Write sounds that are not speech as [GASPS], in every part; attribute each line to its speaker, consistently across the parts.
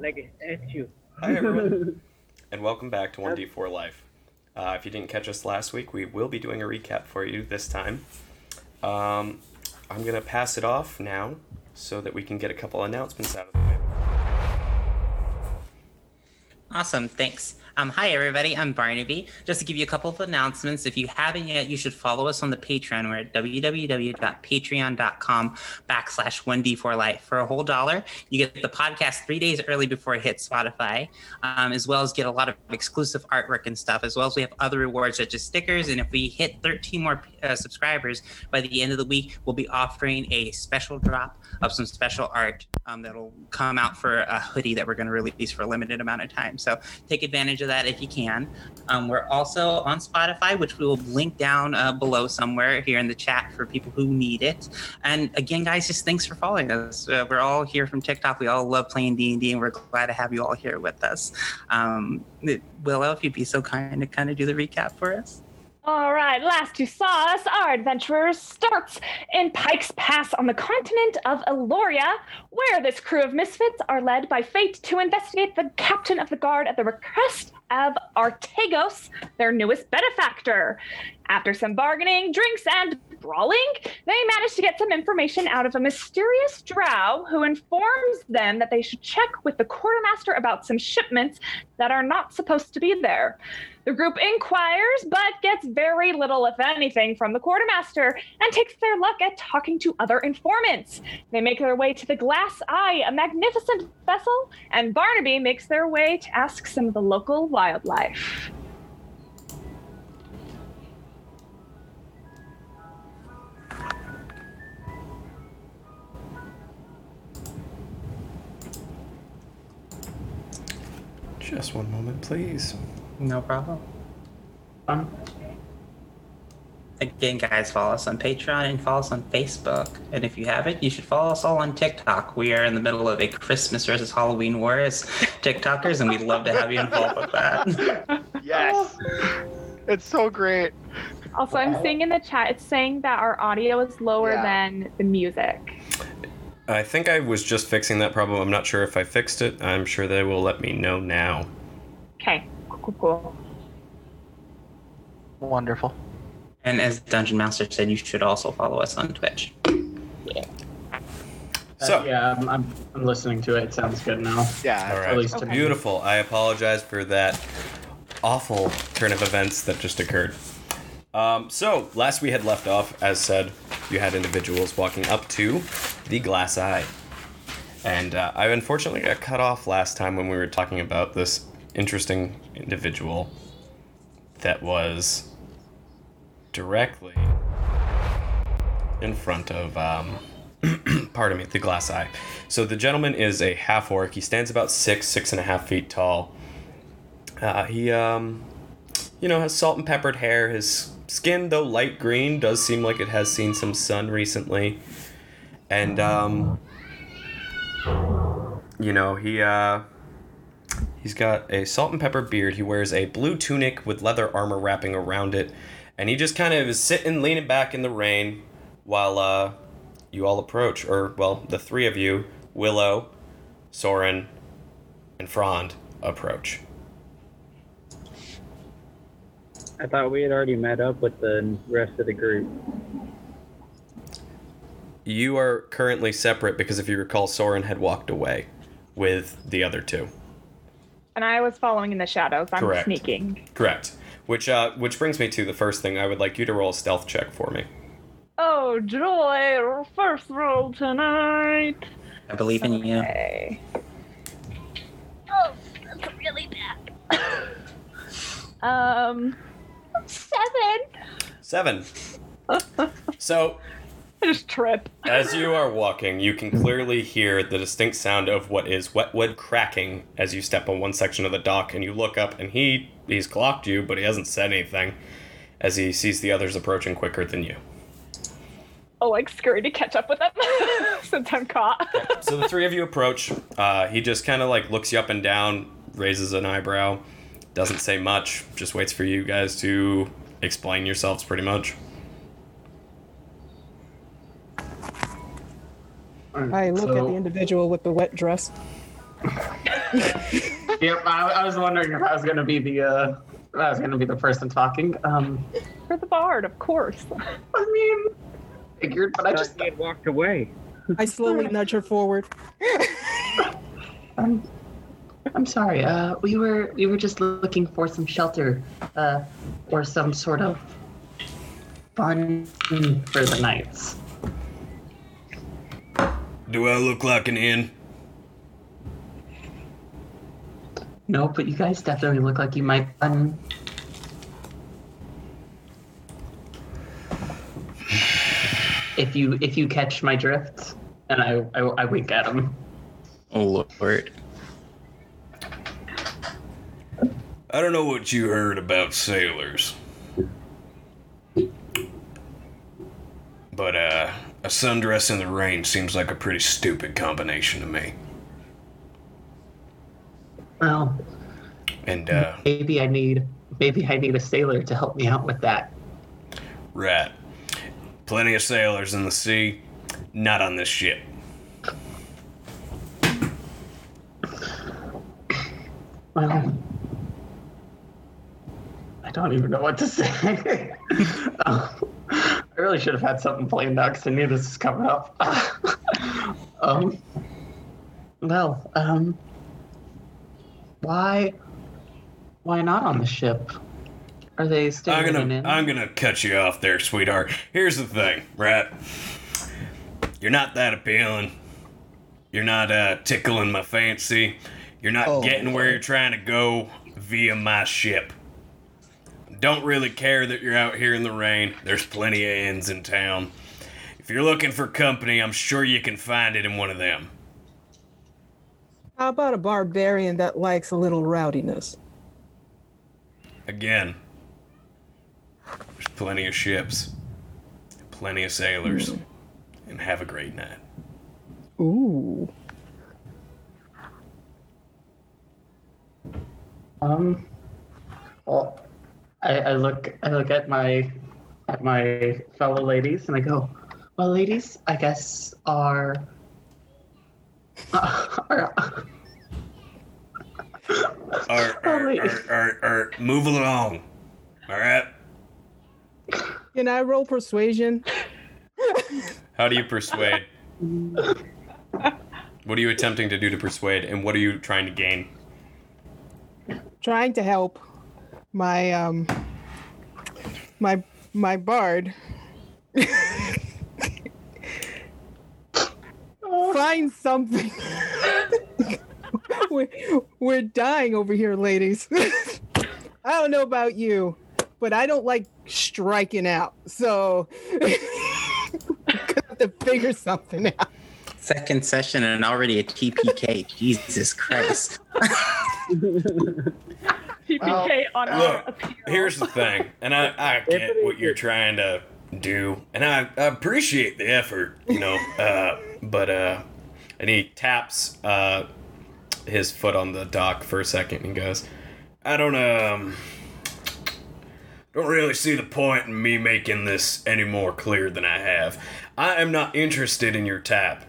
Speaker 1: nigga. That's you.
Speaker 2: Hi, everyone, and welcome back to 1D4 Life. Uh, if you didn't catch us last week, we will be doing a recap for you this time. Um, I'm going to pass it off now so that we can get a couple announcements out of the way.
Speaker 3: Awesome, thanks. Um, hi, everybody. I'm Barnaby. Just to give you a couple of announcements, if you haven't yet, you should follow us on the Patreon. We're at www.patreon.com backslash 1d4life. For a whole dollar, you get the podcast three days early before it hits Spotify, um, as well as get a lot of exclusive artwork and stuff, as well as we have other rewards such as stickers. And if we hit 13 more uh, subscribers by the end of the week, we'll be offering a special drop of some special art um, that'll come out for a hoodie that we're going to release for a limited amount of time. So take advantage of that if you can. Um, we're also on Spotify, which we will link down uh, below somewhere here in the chat for people who need it. And again, guys, just thanks for following us. Uh, we're all here from TikTok. We all love playing D and D, and we're glad to have you all here with us. Um, Willow, if you'd be so kind to kind of do the recap for us.
Speaker 4: All right, last you saw us, our adventure starts in Pike's Pass on the continent of Eloria, where this crew of misfits are led by fate to investigate the captain of the guard at the request of Artegos, their newest benefactor. After some bargaining, drinks, and brawling, they manage to get some information out of a mysterious drow who informs them that they should check with the quartermaster about some shipments that are not supposed to be there. The group inquires, but gets very little, if anything, from the quartermaster and takes their luck at talking to other informants. They make their way to the Glass Eye, a magnificent vessel, and Barnaby makes their way to ask some of the local wildlife.
Speaker 2: Just one moment, please.
Speaker 3: No problem.
Speaker 1: Um,
Speaker 3: Again, guys, follow us on Patreon and follow us on Facebook. And if you haven't, you should follow us all on TikTok. We are in the middle of a Christmas versus Halloween war as TikTokers, and we'd love to have you involved
Speaker 5: [LAUGHS]
Speaker 3: with that.
Speaker 6: Yes. [LAUGHS] it's so great.
Speaker 4: Also, I'm seeing in the chat, it's saying that our audio is lower
Speaker 6: Yeah.
Speaker 4: than the music.
Speaker 2: I think I was just fixing that problem. I'm not sure if I fixed it. I'm sure they will let me know now.
Speaker 4: Okay, cool, cool, cool.
Speaker 6: Wonderful.
Speaker 3: And as Dungeon Master said, you should also follow us on Twitch.
Speaker 7: Uh,
Speaker 2: So,
Speaker 1: yeah, I'm, I'm, I'm listening to it. It sounds good now.
Speaker 6: Yeah.
Speaker 2: all
Speaker 1: At
Speaker 2: right.
Speaker 1: least to
Speaker 4: Okay.
Speaker 1: me.
Speaker 2: Beautiful. I apologize for that awful turn of events that just occurred. Um, so, last we had left off, as said, you had individuals walking up to the glass eye. And uh, I unfortunately got cut off last time when we were talking about this interesting individual that was directly in front of um, [CLEARS THROAT] pardon me, the glass eye. So the gentleman is a half orc. He stands about six, six and a half feet tall. Uh, he, um, you know, has salt and peppered hair. His skin, though light green, does seem like it has seen some sun recently. And, um, you know, he, uh, he's got a salt and pepper beard. He wears a blue tunic with leather armor wrapping around it. And he just kind of is sitting, leaning back in the rain while, uh, you all approach, or well, the three of you, Willow, Soren, and Frond, approach.
Speaker 1: I thought we had already met up with the rest of the group.
Speaker 2: You are currently separate because if you recall, Soren had walked away with the other two.
Speaker 4: And I was following in the shadows. I'm
Speaker 2: Correct.
Speaker 4: sneaking.
Speaker 2: Correct. Which uh, which brings me to the first thing. I would like you to roll a stealth check for me.
Speaker 4: Oh, joy! First roll tonight.
Speaker 3: I believe in you.
Speaker 4: Okay.
Speaker 8: Oh, that's really bad. [COUGHS]
Speaker 4: Um, seven.
Speaker 2: Seven. so
Speaker 4: I just trip.
Speaker 2: As you are walking, you can clearly hear the distinct sound of what is wet wood cracking as you step on one section of the dock and you look up and he he's clocked you, but he hasn't said anything as he sees the others approaching quicker than you.
Speaker 4: I'll like scurry to catch up with them [LAUGHS] since I'm caught.
Speaker 2: so the three of you approach. Uh, he just kind of like looks you up and down, raises an eyebrow, doesn't say much, just waits for you guys to explain yourselves pretty much.
Speaker 9: I look at the individual with the wet dress.
Speaker 7: Yep, I, I was wondering if I was gonna be the uh, if I was gonna be the person talking. Um,
Speaker 10: For the bard, of course.
Speaker 7: I mean, figured, but I
Speaker 11: Thought
Speaker 7: just
Speaker 11: he had walked away.
Speaker 5: I slowly nudge her forward.
Speaker 7: I'm, Um, I'm sorry. Uh, we were we were just looking for some shelter, uh, or some sort of fun for the nights.
Speaker 9: Do I look like an inn?
Speaker 7: No, but you guys definitely look like you might. Um, if you if you catch my drift, and I I, I wink at him.
Speaker 12: Oh lord.
Speaker 9: I don't know what you heard about sailors. But uh, a sundress in the rain seems like a pretty stupid combination to me.
Speaker 7: Well,
Speaker 9: And uh,
Speaker 7: maybe I need maybe I need a sailor to help me out with that.
Speaker 9: rat. Plenty of sailors in the sea, not on this ship.
Speaker 7: Well, I don't even know what to say. [LAUGHS] um, I really should have had something planned out because I knew this was coming up. [LAUGHS] um, well, um, why, why not on the ship? Are they staying
Speaker 9: I'm
Speaker 7: in?
Speaker 9: gonna
Speaker 7: an
Speaker 9: I'm
Speaker 7: inn?
Speaker 9: gonna cut you off there, sweetheart. Here's the thing, right? You're not that appealing. You're not uh, tickling my fancy. You're not
Speaker 12: Oh.
Speaker 9: getting where you're trying to go via my ship. Don't really care that you're out here in the rain. There's plenty of inns in town. If you're looking for company, I'm sure you can find it in one of them.
Speaker 5: How about a barbarian that likes a little rowdiness?
Speaker 9: Again, there's plenty of ships, plenty of sailors, and have a great night.
Speaker 5: Ooh.
Speaker 7: Um. Well, I, I look. I look at my at my fellow ladies, and I go, "Well, ladies, I guess uh, are are
Speaker 9: Alright,
Speaker 7: Oh,
Speaker 9: alright,
Speaker 7: wait.
Speaker 9: alright, alright, alright. Move along. Alright.
Speaker 5: Can I roll persuasion?
Speaker 9: How do you persuade? what are you attempting to do to persuade, and what are you trying to gain?
Speaker 5: Trying to help my um my my bard
Speaker 7: Oh.
Speaker 5: find something. [LAUGHS] we're, we're dying over here, ladies. [LAUGHS] I don't know about you, but I don't like striking out. So [LAUGHS] got to figure something out.
Speaker 3: Second session and already a TPK. Jesus Christ.
Speaker 10: TPK on our
Speaker 9: Look,
Speaker 10: appeal.
Speaker 9: Here's the thing, and I, I get what you're trying to do, and I, I appreciate the effort, you know, [LAUGHS] uh, but, uh, and he taps uh, his foot on the dock for a second and goes, I don't, um, don't really see the point in me making this any more clear than I have. I am not interested in your tap.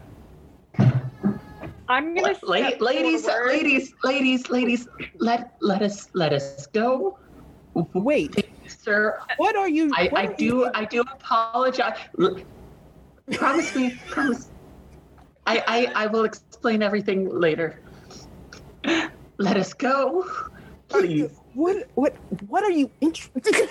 Speaker 10: I'm gonna
Speaker 7: La- la-
Speaker 10: step
Speaker 7: ladies,
Speaker 10: forward.
Speaker 7: ladies, ladies, ladies. Let let us let us go,
Speaker 5: Wait,
Speaker 7: sir.
Speaker 5: what are you?
Speaker 7: I,
Speaker 5: what
Speaker 7: I
Speaker 5: are
Speaker 7: do I do apologize. Look, Promise me, promise. I, I I will explain everything later. Let us go, please.
Speaker 5: What what what are you interested?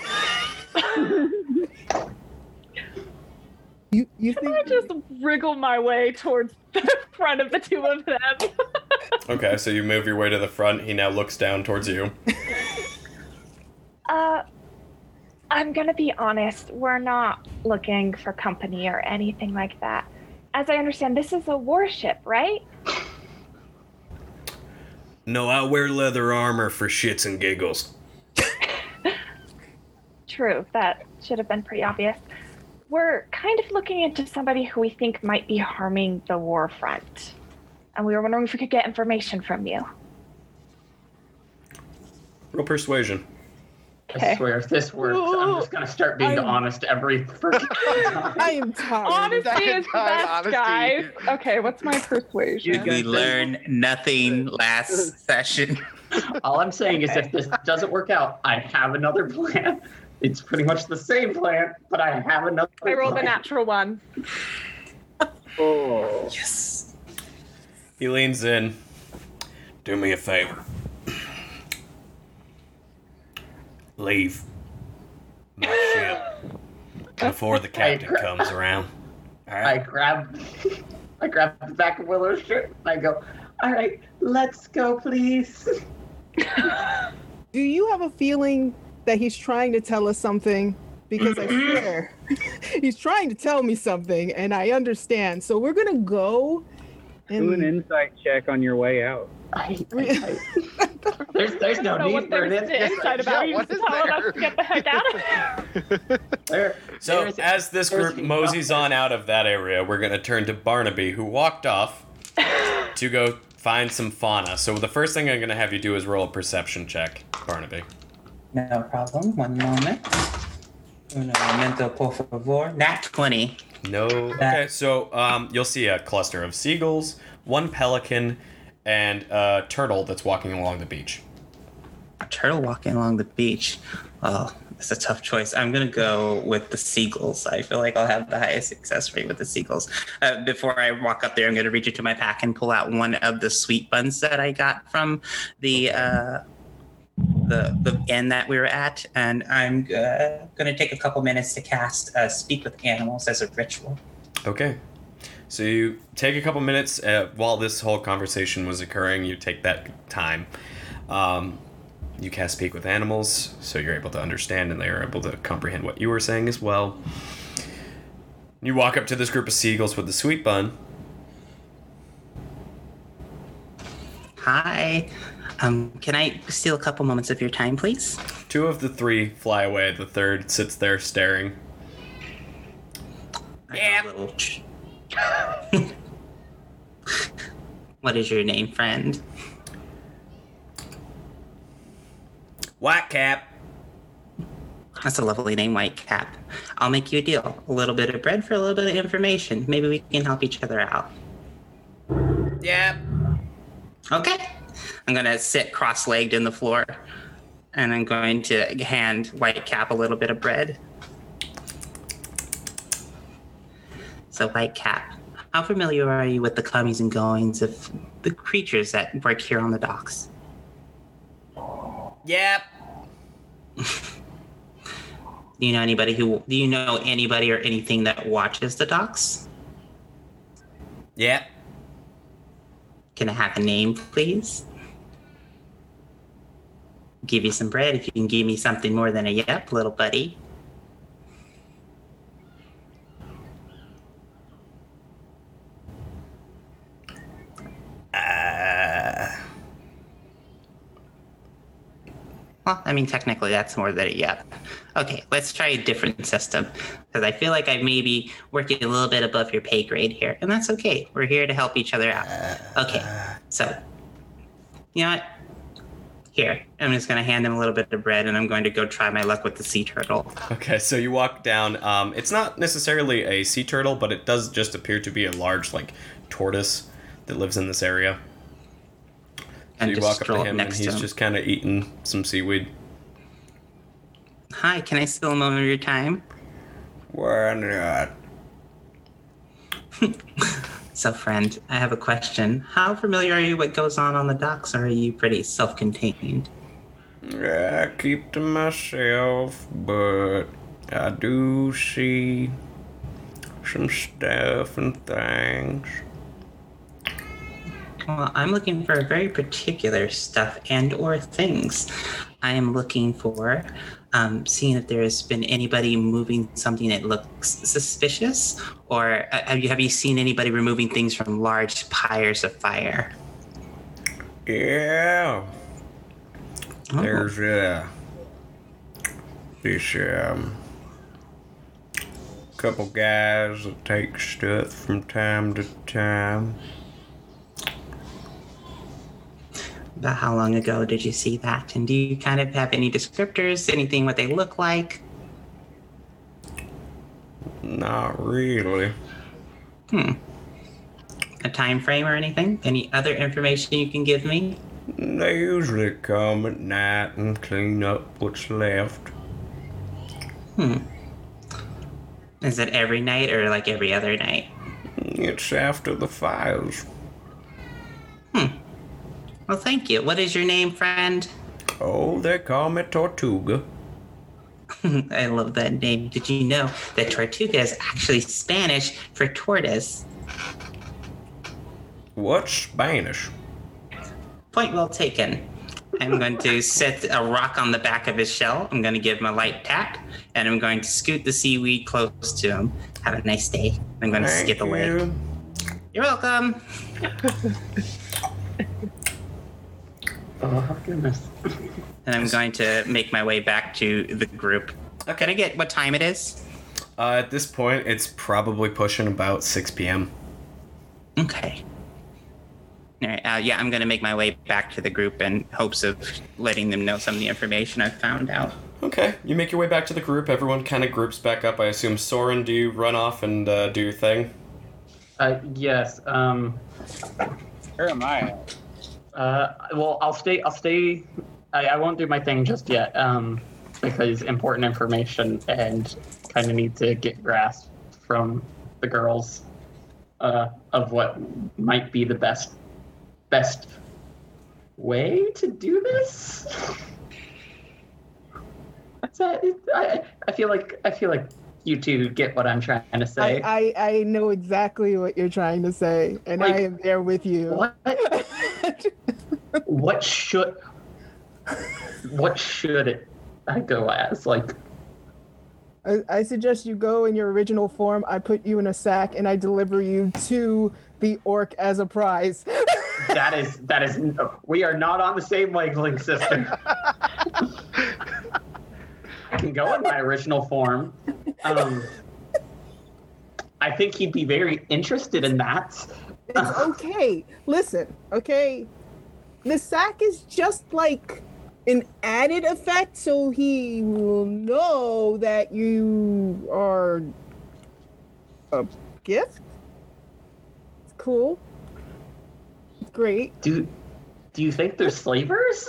Speaker 5: you you think
Speaker 10: I just wriggle my way towards
Speaker 4: [LAUGHS]
Speaker 10: the front of the two of them.
Speaker 9: Okay, so you move your way to the front. He now looks down towards you.
Speaker 10: Uh, I'm gonna be honest. We're not looking for company or anything like that. As I understand, this is a warship, right?
Speaker 9: No, I wear leather armor for shits and giggles.
Speaker 10: True. That should have been pretty obvious. We're kind of looking into somebody who we think might be harming the war front, and we were wondering if we could get information from you.
Speaker 9: Real persuasion. I
Speaker 4: Okay.
Speaker 9: swear, if this works, I'm just gonna start being
Speaker 5: I'm-
Speaker 9: honest every freaking
Speaker 5: [LAUGHS] I
Speaker 9: time.
Speaker 5: am tired.
Speaker 4: Honesty is the
Speaker 6: Time,
Speaker 4: best,
Speaker 6: honesty.
Speaker 4: guys. Okay, what's my persuasion?
Speaker 1: You
Speaker 3: We
Speaker 1: guys-
Speaker 3: learned nothing last session.
Speaker 9: [LAUGHS] All I'm saying is, if this doesn't work out, I have another plan. [LAUGHS] It's pretty much the same plan, but I have another.
Speaker 4: I rolled a
Speaker 9: plan.
Speaker 4: natural one.
Speaker 6: Oh.
Speaker 3: Yes.
Speaker 2: He leans in. Do me a favor. Leave my ship before the captain comes around. All
Speaker 9: I
Speaker 2: right.
Speaker 9: grab, [LAUGHS] I grab the back of Willow's shirt and I go, "All right, let's go, please."
Speaker 5: Do you have a feeling that he's trying to tell us something? Because
Speaker 2: [CLEARS THROAT]
Speaker 5: I swear, he's trying to tell me something, and I understand. So we're gonna go.
Speaker 1: Do an
Speaker 5: And
Speaker 1: insight check on your way out.
Speaker 9: I, I, I- there's there's no
Speaker 4: I don't know
Speaker 9: need
Speaker 4: what
Speaker 9: for
Speaker 4: there's
Speaker 9: Oh, it.
Speaker 4: [LAUGHS] to inside about.
Speaker 6: Yeah,
Speaker 4: you
Speaker 6: what
Speaker 4: just
Speaker 6: is
Speaker 4: telling
Speaker 6: there?
Speaker 4: us to get the
Speaker 9: [LAUGHS]
Speaker 4: heck out of here.
Speaker 9: There-
Speaker 2: So
Speaker 9: there's-
Speaker 2: as this group
Speaker 9: there's- [LAUGHS]
Speaker 2: moseys on out of that area, we're gonna turn to Barnaby, who walked off
Speaker 9: [LAUGHS]
Speaker 2: to go find some fauna. So the first thing I'm gonna have you do is roll a perception check, Barnaby.
Speaker 3: No problem. One moment. Un momento, por favor. Nat 20.
Speaker 2: No. Okay, so um, you'll see a cluster of seagulls, one pelican, and a turtle that's walking along the beach.
Speaker 3: A turtle walking along the beach. Oh, that's a tough choice. I'm going to go with the seagulls. I feel like I'll have the highest success rate with the seagulls. Uh, before I walk up there, I'm going to reach into my pack and pull out one of the sweet buns that I got from the. Uh, the, the end that we were at, and I'm uh, going to take a couple minutes to cast uh, Speak with Animals as a ritual.
Speaker 2: Okay. So you take a couple minutes uh, while this whole conversation was occurring. You take that time. Um, you cast speak with animals, so you're able to understand, and they are able to comprehend what you were saying as well. You walk up to this group of seagulls with the sweet bun.
Speaker 3: Hi. Um, can I steal a couple moments of your time, please?
Speaker 2: Two of the three fly away. The third sits there staring.
Speaker 3: Yeah. Little... what is your name, friend?
Speaker 2: White cap.
Speaker 3: That's a lovely name, White Cap. I'll make you a deal. A little bit of bread for a little bit of information. Maybe we can help each other out.
Speaker 2: Yep.
Speaker 3: Okay. I'm going to sit cross legged in the floor and I'm going to hand White Cap a little bit of bread. So, White Cap, how familiar are you with the comings and goings of the creatures that work here on the docks?
Speaker 2: Yep.
Speaker 3: Do you know anybody who, do you know anybody or anything that watches the docks?
Speaker 2: Yep.
Speaker 3: Can I have a name, please? Give you some bread if you can give me something more than a yep, little buddy. Uh, Well, I mean, technically, that's more than a yep. Okay, let's try a different system because I feel like I may be working a little bit above your pay grade here, and that's okay. We're here to help each other out. Okay, so you know what? Here, I'm just gonna hand him a little bit of bread, and I'm going to go try my luck with the sea turtle.
Speaker 2: Okay, so you walk down. Um, it's not necessarily a sea turtle, but it does just appear to be a large, like, tortoise that lives in this area. So
Speaker 3: And
Speaker 2: you
Speaker 3: just
Speaker 2: walk up
Speaker 3: stroll
Speaker 2: to
Speaker 3: up
Speaker 2: him, and
Speaker 3: next to
Speaker 2: he's
Speaker 3: him.
Speaker 2: just kind of eating some seaweed.
Speaker 3: Hi, can I steal a moment of your time?
Speaker 2: Why not?
Speaker 3: So, friend, I have a question. How familiar are you with what goes on on the docks, or are you pretty self-contained?
Speaker 2: I keep to myself, but I do see some stuff and things.
Speaker 3: Well, I'm looking for very particular stuff and or things. I am looking for um, seeing if there has been anybody moving something that looks suspicious, or uh, have you have you seen anybody removing things from large pyres of fire?
Speaker 2: Yeah.
Speaker 3: Oh,
Speaker 2: There's uh this um couple guys that take stuff from time to time.
Speaker 3: About how long ago did you see that? And do you kind of have any descriptors, anything what they look like?
Speaker 2: Not really.
Speaker 3: Hmm. A time frame or anything? Any other information you can give me?
Speaker 2: They usually come at night and clean up what's left.
Speaker 3: Hmm. Is it every night or like every other night?
Speaker 2: It's after the fires.
Speaker 3: Well, thank you. What is your name, friend?
Speaker 2: Oh, they call me Tortuga.
Speaker 3: [LAUGHS] I love that name. Did you know that Tortuga is actually Spanish for tortoise?
Speaker 2: What's Spanish?
Speaker 3: Point well taken. I'm going to set a rock on the back of his shell. I'm going to give him a light tap, and I'm going to scoot the seaweed close to him. Have a nice day. I'm going to
Speaker 2: Thank
Speaker 3: skip away.
Speaker 2: you.
Speaker 3: You're welcome.
Speaker 7: Oh, goodness.
Speaker 3: And I'm going to make my way back to the group. Oh, Can I get what time it is?
Speaker 2: Uh, at this point, it's probably pushing about 6 p.m.
Speaker 3: Okay. All right. Uh, yeah, I'm going to make my way back to the group in hopes of letting them know some of the information I've found out.
Speaker 2: Okay, you make your way back to the group. Everyone kind of groups back up. I assume Soren, do you run off and uh, do your
Speaker 11: [LAUGHS]
Speaker 2: thing?
Speaker 7: Uh, yes. Um,
Speaker 11: Where am I?
Speaker 7: uh, well, I'll stay. I'll stay. I, I won't do my thing just yet um, because important information and kind of need to get grasp from the girls uh, of what might be the best best way to do this. so, I, I feel like I feel like you two get what I'm trying to say.
Speaker 5: I, I, I know exactly what you're trying to say, and
Speaker 7: Like,
Speaker 5: I am there with you.
Speaker 7: what? what should what should it I go as? Like
Speaker 5: I, I suggest you go in your original form. I put you in a sack, and I deliver you to the orc as a prize. [LAUGHS]
Speaker 7: that is that is we are not on the same wavelength, sister. I can go in my original form. Um, I think he'd be very interested in that.
Speaker 5: It's okay. Listen, okay? The sack is just like an added effect, so he will know that you are a gift. It's cool. It's great.
Speaker 7: Do do you think there's slavers?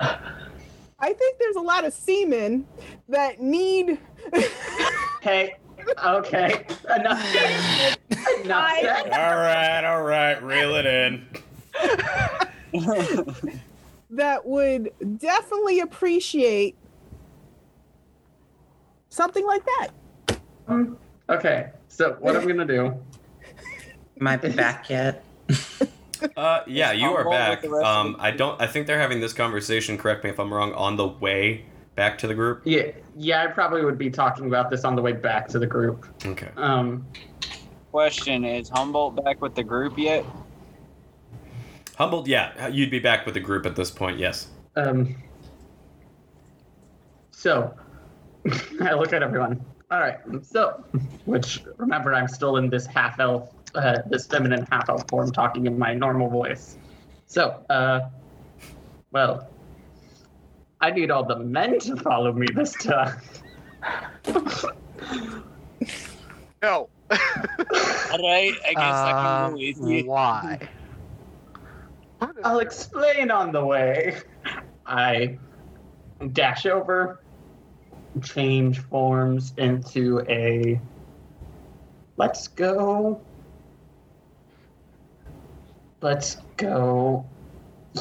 Speaker 5: [LAUGHS] I think there's a lot of seamen that
Speaker 7: [LAUGHS]
Speaker 5: need.
Speaker 7: hey, okay, enough. said. Enough said.
Speaker 2: All right, all right, reel it in.
Speaker 5: [LAUGHS] that would definitely appreciate something like that.
Speaker 7: Um, okay, so what I'm gonna do?
Speaker 3: Am I back yet?
Speaker 2: Uh, yeah, you are
Speaker 11: Humble with
Speaker 2: back.
Speaker 11: the rest of
Speaker 2: Um,
Speaker 11: the
Speaker 2: I don't. I think they're having this conversation. Correct me if I'm wrong. On the way back to the group.
Speaker 7: Yeah, yeah, I probably would be talking about this on the way back to the group.
Speaker 2: Okay.
Speaker 7: Um,
Speaker 11: Question Is Humboldt back with the group yet?
Speaker 2: Humbled. Yeah, you'd be back with the group at this point. Yes.
Speaker 7: um, so [LAUGHS] I look at everyone. All right, so which remember I'm still in this half elf, uh, this feminine half elf form, talking in my normal voice. So, uh, well, I need all the men to follow me this time.
Speaker 6: [LAUGHS] No. Uh,
Speaker 11: All right, I guess I can go with you.
Speaker 6: why?
Speaker 7: I'll explain on the way. I dash over, change forms into a let's go. Let's go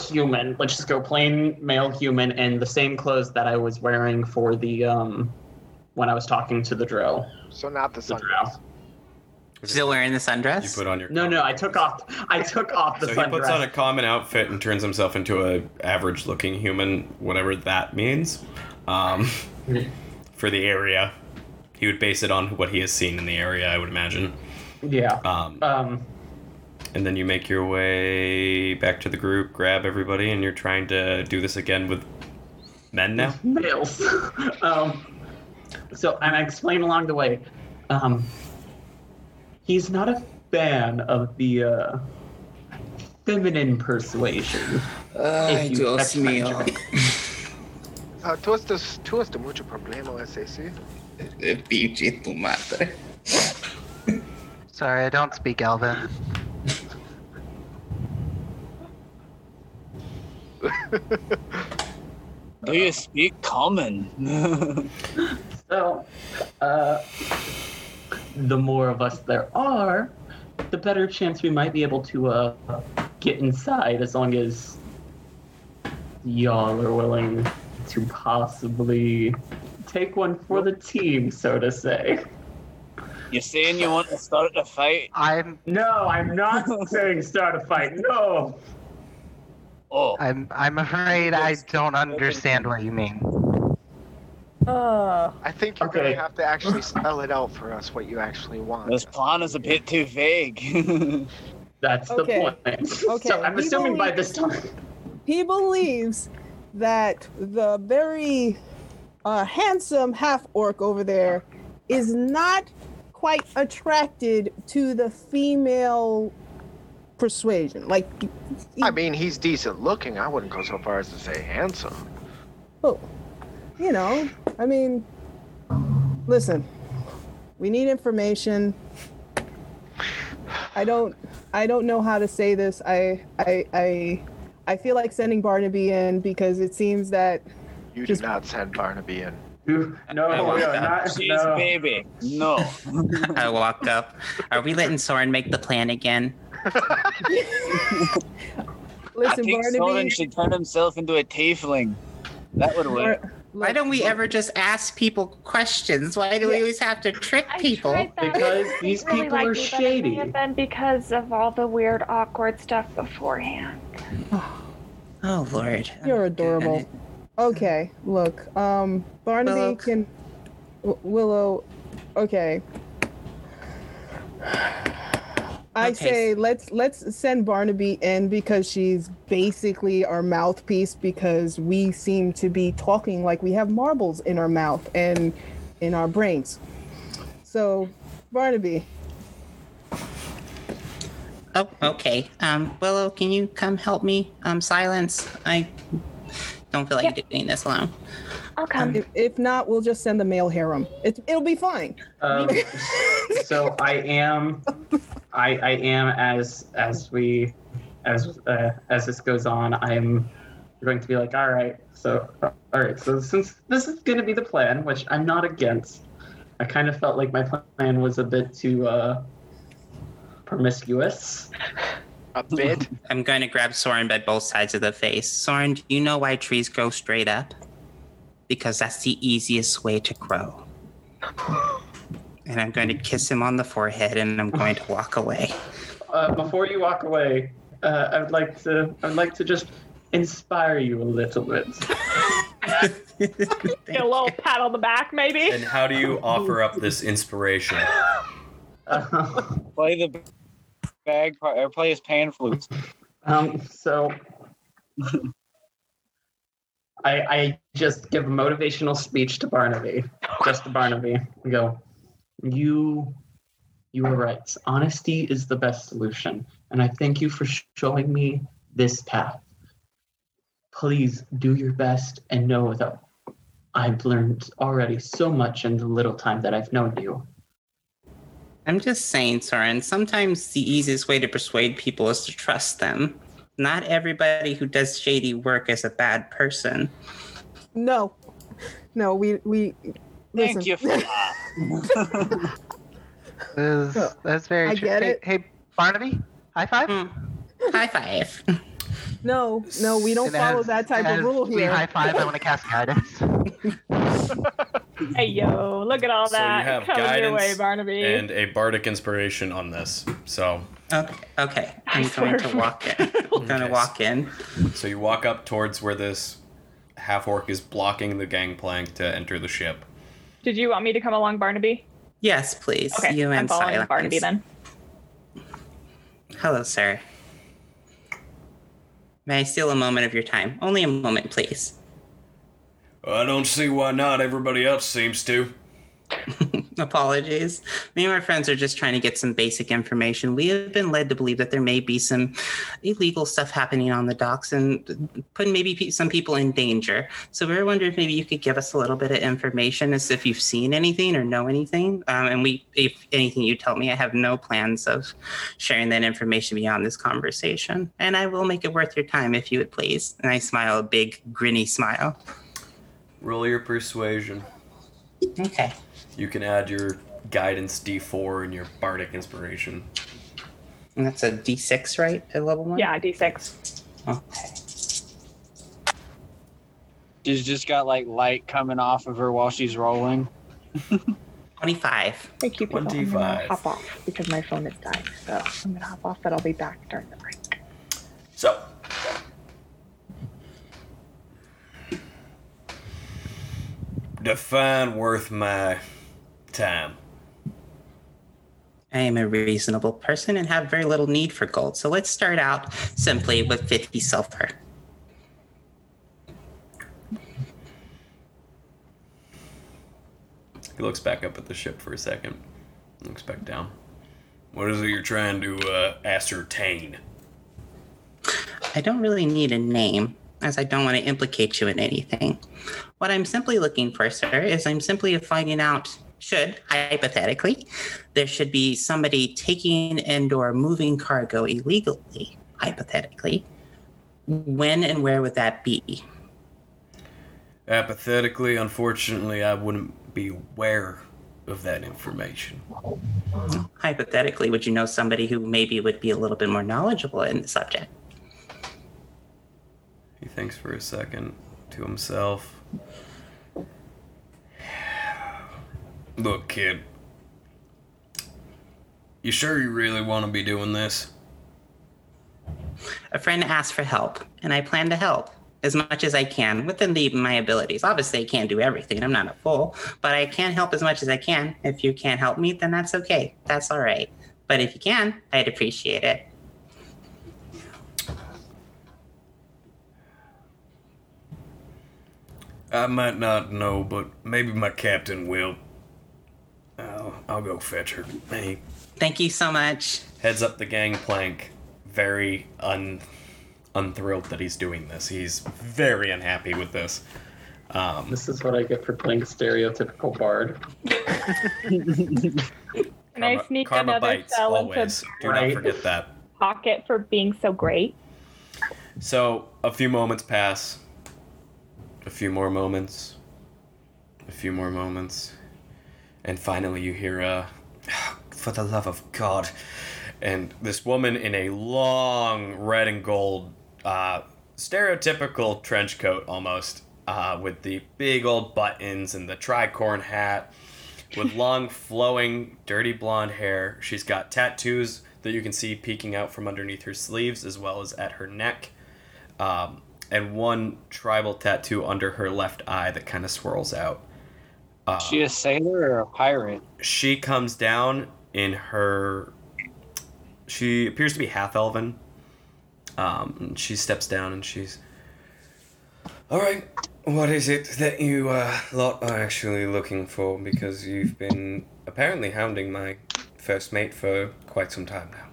Speaker 7: human. Let's just go plain male human in the same clothes that I was wearing for the um when I was talking to the drill.
Speaker 6: So not the
Speaker 7: The
Speaker 6: sun.
Speaker 7: drow.
Speaker 3: Still wearing the
Speaker 2: You
Speaker 3: sundress?
Speaker 2: put on your.
Speaker 7: No, no, I took off I took off the
Speaker 2: So he
Speaker 7: sundress.
Speaker 2: puts on a common outfit and turns himself into a average-looking human, whatever that means, um,
Speaker 7: [LAUGHS]
Speaker 2: for the area. He would base it on what he has seen in the area, I would imagine.
Speaker 7: yeah.
Speaker 2: Um,
Speaker 7: Um
Speaker 2: and then you make your way back to the group, grab everybody, and you're trying to do this again with men
Speaker 7: [LAUGHS]
Speaker 2: now.
Speaker 7: males. um, so, and I explain along the way. Um, he's not a fan of the uh, feminine persuasion.
Speaker 13: Ay,
Speaker 7: you
Speaker 13: Dios
Speaker 7: touch my
Speaker 13: mío.
Speaker 6: Ah, tú estás, tú estás mucho problema ese, sí?
Speaker 13: Eh, Pinche tu madre.
Speaker 14: Sorry, I don't speak Elven.
Speaker 11: [LAUGHS] Do you speak common?
Speaker 7: [LAUGHS] So, uh, the more of us there are, the better chance we might be able to uh, get inside as long as y'all are willing to possibly take one for the team, so to say.
Speaker 11: You're saying you want to start
Speaker 9: [LAUGHS]
Speaker 11: a
Speaker 7: [LAUGHS]
Speaker 11: fight?
Speaker 14: I'm
Speaker 7: No, I'm not saying start a fight. No.
Speaker 11: Oh,
Speaker 14: I'm I'm afraid I don't understand what you mean.
Speaker 5: Ah.
Speaker 6: I think you're
Speaker 7: Okay.
Speaker 6: gonna have to
Speaker 2: [LAUGHS]
Speaker 6: actually spell it out for us what you actually want.
Speaker 11: this plan is a bit too vague. [LAUGHS]
Speaker 7: That's
Speaker 5: Okay.
Speaker 7: the point.
Speaker 5: Okay,
Speaker 7: So I'm
Speaker 5: we
Speaker 7: assuming by
Speaker 5: believe-
Speaker 7: this time. [LAUGHS]
Speaker 5: He believes that the very uh, handsome half orc over there is not quite attracted to the female persuasion. Like,
Speaker 6: I mean, he's decent looking. I wouldn't go so far as to say handsome.
Speaker 5: oh, you know, I mean, listen, we need information. I don't, I don't know how to say this. I, I, I, I feel like sending Barnaby in because it seems that
Speaker 6: You
Speaker 5: Just-
Speaker 6: do not send Barnaby in.
Speaker 7: No,
Speaker 3: we are not-
Speaker 11: She's baby. No.
Speaker 3: [LAUGHS] I walk up. Are we letting Soren make the plan again?
Speaker 11: I
Speaker 5: listen,
Speaker 11: think Soren
Speaker 5: Barnaby.
Speaker 11: should turn himself into a tiefling. That would work.
Speaker 5: Bar-
Speaker 3: Why don't we ever just ask people questions? Why do we
Speaker 5: Yeah.
Speaker 3: always have to trick
Speaker 4: I
Speaker 3: people?
Speaker 4: tried that.
Speaker 7: Because these
Speaker 4: I really
Speaker 7: people
Speaker 4: like
Speaker 7: are
Speaker 4: you better than
Speaker 7: shady.
Speaker 4: you've been because of all the weird, awkward stuff beforehand.
Speaker 3: Oh Lord,
Speaker 5: You're adorable. Okay, look, um, Barnaby
Speaker 3: Willow.
Speaker 5: can. W- Willow, okay. I
Speaker 3: Okay.
Speaker 5: say let's let's send Barnaby in because she's basically our mouthpiece because we seem to be talking like we have marbles in our mouth and in our brains. So, Barnaby,
Speaker 3: Oh, okay. Um, Willow, can you come help me? Um, silence. I don't feel like doing this alone.
Speaker 4: I'll come.
Speaker 5: if, if not, we'll just send the male harem. It, it'll be fine. [LAUGHS]
Speaker 7: Um, so I am, I I am as as we, as uh, as this goes on, I'm going to be like, all right, so all right, so since this is going to be the plan, which I'm not against, I kind of felt like my plan was a bit too uh, promiscuous.
Speaker 6: A bit?
Speaker 3: [LAUGHS] I'm going to grab Soren by both sides of the face. Soren, do you know why trees grow straight up? Because that's the easiest way to grow. And I'm going to kiss him on the forehead and I'm going to walk away.
Speaker 7: Uh, before you walk away, uh, I would like to I would like to just inspire you a little bit.
Speaker 4: Get a little pat on the back, maybe.
Speaker 2: And how do you offer up this inspiration?
Speaker 7: Uh,
Speaker 11: Play the bag part, or play his pan flute.
Speaker 7: Um, so I, I just give a motivational speech to Barnaby, just to Barnaby, and go, you, you were right. Honesty is the best solution, and I thank you for sh- showing me this path. Please do your best and know that I've learned already so much in the little time that I've known you.
Speaker 3: I'm just saying, Soren, sometimes the easiest way to persuade people is to trust them. Not everybody who does shady work is a bad person.
Speaker 5: No, no, we we.
Speaker 11: Thank
Speaker 5: listen.
Speaker 11: you for that.
Speaker 14: [LAUGHS] This is- that's very
Speaker 5: I
Speaker 14: true.
Speaker 5: get
Speaker 14: hey,
Speaker 5: it.
Speaker 14: hey, Barnaby, high five.
Speaker 3: Hmm. High five.
Speaker 5: No, no, we don't [LAUGHS]
Speaker 14: And
Speaker 5: follow
Speaker 14: as-
Speaker 5: that type
Speaker 14: as
Speaker 5: of rule
Speaker 14: We
Speaker 5: here.
Speaker 14: high five. I want to cast
Speaker 5: [LAUGHS]
Speaker 14: guidance.
Speaker 4: Hey yo, look at all
Speaker 2: So you
Speaker 4: that
Speaker 2: have
Speaker 4: coming your way,
Speaker 2: guidance
Speaker 4: Barnaby.
Speaker 2: And a bardic inspiration on this. So,
Speaker 3: Okay, okay. I'm going to walk in. I'm going to
Speaker 2: Okay.
Speaker 3: walk in.
Speaker 2: so you walk up towards where this half orc is blocking the gangplank to enter the ship.
Speaker 4: Did you want me to come along, Barnaby?
Speaker 3: Yes, please.
Speaker 4: Okay,
Speaker 3: you
Speaker 4: I'm
Speaker 3: and
Speaker 4: following
Speaker 3: silence.
Speaker 4: Barnaby then.
Speaker 3: Hello, sir. May I steal a moment of your time? Only a moment, please.
Speaker 2: I don't see why not. Everybody else seems to.
Speaker 3: [LAUGHS] Apologies. Me and my friends are just trying to get some basic information. We have been led to believe that there may be some illegal stuff happening on the docks and putting maybe pe- some people in danger. So we were wondering if maybe you could give us a little bit of information as if you've seen anything or know anything. Um, and we, if anything you tell me, I have no plans of sharing that information beyond this conversation. And I will make it worth your time if you would please. And I smile a big grinny smile.
Speaker 2: Roll your persuasion.
Speaker 3: Okay.
Speaker 2: You can add your guidance D4 and your bardic inspiration.
Speaker 3: And that's a D6, right? At level one?
Speaker 4: Yeah, D6.
Speaker 12: She's just got like light coming off of her while she's
Speaker 11: [LAUGHS]
Speaker 12: rolling.
Speaker 3: 25.
Speaker 4: Thank you. people. I'm gonna
Speaker 2: 1d5.
Speaker 4: Hop off because my phone is dying. So I'm gonna hop off, but I'll be back during the break.
Speaker 2: So. Define worth my time.
Speaker 3: I am a reasonable person and have very little need for gold. So let's start out simply with 50 silver.
Speaker 2: He looks back up at the ship for a second. Looks back down. What is it you're trying to uh, ascertain?
Speaker 3: I don't really need a name, as I don't want to implicate you in anything. What I'm simply looking for, sir, is I'm simply finding out should hypothetically there should be somebody taking and or moving cargo illegally hypothetically when and where would that be
Speaker 2: Apathetically, unfortunately, I wouldn't be aware of that information.
Speaker 3: hypothetically would you know somebody who maybe would be a little bit more knowledgeable in the subject
Speaker 2: He thinks for a second to himself. Look, kid. You sure you really want to be doing this?
Speaker 3: A friend asked for help, and I plan to help as much as I can within the, my abilities. Obviously, I can't do everything. I'm not a fool, but I can help as much as I can. If you can't help me, then that's okay. That's all right. But if you can, I'd appreciate it.
Speaker 2: I might not know, but maybe my captain will. I'll, I'll go fetch her. And he
Speaker 3: Thank you so much.
Speaker 2: heads up the gangplank, very un unthrilled that he's doing this. He's very unhappy with this. Um,
Speaker 9: This is what I get for playing stereotypical bard.
Speaker 4: Can I sneak another spell
Speaker 2: always.
Speaker 4: into
Speaker 2: Do not forget that.
Speaker 4: pocket for being so great?
Speaker 2: So a few moments pass. A few more moments. A few more moments. And finally you hear a [SIGHS] for the love of God. And this woman in a long red and gold uh, stereotypical trench coat almost uh, with the big old buttons and the tricorn hat with long flowing dirty blonde hair. She's got tattoos that you can see peeking out from underneath her sleeves as well as at her neck um, and one tribal tattoo under her left eye that kind of swirls out. Uh,
Speaker 12: she a sailor or a pirate?
Speaker 2: She comes down in her. She appears to be half elven. Um, and she steps down and she's. All right, what is it that you uh, lot are actually looking for? Because you've been apparently hounding my first mate for quite some time now.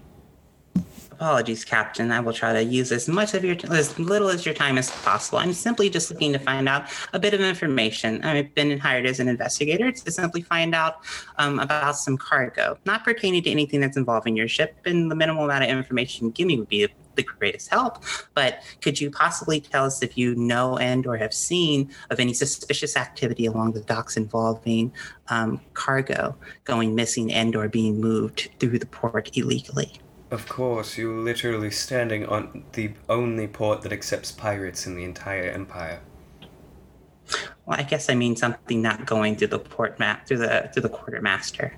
Speaker 3: Apologies, Captain. I will try to use as much of your t- as little as your time as possible. I'm simply just looking to find out a bit of information. I've been hired as an investigator to simply find out um, about some cargo, not pertaining to anything that's involving your ship. And the minimal amount of information you give me would be the greatest help. But could you possibly tell us if you know and or have seen of any suspicious activity along the docks involving um, cargo going missing and or being moved through the port illegally?
Speaker 2: Of course, you're literally standing on the only port that accepts pirates in the entire empire.
Speaker 3: Well, I guess I mean something not going through the port map through the through the quartermaster.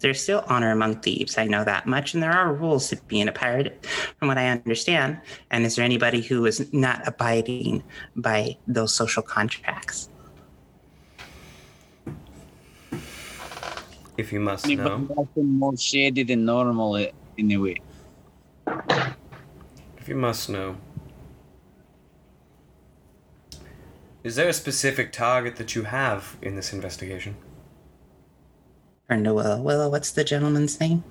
Speaker 3: There's still honor among thieves, I know that much, and there are rules to being a pirate, from what I understand. And is there anybody who is not abiding by those social contracts?
Speaker 2: If you must
Speaker 12: Anybody
Speaker 2: know,
Speaker 12: acting more shady than normal i- anyway.
Speaker 2: if you must know, Is there a specific target that you have in this investigation?
Speaker 3: Turn to Willow. Willow, what's the gentleman's name?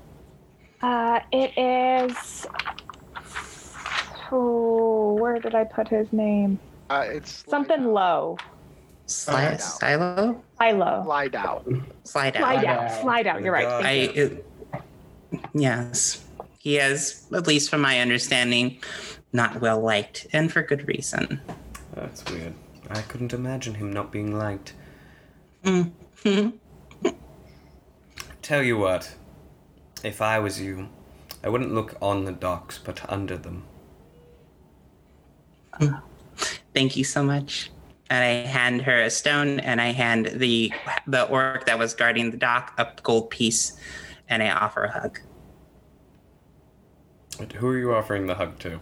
Speaker 10: Uh, it is. Oh, where did I put his name?
Speaker 6: Uh, it's
Speaker 10: Something low.
Speaker 3: Sly- Silo?
Speaker 10: Silo.
Speaker 6: Slide out.
Speaker 3: Slide out.
Speaker 10: Slide out. Slide out. You're right.
Speaker 3: I,
Speaker 10: Thank you.
Speaker 3: it, yes. He has, at least from my understanding, not well liked, and for good reason.
Speaker 2: That's weird. I couldn't imagine him not being liked.
Speaker 15: Mm. [LAUGHS]
Speaker 2: Tell you what, if I was you, I wouldn't look on the docks, but under them.
Speaker 3: Thank you so much. And I hand her a stone, and I hand the the orc that was guarding the dock a gold piece, and I offer a hug.
Speaker 2: But who are you offering the hug to?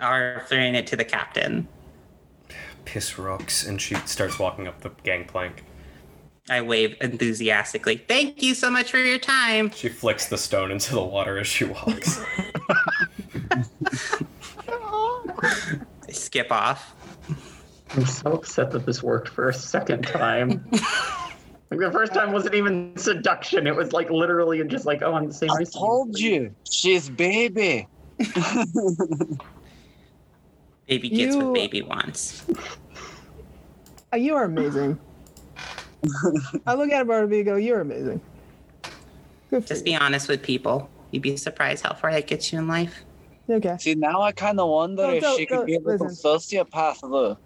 Speaker 3: Offering it to the captain.
Speaker 2: Piss rocks, and she starts walking up the gangplank.
Speaker 3: I wave enthusiastically. Thank you so much for your time.
Speaker 2: She flicks the stone into the water as
Speaker 3: [LAUGHS]
Speaker 2: she walks.
Speaker 3: I skip off.
Speaker 7: I'm so upset that this worked for a
Speaker 16: [LAUGHS]
Speaker 7: second time. like the first time wasn't even seduction. It was like literally just like, oh, I'm the same.
Speaker 16: I told you, she's baby.
Speaker 5: Uh,
Speaker 3: Baby gets
Speaker 5: You-
Speaker 3: what baby wants.
Speaker 5: [LAUGHS] Uh, You are amazing. I look at Barnaby and go, "You're amazing."
Speaker 3: Just be honest with people. You'd be surprised how far that gets you in life.
Speaker 5: Okay.
Speaker 16: See, now I kind of wonder
Speaker 5: No,
Speaker 16: if
Speaker 5: don't-
Speaker 16: she could
Speaker 5: don't-
Speaker 16: be a little sociopath, though.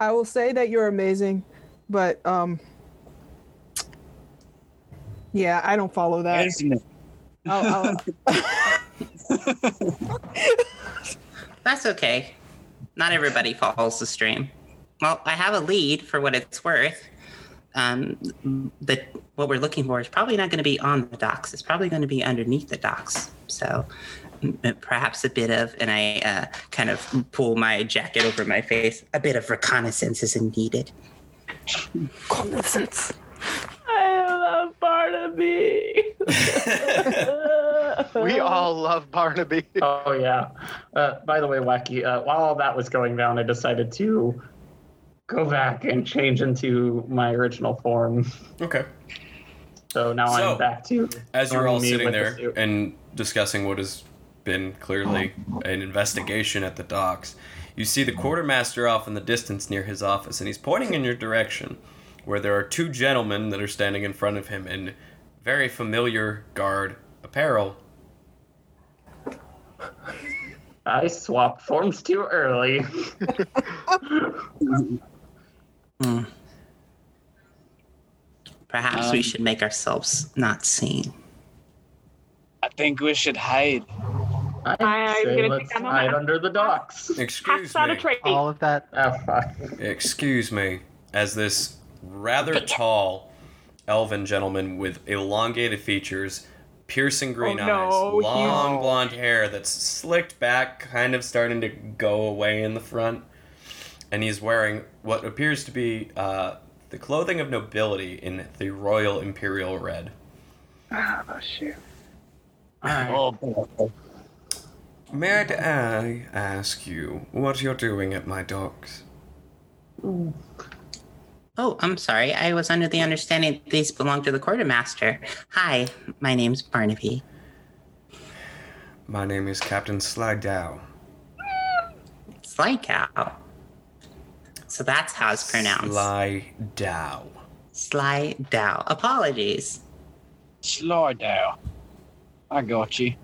Speaker 5: I will say that you're amazing, but um, yeah, I don't follow that.
Speaker 16: Isn't it?
Speaker 5: I'll,
Speaker 3: That's okay. Not everybody follows the stream. Well, I have a lead for what it's worth. Um, that what we're looking for is probably not going to be on the docks. It's probably going to be underneath the docks. So m- m- perhaps a bit of, and I uh, kind of pull my jacket over my face. A bit of reconnaissance is needed.
Speaker 5: Reconnaissance.
Speaker 10: I love
Speaker 4: [LAUGHS]
Speaker 10: Barnaby.
Speaker 5: [LAUGHS]
Speaker 7: We all love Barnaby. Oh yeah. Uh, by the way, Wacky, uh, while all that was going down, I decided to go back and change into my original form.
Speaker 2: Okay.
Speaker 7: So now
Speaker 2: So,
Speaker 7: I'm back to
Speaker 2: As you're all
Speaker 7: normal me
Speaker 2: sitting
Speaker 7: with the
Speaker 2: there
Speaker 7: suit.
Speaker 2: and discussing what has been clearly an investigation at the docks, you see the quartermaster off in the distance near his office, and he's pointing in your direction, where there are two gentlemen that are standing in front of him in very familiar guard apparel.
Speaker 7: I swapped forms too [LAUGHS] early.
Speaker 3: Hmm. Perhaps we
Speaker 16: Um,
Speaker 3: should make ourselves not seen.
Speaker 16: I think we should hide.
Speaker 10: I'm gonna take that
Speaker 7: hide
Speaker 10: moment.
Speaker 7: under the docks.
Speaker 2: Excuse
Speaker 10: Out
Speaker 2: me.
Speaker 10: of trade.
Speaker 17: All of that.
Speaker 7: Oh, fuck.
Speaker 2: Excuse me, as this rather tall elven gentleman with elongated features, piercing green
Speaker 18: Oh,
Speaker 2: eyes,
Speaker 18: no,
Speaker 2: long
Speaker 18: he's-
Speaker 2: blonde hair that's slicked back, kind of starting to go away in the front, and he's wearing what appears to be uh, the clothing of nobility in the royal imperial red.
Speaker 6: Oh, shit.
Speaker 16: Oh, boy.
Speaker 2: May I ask you what you're doing at my docks?
Speaker 3: Oh, I'm sorry. I was under the understanding that these belong to the quartermaster. Hi, my name's Barnaby.
Speaker 2: My name is Captain Slidow.
Speaker 3: Slycow. So that's how it's pronounced.
Speaker 2: Slidow.
Speaker 3: Sly Dow. Apologies.
Speaker 16: Slow down. I got you.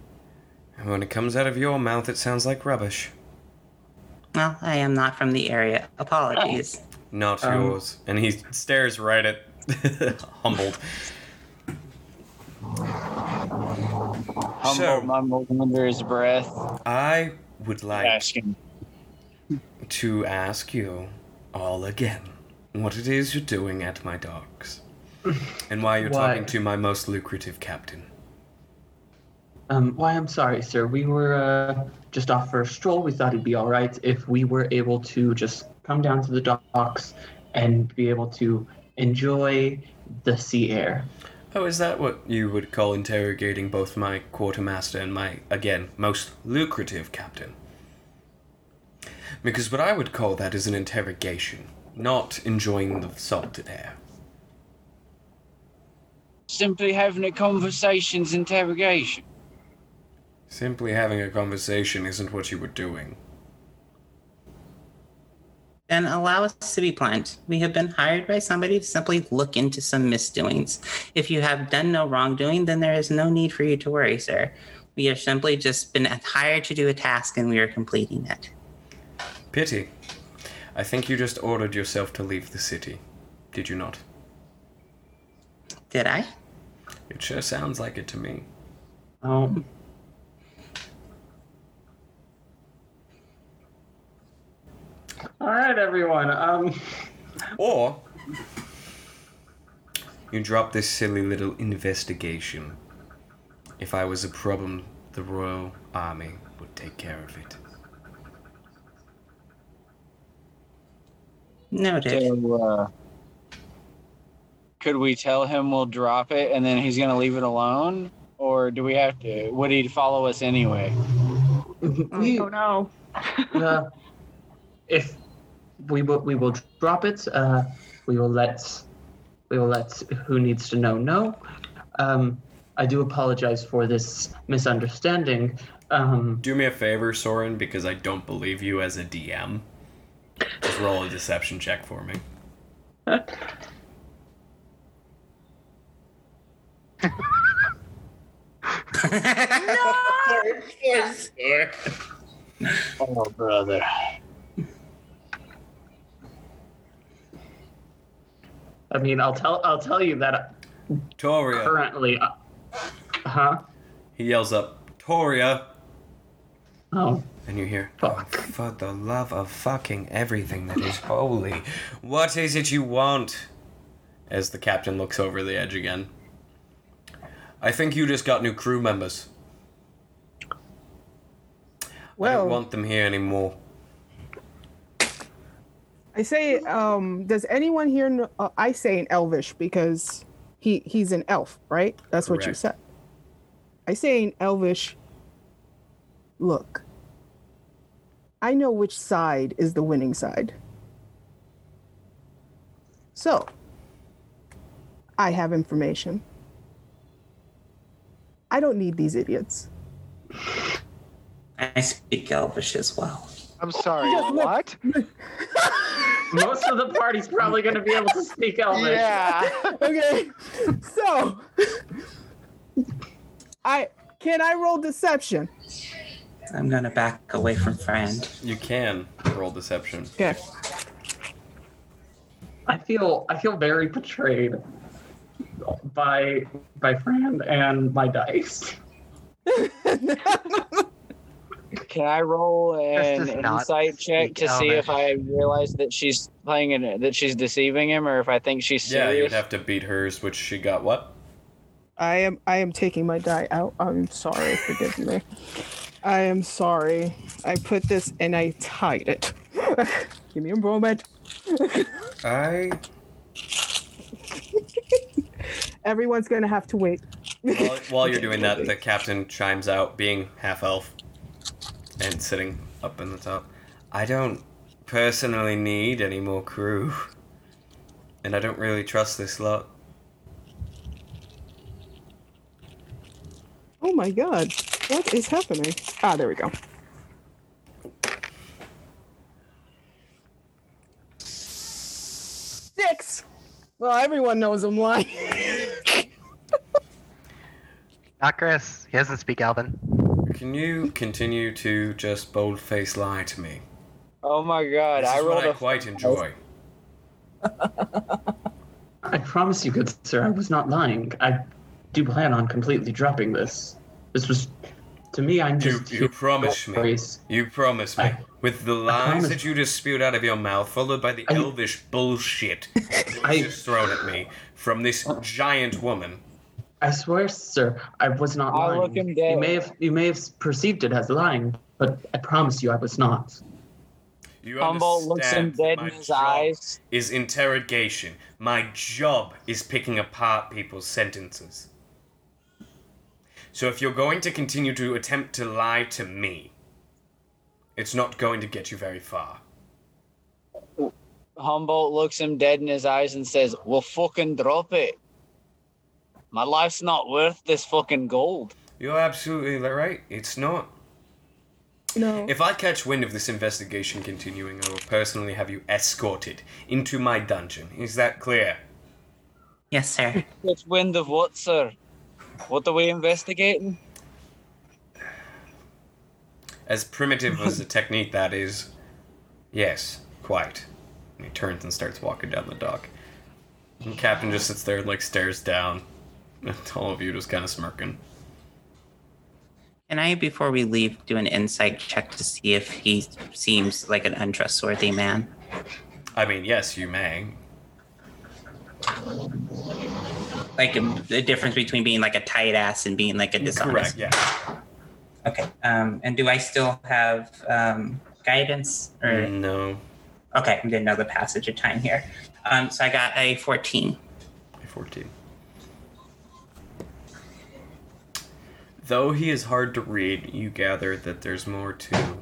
Speaker 2: And when it comes out of your mouth, it sounds like rubbish.
Speaker 3: Well, I am not from the area. Apologies.
Speaker 2: Not
Speaker 3: Um,
Speaker 2: yours. And he stares right at [LAUGHS] humbled.
Speaker 16: Humble mumbled under his breath.
Speaker 2: I would like
Speaker 16: Asking.
Speaker 2: to ask you all again what it is you're doing at my docks and why you're
Speaker 7: Why?
Speaker 2: talking to my most lucrative captain.
Speaker 7: Um, why, I'm sorry, sir. We were uh, just off for a stroll. We thought it'd be all right if we were able to just come down to the docks and be able to enjoy the sea air.
Speaker 2: Oh, is that what you would call interrogating both my quartermaster and my, again, most lucrative captain? Because what I would call that is an interrogation.
Speaker 16: not enjoying the salted air.
Speaker 11: Simply having a conversation's interrogation.
Speaker 16: Simply having a conversation isn't what you were doing.
Speaker 3: Then allow us to be blunt. We have been hired by somebody to simply look into some misdoings. If you have done no wrongdoing, then there is no need for you to worry, sir. We have simply just been hired to do a task and we are completing it.
Speaker 16: Pity. I think you just ordered yourself to leave the city, did you not?
Speaker 3: Did I?
Speaker 16: It sure sounds like it to me.
Speaker 3: Um.
Speaker 7: All right, everyone. Um,
Speaker 16: or you drop this silly little investigation. If I was a problem, the Royal Army would [LAUGHS] take care of it.
Speaker 3: Noted.
Speaker 11: So, uh, could we tell him we'll drop it and then he's gonna leave it alone, or do we have to? Would he follow us anyway?
Speaker 7: we,
Speaker 15: Oh no.
Speaker 7: [LAUGHS] uh, if we will, we will drop it. Uh, we will let we will let who needs to know know. Um, I do apologize for this misunderstanding. Um,
Speaker 16: Do me a favor, Soren, because I don't believe you as a DM. Just roll a deception check for me.
Speaker 4: [LAUGHS]
Speaker 11: Oh, brother.
Speaker 7: I mean, I'll tell I'll tell you that
Speaker 16: Toria.
Speaker 7: currently, uh, huh?
Speaker 16: He yells up, Toria!
Speaker 7: Oh,
Speaker 16: And you hear, "Oh, for the love of fucking everything that is holy, what is it you want? As the captain looks over the edge again. I think you just got new crew members. I
Speaker 5: Well,
Speaker 16: don't want them here anymore.
Speaker 5: I say, um, does anyone here know? Uh, I say in Elvish because he he's an elf, right? That's what you
Speaker 16: Correct.
Speaker 5: said. I say in Elvish. Look, I know which side is the winning side. So, I have information. I don't need these idiots.
Speaker 3: I speak Elvish as well.
Speaker 19: I'm sorry. what?
Speaker 7: most of the party's probably going to be able to speak Elvish.
Speaker 19: Yeah.
Speaker 5: Oh, [LAUGHS] okay. So [LAUGHS] I can I roll deception?
Speaker 3: I'm gonna back away from friend.
Speaker 16: You can roll deception.
Speaker 5: Okay.
Speaker 7: I feel I feel very betrayed by by Fran and my dice.
Speaker 11: Can I roll an
Speaker 14: does not
Speaker 11: insight check
Speaker 14: speak
Speaker 11: to see if I
Speaker 14: Elvish.
Speaker 11: realize that she's playing it, that she's deceiving him, or if I think she's
Speaker 16: Yeah, you would
Speaker 11: serious?
Speaker 16: have to beat hers, which she got what?
Speaker 5: I am I am taking my die out. I'm sorry, forgive me. I am sorry. I put this and I tied it. [LAUGHS] Give me a moment. [LAUGHS]
Speaker 16: I.
Speaker 5: Everyone's gonna have to wait.
Speaker 16: While, while you're doing that, the captain chimes out, being half elf and sitting up in the top. I don't personally need any more crew, and I don't really trust this lot.
Speaker 5: Oh my god. What is happening? Ah, there we go. Six. Well, everyone knows I'm lying. [LAUGHS]
Speaker 14: Not Chris. He doesn't speak Elven.
Speaker 16: Can you continue to just bold faced lie to me?
Speaker 11: Oh my god!
Speaker 16: This
Speaker 11: I
Speaker 16: is what
Speaker 11: rolled
Speaker 16: I
Speaker 11: a
Speaker 16: quite enjoy.
Speaker 7: I promise you, good sir, I was not lying. I do plan on completely dropping this. This was to me. I'm
Speaker 16: You,
Speaker 7: just
Speaker 16: you promise me.
Speaker 7: Voice.
Speaker 16: You promise me. With the lies
Speaker 7: promise.
Speaker 16: that you just spewed out of your mouth, followed by the elvish bullshit that was
Speaker 7: I-
Speaker 16: just thrown at me from this giant woman.
Speaker 7: I swear, sir, I was not
Speaker 11: I'll
Speaker 7: lying.
Speaker 11: look him dead.
Speaker 7: You may have you may have perceived it as lying, but I promise you, I was not.
Speaker 16: You
Speaker 11: Humboldt looks him
Speaker 16: understand
Speaker 11: dead
Speaker 16: my
Speaker 11: in his
Speaker 16: job
Speaker 11: eyes.
Speaker 16: Is interrogation. My job is picking apart people's sentences. So if you're going to continue to attempt to lie to me, it's not going to get you very far.
Speaker 12: Humboldt looks him dead in his eyes and says, Well, fucking drop it. My life's not worth this fucking gold.
Speaker 2: You're absolutely right. It's not.
Speaker 5: No.
Speaker 2: If I catch wind of this investigation continuing, I will personally have you escorted into my dungeon. Is that clear?
Speaker 3: Yes, sir.
Speaker 12: It's wind of what, sir? What are we investigating?
Speaker 2: As primitive as the technique that is, yes, quite. And he turns and starts walking down the dock. And Captain just sits there and like stares down. And all of you just kind of smirking.
Speaker 3: Can I, before we leave, do an insight check to see if he seems like an untrustworthy man?
Speaker 2: I mean, yes, you may.
Speaker 3: Like um, the difference between being like a tight ass and being like a dishonest.
Speaker 2: Correct, yeah.
Speaker 3: Okay. Um, and do I still have um, guidance? Or
Speaker 2: No.
Speaker 3: okay, I'm getting another passage of time here. Um, so I got a 14.
Speaker 2: 14. Though he is hard to read, you gather that there's more to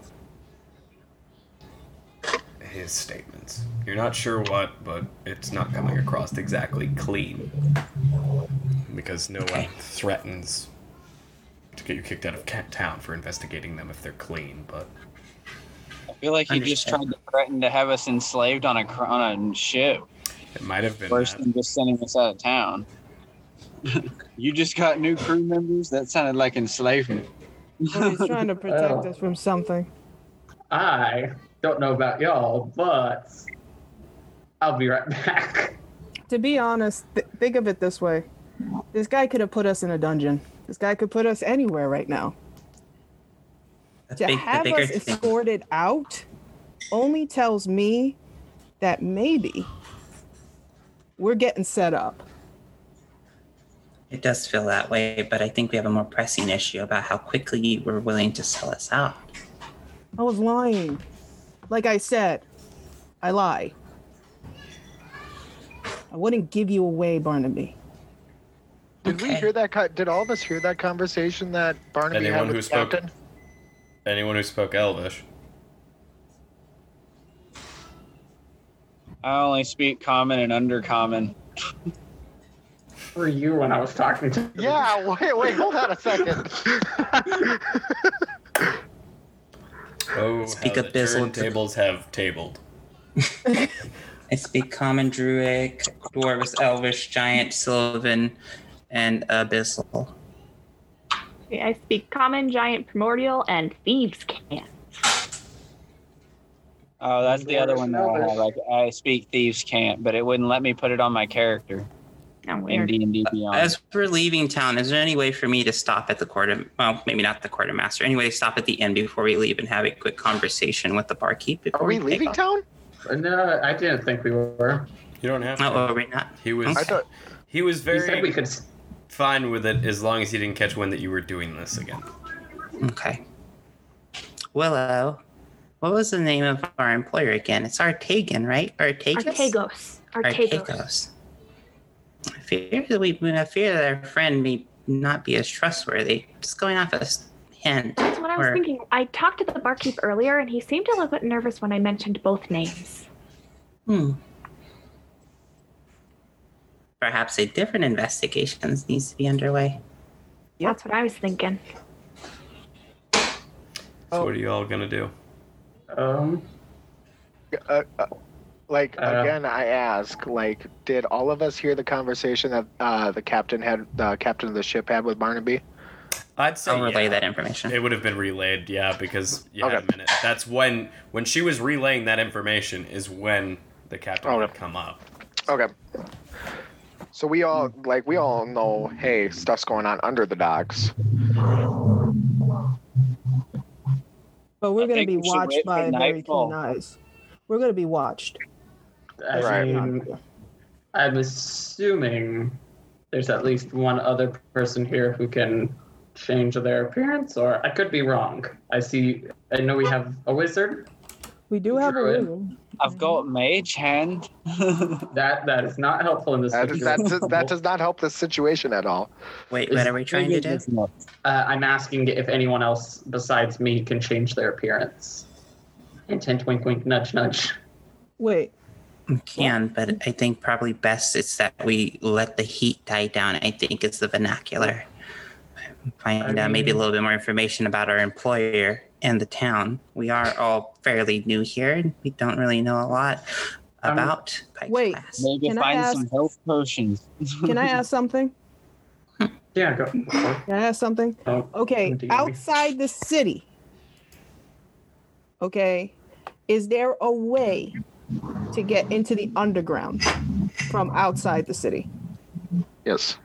Speaker 2: his statements. You're not sure what, but it's not coming across exactly clean. Because no one threatens to get you kicked out of ca- town for investigating them if they're clean, but
Speaker 12: I feel like he just tried to threaten to have us enslaved on a cr- on a ship.
Speaker 2: it might have been.
Speaker 12: Worse
Speaker 2: That.
Speaker 12: than just sending us out of town. you just got new crew members. That sounded like enslavement.
Speaker 5: He's trying
Speaker 12: [LAUGHS]
Speaker 5: to protect
Speaker 11: Oh.
Speaker 5: us from something.
Speaker 16: Oh. Ah.
Speaker 7: I don't know about y'all, but I'll be right [LAUGHS] back.
Speaker 5: To be honest, th- think of it this way: this guy could have put us in a dungeon. This guy could put us anywhere right now. to
Speaker 3: big- the
Speaker 5: have
Speaker 3: bigger
Speaker 5: us
Speaker 3: thing.
Speaker 5: escorted out only tells me that maybe we're getting set up.
Speaker 3: It does feel that way, but I think we have a more pressing issue about how quickly you were willing to sell us out.
Speaker 5: I was lying. Like I said, I lie. I wouldn't give you away, Barnaby.
Speaker 6: Did we hear that? co- Did all of us hear that conversation that Barnaby had
Speaker 2: Anyone
Speaker 6: with
Speaker 2: who
Speaker 6: the
Speaker 2: spoke
Speaker 6: captain?
Speaker 2: anyone who spoke Elvish.
Speaker 12: I only speak common and undercommon.
Speaker 7: Were you when I was talking to?
Speaker 6: Yeah. Wait. Wait. Hold
Speaker 7: [LAUGHS]
Speaker 6: on a second.
Speaker 2: Oh,
Speaker 3: Speak
Speaker 2: how
Speaker 3: up,
Speaker 2: the
Speaker 3: Bizzle.
Speaker 2: turntables have tabled.
Speaker 3: I speak common druidic, dwarves, elvish, giant, sylvan, and abyssal.
Speaker 4: Okay, I speak common, giant, primordial, and thieves can.
Speaker 12: Oh, that's the other one that I have. Like, I speak thieves can't, but it wouldn't let me put it on my character. In D and D Beyond.
Speaker 3: As we're leaving town, is there any way for me to stop at the quarter? Well, maybe not the quartermaster. Anyway, stop at the inn before we leave and have a quick conversation with the barkeep. Before
Speaker 7: Are we
Speaker 3: take
Speaker 7: leaving
Speaker 3: off?
Speaker 6: town?
Speaker 7: No, I didn't think we were.
Speaker 2: You don't have
Speaker 3: Oh, are we not?
Speaker 2: He was.
Speaker 3: I thought-
Speaker 2: he was
Speaker 7: You
Speaker 2: very
Speaker 7: said we could. s-
Speaker 2: fine with it as long as he didn't catch wind that you were doing this again.
Speaker 3: Okay. Willow, what was the name of our employer again? It's Artagan, right? Artagus?
Speaker 4: Artagos.
Speaker 3: Artagos. I fear that we, I fear that our friend may not be as trustworthy. Just going off a s- hint.
Speaker 4: That's what I was thinking. I talked to the barkeep earlier, and he seemed a little bit nervous when I mentioned both names.
Speaker 3: Hmm. Perhaps a different investigation needs to be underway.
Speaker 4: That's what I was thinking.
Speaker 7: Oh.
Speaker 2: So what are you all gonna do?
Speaker 7: [LAUGHS] Um.
Speaker 6: Uh, uh, like
Speaker 2: Uh.
Speaker 6: again, I ask. Like, did all of us hear the conversation that uh, the captain had, the captain of the ship had with Barnaby?
Speaker 2: I'd say
Speaker 3: I'll relay
Speaker 2: yeah.
Speaker 3: that information.
Speaker 2: It would have been relayed, yeah, because you had a minute. That's when when she was relaying that information is when the captain
Speaker 7: Oh,
Speaker 2: would come up.
Speaker 6: Okay. So we all
Speaker 7: Hmm.
Speaker 6: like we all know. Hey, stuff's going on under the docks.
Speaker 5: But we're going to
Speaker 12: think
Speaker 5: be
Speaker 12: we should
Speaker 5: watched
Speaker 12: wait for
Speaker 5: by very
Speaker 7: nightfall.
Speaker 5: keen eyes. We're going to be watched.
Speaker 7: I
Speaker 6: Right.
Speaker 7: mean, I'm assuming there's at least one other person here who can change their appearance, or I could be wrong. I see. I know we have a wizard.
Speaker 5: We do have a
Speaker 7: Druid.
Speaker 5: room.
Speaker 12: I've got mage hand. [LAUGHS]
Speaker 7: That that is not helpful in this.
Speaker 6: That, that, that does not help the situation at all.
Speaker 3: Wait,
Speaker 7: what are we trying to do?
Speaker 12: Uh,
Speaker 7: I'm asking if anyone else besides me can change their appearance. Intent, wink, wink, nudge, nudge.
Speaker 5: Wait,
Speaker 3: We can, but I think probably best is that we let the heat die down. I think is the vernacular. Find out maybe a little bit more information about our employer and the town. We are all fairly new here, and we don't really know a lot
Speaker 5: Um,
Speaker 3: about. Pike's
Speaker 5: Wait,
Speaker 3: Pass.
Speaker 12: Maybe
Speaker 5: Can I
Speaker 12: find
Speaker 5: ask-
Speaker 12: some health potions.
Speaker 5: Can I ask something?
Speaker 7: [LAUGHS] Yeah, go.
Speaker 5: Can I ask something?
Speaker 7: Oh,
Speaker 5: Okay,
Speaker 7: indeed.
Speaker 5: outside the city. Okay, is there a way to get into the underground from outside the city?
Speaker 6: Yes.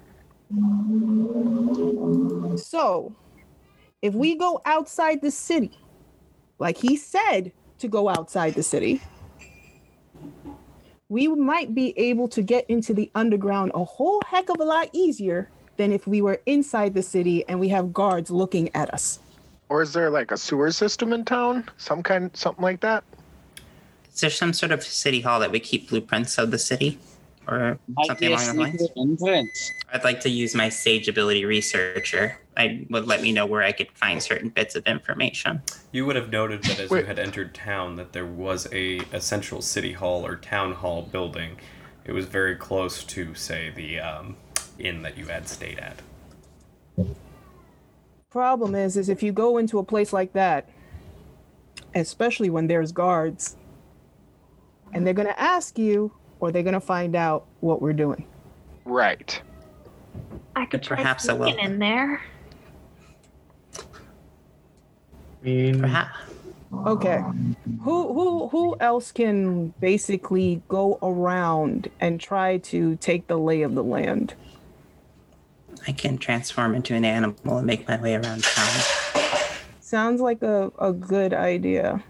Speaker 5: So, if we go outside the city, like he said to go outside the city, we might be able to get into the underground a whole heck of a lot easier than if we were inside the city and we have guards looking at us.
Speaker 6: Or is there like a sewer system in town? Some kind, something like that?
Speaker 3: Is there some sort of city hall that we keep blueprints of the city, or something
Speaker 12: be a
Speaker 3: along those lines? I'd like to use my sage ability researcher. I would let me know where I could find certain bits of information.
Speaker 2: You would have noted that as you had entered town, that there was a essential city hall or town hall building. It was very close to, say, the um, inn that you had stayed at.
Speaker 5: Problem is is if you go into a place like that, especially when there's guards, and they're going to ask you or they're going to find out what we're doing.
Speaker 6: Right.
Speaker 4: I could try
Speaker 3: Perhaps I will.
Speaker 4: sneaking in there.
Speaker 3: Perhaps.
Speaker 5: Okay. Who who who else can basically go around and try to take the lay of the land?
Speaker 3: I can transform into an animal and make my way around town.
Speaker 5: Sounds like a, a good idea.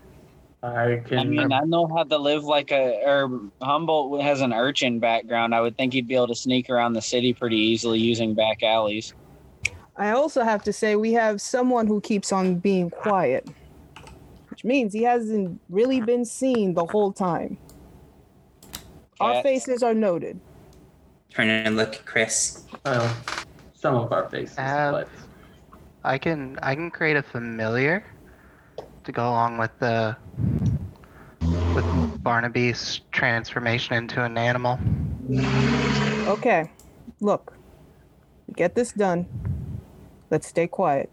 Speaker 7: I
Speaker 12: I mean, I know how to live like a. Or Humboldt has an urchin background. I would think he'd be able to sneak around the city pretty easily using back alleys.
Speaker 5: I also have to say we have someone who keeps on being quiet. Which means he hasn't really been seen the whole time. Our
Speaker 3: Cat.
Speaker 5: faces are noted.
Speaker 3: Turn and look at Chris.
Speaker 7: Well, some of our faces, but
Speaker 14: Uh, I can I can create a familiar to go along with the with Barnaby's transformation into an animal.
Speaker 5: Okay. Look. Get this done. Let's stay quiet.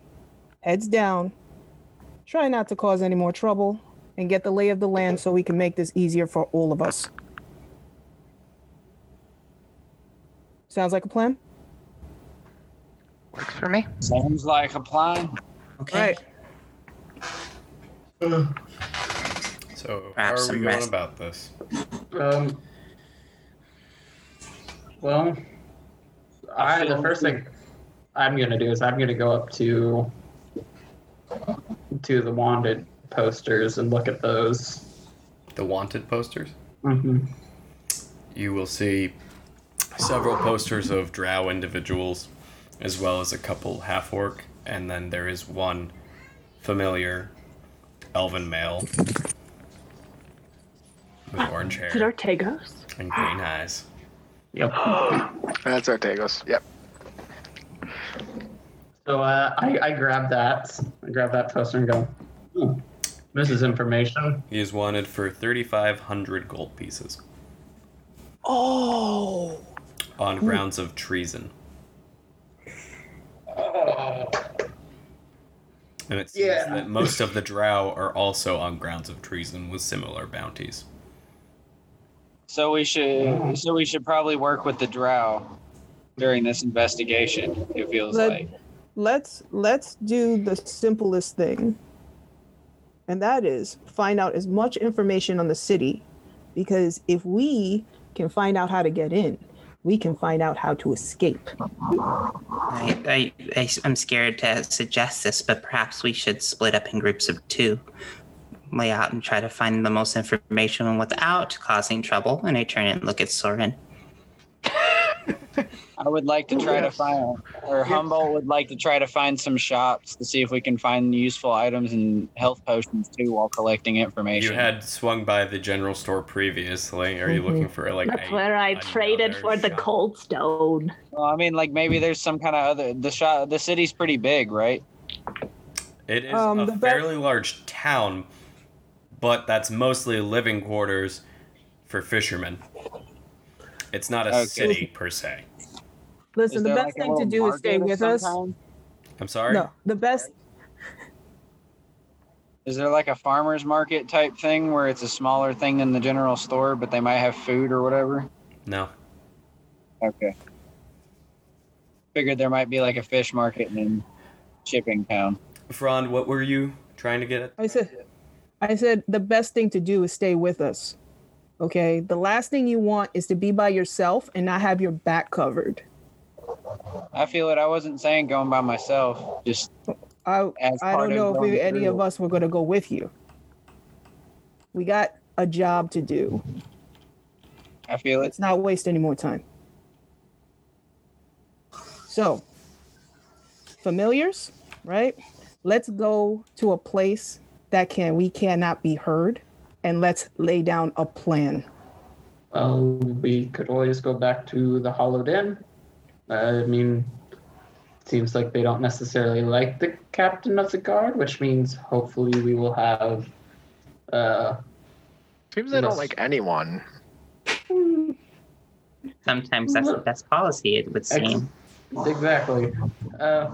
Speaker 5: Heads down. Try not to cause any more trouble and get the lay of the land so we can make this easier for all of us. Sounds like a plan?
Speaker 14: Works for me.
Speaker 12: Sounds like a plan.
Speaker 5: Okay.
Speaker 2: So,
Speaker 12: Perhaps
Speaker 2: how are we
Speaker 12: some
Speaker 2: going
Speaker 12: rest.
Speaker 2: about this?
Speaker 7: um, well, I the first thing I'm gonna do is I'm gonna go up to to the wanted posters and look at those.
Speaker 2: The wanted posters?
Speaker 7: hmm
Speaker 2: You will see several posters of drow individuals, as well as a couple half orc, and then there is one familiar elven male with orange
Speaker 4: Is it
Speaker 2: hair
Speaker 4: Ortegos?
Speaker 2: and green eyes.
Speaker 7: Yep.
Speaker 6: [GASPS] That's Ortegos. Yep.
Speaker 7: So uh, I I grab that I grab that poster and go. Ooh, this is information.
Speaker 2: He is wanted for 3,500 gold pieces
Speaker 5: Oh.
Speaker 2: on grounds of treason. And it seems
Speaker 7: Yeah.
Speaker 2: that most of the drow are also on grounds of treason with similar bounties.
Speaker 12: So we should. So we should probably work with the drow during this investigation. It feels
Speaker 5: Let-
Speaker 12: like.
Speaker 5: Let's let's do the simplest thing. And that is find out as much information on the city because if we can find out how to get in, we can find out how to escape.
Speaker 3: I, I, I, I'm scared to suggest this, but perhaps we should split up in groups of two, lay out and try to find the most information without causing trouble. And I turn and look at Soren.
Speaker 12: I would like to try to find, or Humboldt would like to try to find some shops to see if we can find useful items and health potions too while collecting information.
Speaker 2: You had swung by the general store previously. Are you
Speaker 12: Mm-hmm.
Speaker 2: looking for like
Speaker 4: That's
Speaker 2: a
Speaker 4: where I traded for the cold stone.
Speaker 12: Well, I mean, like maybe there's some kind of other. The shop, the city's pretty big, right?
Speaker 2: It is
Speaker 12: Um,
Speaker 2: a
Speaker 12: the be-
Speaker 2: fairly large town, but that's mostly living quarters for fishermen. It's not a
Speaker 5: Okay.
Speaker 2: city per se.
Speaker 5: Listen,
Speaker 12: Is
Speaker 5: the
Speaker 12: there,
Speaker 5: best
Speaker 12: like, a
Speaker 5: thing to
Speaker 12: little
Speaker 5: do is stay
Speaker 12: market or
Speaker 5: with us.
Speaker 12: sometime?
Speaker 2: I'm sorry.
Speaker 5: No, the best.
Speaker 12: Is there like a farmer's market type thing where it's a smaller thing than the general store, but they might have food or whatever?
Speaker 2: No.
Speaker 12: Okay. Figured there might be like a fish market in shipping town.
Speaker 2: Frond, what were you trying to get at?
Speaker 5: I said, I said the best thing to do is stay with us. Okay. The last thing you want is to be by yourself and not have your back covered.
Speaker 12: I feel it. I wasn't saying going by myself. Just
Speaker 5: I
Speaker 12: as
Speaker 5: I
Speaker 12: part
Speaker 5: don't know if
Speaker 12: going
Speaker 5: we, any
Speaker 12: through.
Speaker 5: of us were going to go with you. We got a job to do.
Speaker 12: I feel it.
Speaker 5: Let's not waste any more time. So, familiars, right? Let's go to a place that can we cannot be heard, and let's lay down a plan.
Speaker 7: Well, we could always go back to the Hollowed Inn. I mean, seems like they don't necessarily like the captain of the guard, which means hopefully we will have. Uh,
Speaker 6: Seems they don't like anyone.
Speaker 3: Sometimes that's the best policy, it would seem.
Speaker 7: Exactly. Uh,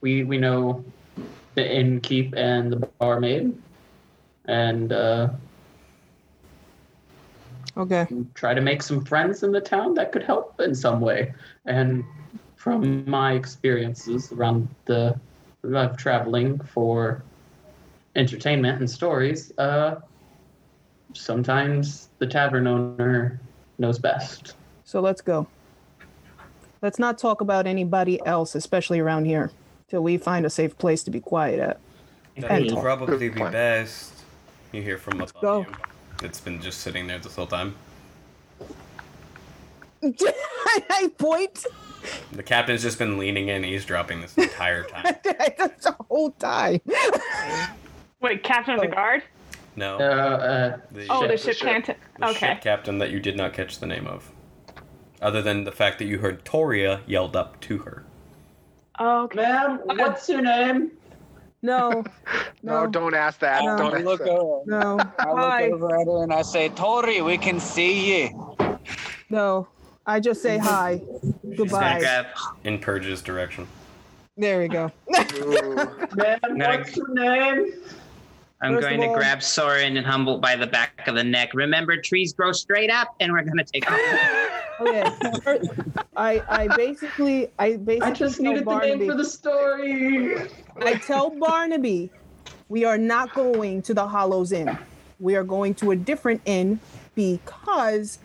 Speaker 7: we we know the innkeep and the barmaid, and uh,
Speaker 5: Okay.
Speaker 7: try to make some friends in the town that could help in some way. And from my experiences around the of traveling for entertainment and stories, uh, sometimes the tavern owner knows best.
Speaker 5: So let's go. Let's not talk about anybody else, especially around here, till we find a safe place to be quiet at. [LAUGHS]
Speaker 2: That
Speaker 5: And
Speaker 2: would
Speaker 5: talk.
Speaker 2: probably be best. You hear from above
Speaker 5: go.
Speaker 2: you. It's been just sitting there this whole time.
Speaker 5: I point
Speaker 2: The captain's just been leaning in, eavesdropping this
Speaker 4: [LAUGHS]
Speaker 2: entire time.
Speaker 5: [LAUGHS] the whole time. [LAUGHS]
Speaker 4: Wait, Captain of the Guard?
Speaker 2: No.
Speaker 7: uh,
Speaker 4: oh, the ship can't.
Speaker 2: the
Speaker 4: Okay.
Speaker 2: ship captain that you did not catch the name of. Other than the fact that you heard Toria yelled up to her.
Speaker 5: Oh,
Speaker 4: Okay.
Speaker 7: Ma'am, what's your name?
Speaker 5: Um,
Speaker 12: [LAUGHS]
Speaker 5: No.
Speaker 6: No, don't ask that.
Speaker 12: I
Speaker 6: don't ask
Speaker 12: look
Speaker 6: that.
Speaker 12: over.
Speaker 5: No.
Speaker 12: I look over at her and I say, "Tori, we can see you."
Speaker 5: No, I just say hi. Goodbye.
Speaker 2: In Purge's direction.
Speaker 5: There we go.
Speaker 7: Ma'am,
Speaker 3: gonna-
Speaker 7: what's your name?
Speaker 3: I'm
Speaker 7: First
Speaker 3: going
Speaker 7: of
Speaker 3: to
Speaker 7: all-
Speaker 3: grab Soren and Humboldt by the back of the neck. Remember, trees grow straight up, and we're going to take off.
Speaker 5: Okay. oh, first, I I basically I basically
Speaker 7: I just
Speaker 5: tell
Speaker 7: needed the name
Speaker 5: Barnaby-
Speaker 7: for the story.
Speaker 5: I tell Barnaby, we are not going to the Hollows Inn. We are going to a different inn because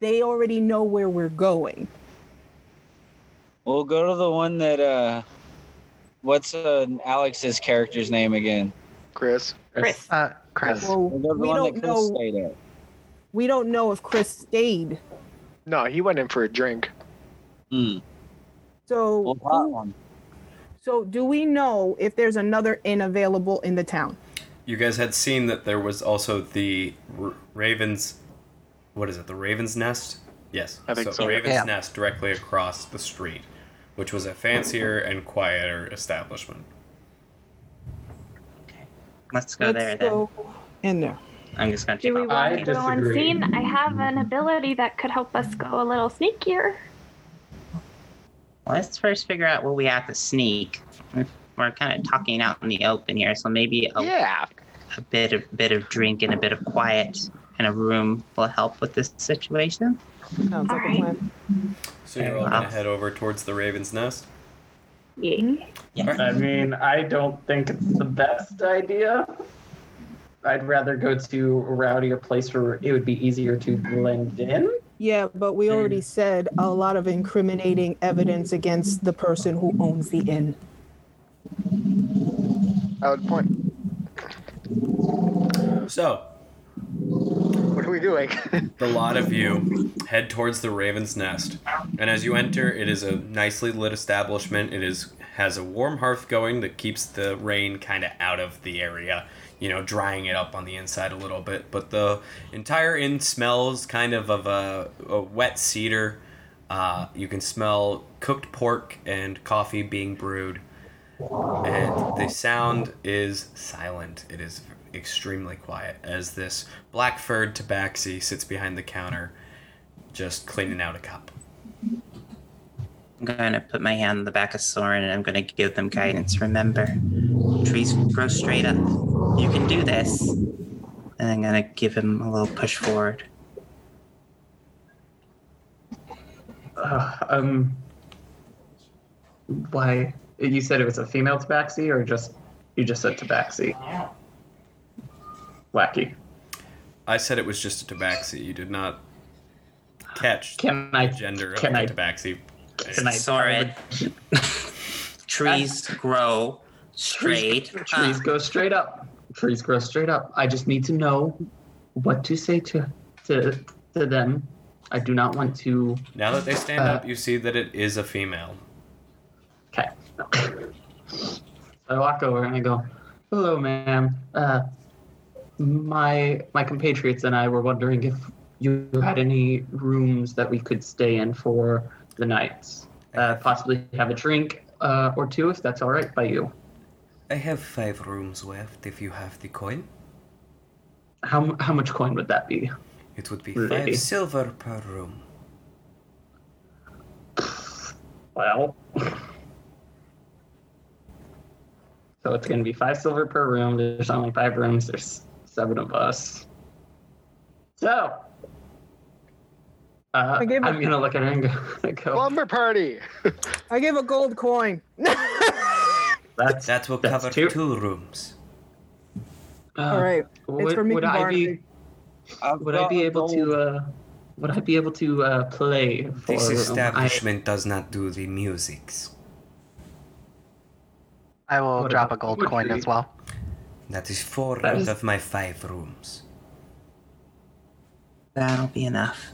Speaker 5: they already know where we're going.
Speaker 12: We'll go to the one that. uh What's uh, Alex's character's name again?
Speaker 6: Chris.
Speaker 7: Chris.
Speaker 14: Uh,
Speaker 6: Chris.
Speaker 5: Well,
Speaker 12: We'll go to the
Speaker 5: we
Speaker 12: one
Speaker 5: don't
Speaker 12: that Chris
Speaker 5: know-
Speaker 12: stayed at.
Speaker 5: We don't know if Chris stayed.
Speaker 6: No, he went in for a drink.
Speaker 12: Hmm.
Speaker 6: Oh,
Speaker 5: So
Speaker 12: Hot one.
Speaker 5: so do we know if there's another inn available in the town?
Speaker 2: You guys had seen that there was also the R- Ravens. What is it? The Raven's Nest? Yes.
Speaker 6: I think so.
Speaker 2: Raven's
Speaker 6: Yeah.
Speaker 2: Nest directly across the street, which was a fancier and quieter establishment.
Speaker 3: Let's go there then.
Speaker 5: in there.
Speaker 3: I'm just going to take
Speaker 4: Do we
Speaker 3: off.
Speaker 4: want
Speaker 7: I
Speaker 4: to go
Speaker 7: disagree.
Speaker 4: unseen? I have an ability that could help us go a little sneakier.
Speaker 3: Let's first figure out what we have to sneak. We're kind of talking out in the open here, so maybe a,
Speaker 6: Yeah.
Speaker 3: a bit of bit of drink and a bit of quiet in a room will help with this situation.
Speaker 5: Sounds like a plan.
Speaker 2: So you're all going to head over towards the Raven's Nest?
Speaker 4: Yeah.
Speaker 7: I mean, I don't think it's the best idea. I'd rather go to a rowdier place where it would be easier to blend in.
Speaker 5: Yeah, but we already said a lot of incriminating evidence against the person who owns the inn.
Speaker 6: Valid point.
Speaker 2: So,
Speaker 6: What are we doing? [LAUGHS]
Speaker 2: the lot of you head towards the Raven's Nest. And as you enter, it is a nicely lit establishment. It is has a warm hearth going that keeps the rain kind of out of the area, you know, drying it up on the inside a little bit. But the entire inn smells kind of of a, a wet cedar. Uh, you can smell cooked pork and coffee being brewed. and the sound is silent. It is extremely quiet as this black furred tabaxi sits behind the counter, just cleaning out a cup.
Speaker 3: I'm going to put my hand on the back of Soren and I'm going to give them guidance. Remember, trees grow straight up. You can do this. And I'm going to give him a little push forward.
Speaker 7: Uh, um, why? You said it was a female tabaxi, or just you just said tabaxi? Wacky.
Speaker 2: I said it was just a tabaxi. You did not catch
Speaker 7: Can I-
Speaker 2: the gender
Speaker 7: can
Speaker 2: of
Speaker 7: I-
Speaker 2: the tabaxi.
Speaker 3: can I- Soren. Trees grow straight.
Speaker 7: Trees go straight up. Trees grow straight up. I just need to know what to say to to to them. I do not want to.
Speaker 2: Now that they stand
Speaker 7: Uh,
Speaker 2: up, you see that it is a female.
Speaker 7: Okay. I walk over and I go, "Hello, ma'am. Uh, my my compatriots and I were wondering if you had any rooms that we could stay in for the night. Uh, possibly have a drink uh, or two, if that's all right by you.
Speaker 2: I have five rooms left if you have the coin.
Speaker 7: How mu- how much coin would that be?
Speaker 2: It would be
Speaker 7: Really?
Speaker 2: five silver per room.
Speaker 7: Well, [LAUGHS] so it's going to be five silver per room. There's only five rooms. There's seven of us. So, uh,
Speaker 5: I
Speaker 7: I'm
Speaker 5: gave it-
Speaker 7: going to look at her and go, go
Speaker 6: Lumber party.
Speaker 5: I give a gold coin.
Speaker 7: [LAUGHS] that's,
Speaker 2: that will cover two. rooms.
Speaker 7: uh,
Speaker 5: All right. it's
Speaker 7: would-
Speaker 5: for me
Speaker 7: would
Speaker 5: and
Speaker 7: I be-
Speaker 5: Barnaby.
Speaker 7: Would I be able to? Uh, would I be able to uh, play for um,
Speaker 2: This
Speaker 7: a room? I-
Speaker 2: establishment does not do the musics.
Speaker 14: I will
Speaker 2: What
Speaker 14: drop a
Speaker 2: about
Speaker 14: gold
Speaker 2: you,
Speaker 14: coin as
Speaker 2: Judy?
Speaker 14: well.
Speaker 2: That is four
Speaker 3: That
Speaker 2: out
Speaker 3: is-
Speaker 2: of my five rooms.
Speaker 3: That'll be enough.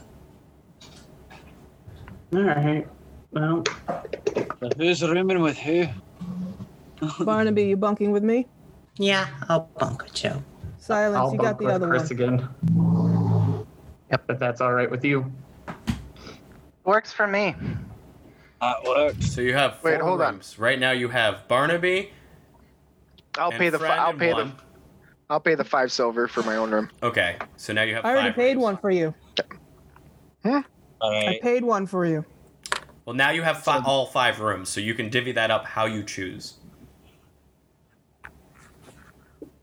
Speaker 7: All right. Well,
Speaker 12: who's rooming with who?
Speaker 5: Barnaby, you bunking with me?
Speaker 3: Yeah, I'll bunk with you.
Speaker 5: Silence,
Speaker 7: I'll
Speaker 5: you got
Speaker 7: bunk
Speaker 5: the
Speaker 7: with
Speaker 5: other
Speaker 7: Chris
Speaker 5: one.
Speaker 7: again. Yep. If that's all right with you.
Speaker 14: Works for me.
Speaker 12: That works.
Speaker 2: So you have four
Speaker 6: Wait, hold on.
Speaker 2: rooms. Right now you have Barnaby.
Speaker 6: I'll
Speaker 2: and
Speaker 6: pay the.
Speaker 2: Fred
Speaker 6: Fi- I'll
Speaker 2: in
Speaker 6: pay
Speaker 2: one.
Speaker 6: the. I'll pay the five silver for my own room.
Speaker 2: Okay, so now you have
Speaker 5: I already
Speaker 2: five.
Speaker 5: paid one for you.
Speaker 2: All
Speaker 5: I paid one for you.
Speaker 2: Well, now you have fi- all five rooms, so you can divvy that up how you choose.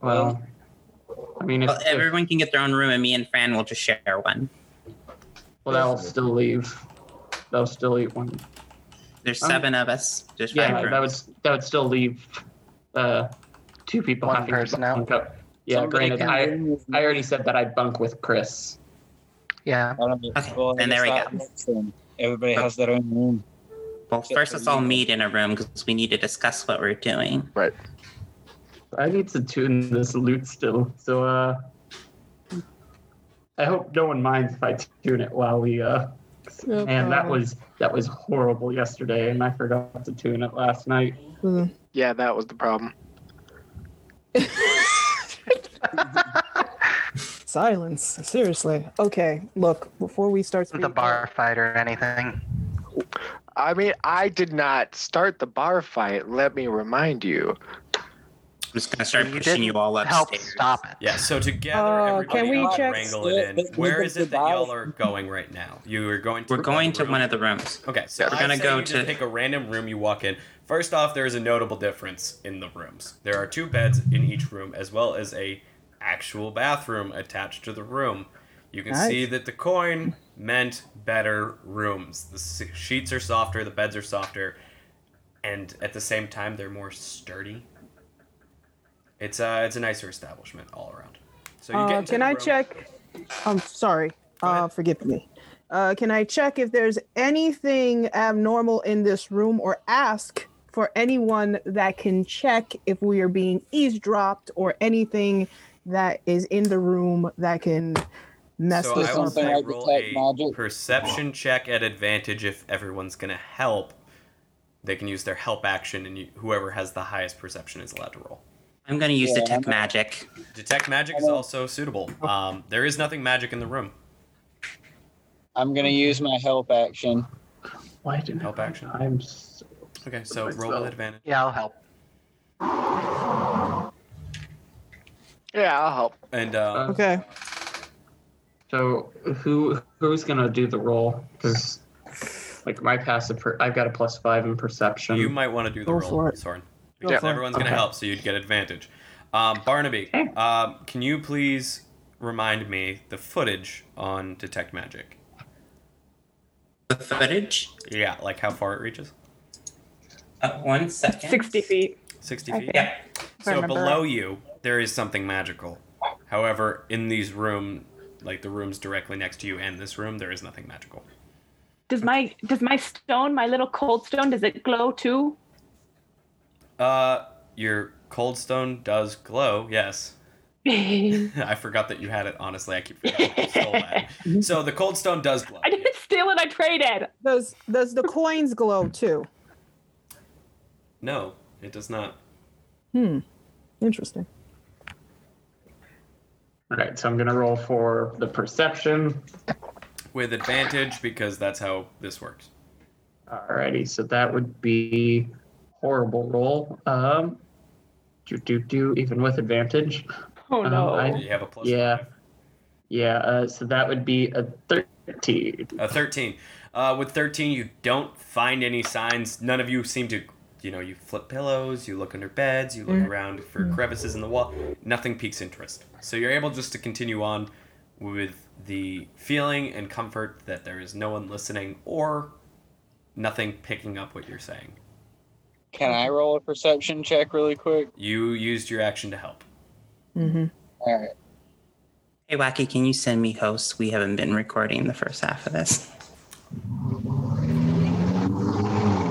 Speaker 7: Well, I mean, if,
Speaker 3: Well, everyone can get their own room, and me and Fran will just share one.
Speaker 7: well, that'll still leave. That'll still eat one.
Speaker 3: There's
Speaker 7: Um,
Speaker 3: seven of us. There's
Speaker 7: Yeah,
Speaker 3: five
Speaker 7: that
Speaker 3: rooms.
Speaker 7: would that would still leave uh, two people.
Speaker 14: One
Speaker 7: having to
Speaker 14: person
Speaker 7: bunk up. Yeah,
Speaker 12: Somebody
Speaker 7: granted,
Speaker 12: can
Speaker 7: I,
Speaker 12: room with me.
Speaker 7: I already said that I'd bunk with Chris.
Speaker 14: Yeah.
Speaker 3: Okay,
Speaker 12: Well,
Speaker 3: then there we go.
Speaker 12: go. Everybody has their own room.
Speaker 3: Well, first let's all meet in a room because we need to discuss what we're doing.
Speaker 6: Right.
Speaker 7: I need to tune this loot still, so uh, I hope no one minds if I tune it while we. Uh,
Speaker 5: No
Speaker 7: man, that
Speaker 5: problem.
Speaker 7: was that was horrible yesterday, and I forgot to tune it last night.
Speaker 4: Mm-hmm.
Speaker 5: Mm.
Speaker 6: Yeah, that was the problem.
Speaker 5: Silence. Seriously. Okay. Look, before we start
Speaker 14: Isn't the
Speaker 5: speaking,
Speaker 14: bar fight or anything.
Speaker 6: I mean, I did not start the bar fight. Let me remind you.
Speaker 3: I'm just gonna start
Speaker 14: You
Speaker 3: pushing
Speaker 14: didn't
Speaker 3: you all
Speaker 14: help
Speaker 3: upstairs.
Speaker 14: stop it.
Speaker 2: Yeah, so together
Speaker 5: Uh,
Speaker 2: everybody
Speaker 5: can we
Speaker 2: up,
Speaker 5: check-
Speaker 2: wrangle it in.
Speaker 12: Let's
Speaker 2: Where
Speaker 12: move
Speaker 2: is it that
Speaker 12: goodbye.
Speaker 2: y'all are going right now? You are going to
Speaker 3: We're going to
Speaker 2: room.
Speaker 3: one of the rooms.
Speaker 2: Okay, so
Speaker 3: We're
Speaker 2: I
Speaker 3: gonna
Speaker 2: say
Speaker 3: go
Speaker 2: you just
Speaker 3: to-
Speaker 2: pick a random room you walk in. First off, there is a notable difference in the rooms. There are two beds in each room, as well as a actual bathroom attached to the room. You can
Speaker 5: Nice.
Speaker 2: see that the coin meant better rooms. The s- sheets are softer, the beds are softer, and at the same time, they're more sturdy. It's a it's a nicer establishment all around. So you get
Speaker 5: uh,
Speaker 2: into
Speaker 5: can
Speaker 2: the
Speaker 5: I
Speaker 2: room.
Speaker 5: check? I'm sorry. Uh, forgive me. Uh, can I check if there's anything abnormal in this room or ask for anyone that can check if we are being eavesdropped or anything that is in the room that can mess
Speaker 2: So
Speaker 5: with
Speaker 2: I will
Speaker 5: our
Speaker 12: something
Speaker 2: say
Speaker 12: I
Speaker 5: plan?
Speaker 2: roll a
Speaker 12: detect magic.
Speaker 2: perception check at advantage if everyone's gonna help. They can use their help action, and you, whoever has the highest perception is allowed to roll.
Speaker 3: I'm gonna use
Speaker 12: Yeah, I'm
Speaker 3: detect
Speaker 12: not-
Speaker 3: magic.
Speaker 2: Detect magic is also suitable. Um, there is nothing magic in the room.
Speaker 12: I'm gonna use my help action.
Speaker 7: Why didn't
Speaker 2: Help action.
Speaker 7: I'm? s-
Speaker 2: Okay, so roll with advantage.
Speaker 14: Yeah, I'll help.
Speaker 6: Yeah, I'll help.
Speaker 2: And uh,
Speaker 5: Okay.
Speaker 7: So who who's gonna do the roll? Because like my passive, per- I've got a plus five in perception.
Speaker 2: You might want to do the
Speaker 7: Go
Speaker 2: roll,
Speaker 7: for it.
Speaker 2: Soren.
Speaker 7: Go
Speaker 2: Because
Speaker 7: for it.
Speaker 2: everyone's going to
Speaker 7: Okay.
Speaker 2: help, so you'd get advantage. Um, Barnaby, um, can you please remind me the footage on Detect Magic?
Speaker 3: The footage?
Speaker 2: Yeah, like how far it reaches?
Speaker 3: Uh, one second.
Speaker 4: 60 feet.
Speaker 2: 60
Speaker 4: I
Speaker 2: feet?
Speaker 4: think. Yeah. If I
Speaker 2: So
Speaker 4: remember
Speaker 2: below
Speaker 4: right.
Speaker 2: you, there is something magical. However, in these room, like the rooms directly next to you and this room, there is nothing magical.
Speaker 4: Does my does my stone, my little cold stone, does it glow too? [LAUGHS]
Speaker 2: Uh, your cold stone does glow, yes.
Speaker 4: I
Speaker 2: [LAUGHS] I forgot that you had it, honestly. I keep forgetting you stole that. So the cold stone does glow.
Speaker 4: didn't steal it. I traded.
Speaker 5: Does does the coins glow too?
Speaker 2: No, it does not.
Speaker 5: Hmm. Interesting.
Speaker 7: All right, so I'm gonna roll for the perception.
Speaker 2: With advantage because that's how this works.
Speaker 7: Alrighty, so that would be horrible roll. Um, do do do even with advantage.
Speaker 4: Oh
Speaker 7: Um,
Speaker 4: no.
Speaker 7: I-
Speaker 2: You have a plus
Speaker 7: yeah, yeah. Uh, so that would be a thirteen.
Speaker 2: A 13. Uh, with 13, you don't find any signs. None of you seem to, you know, you flip pillows, you look under beds, you look
Speaker 7: Mm.
Speaker 2: around for crevices in the wall. Nothing piques interest. So you're able just to continue on with the feeling and comfort that there is no one listening or nothing picking up what you're saying.
Speaker 12: Can I roll a perception check really quick?
Speaker 2: You used your action to help.
Speaker 5: Mm-hmm.
Speaker 12: All right.
Speaker 3: Hey, Wacky, can you send me hosts? We haven't been recording the first half of this.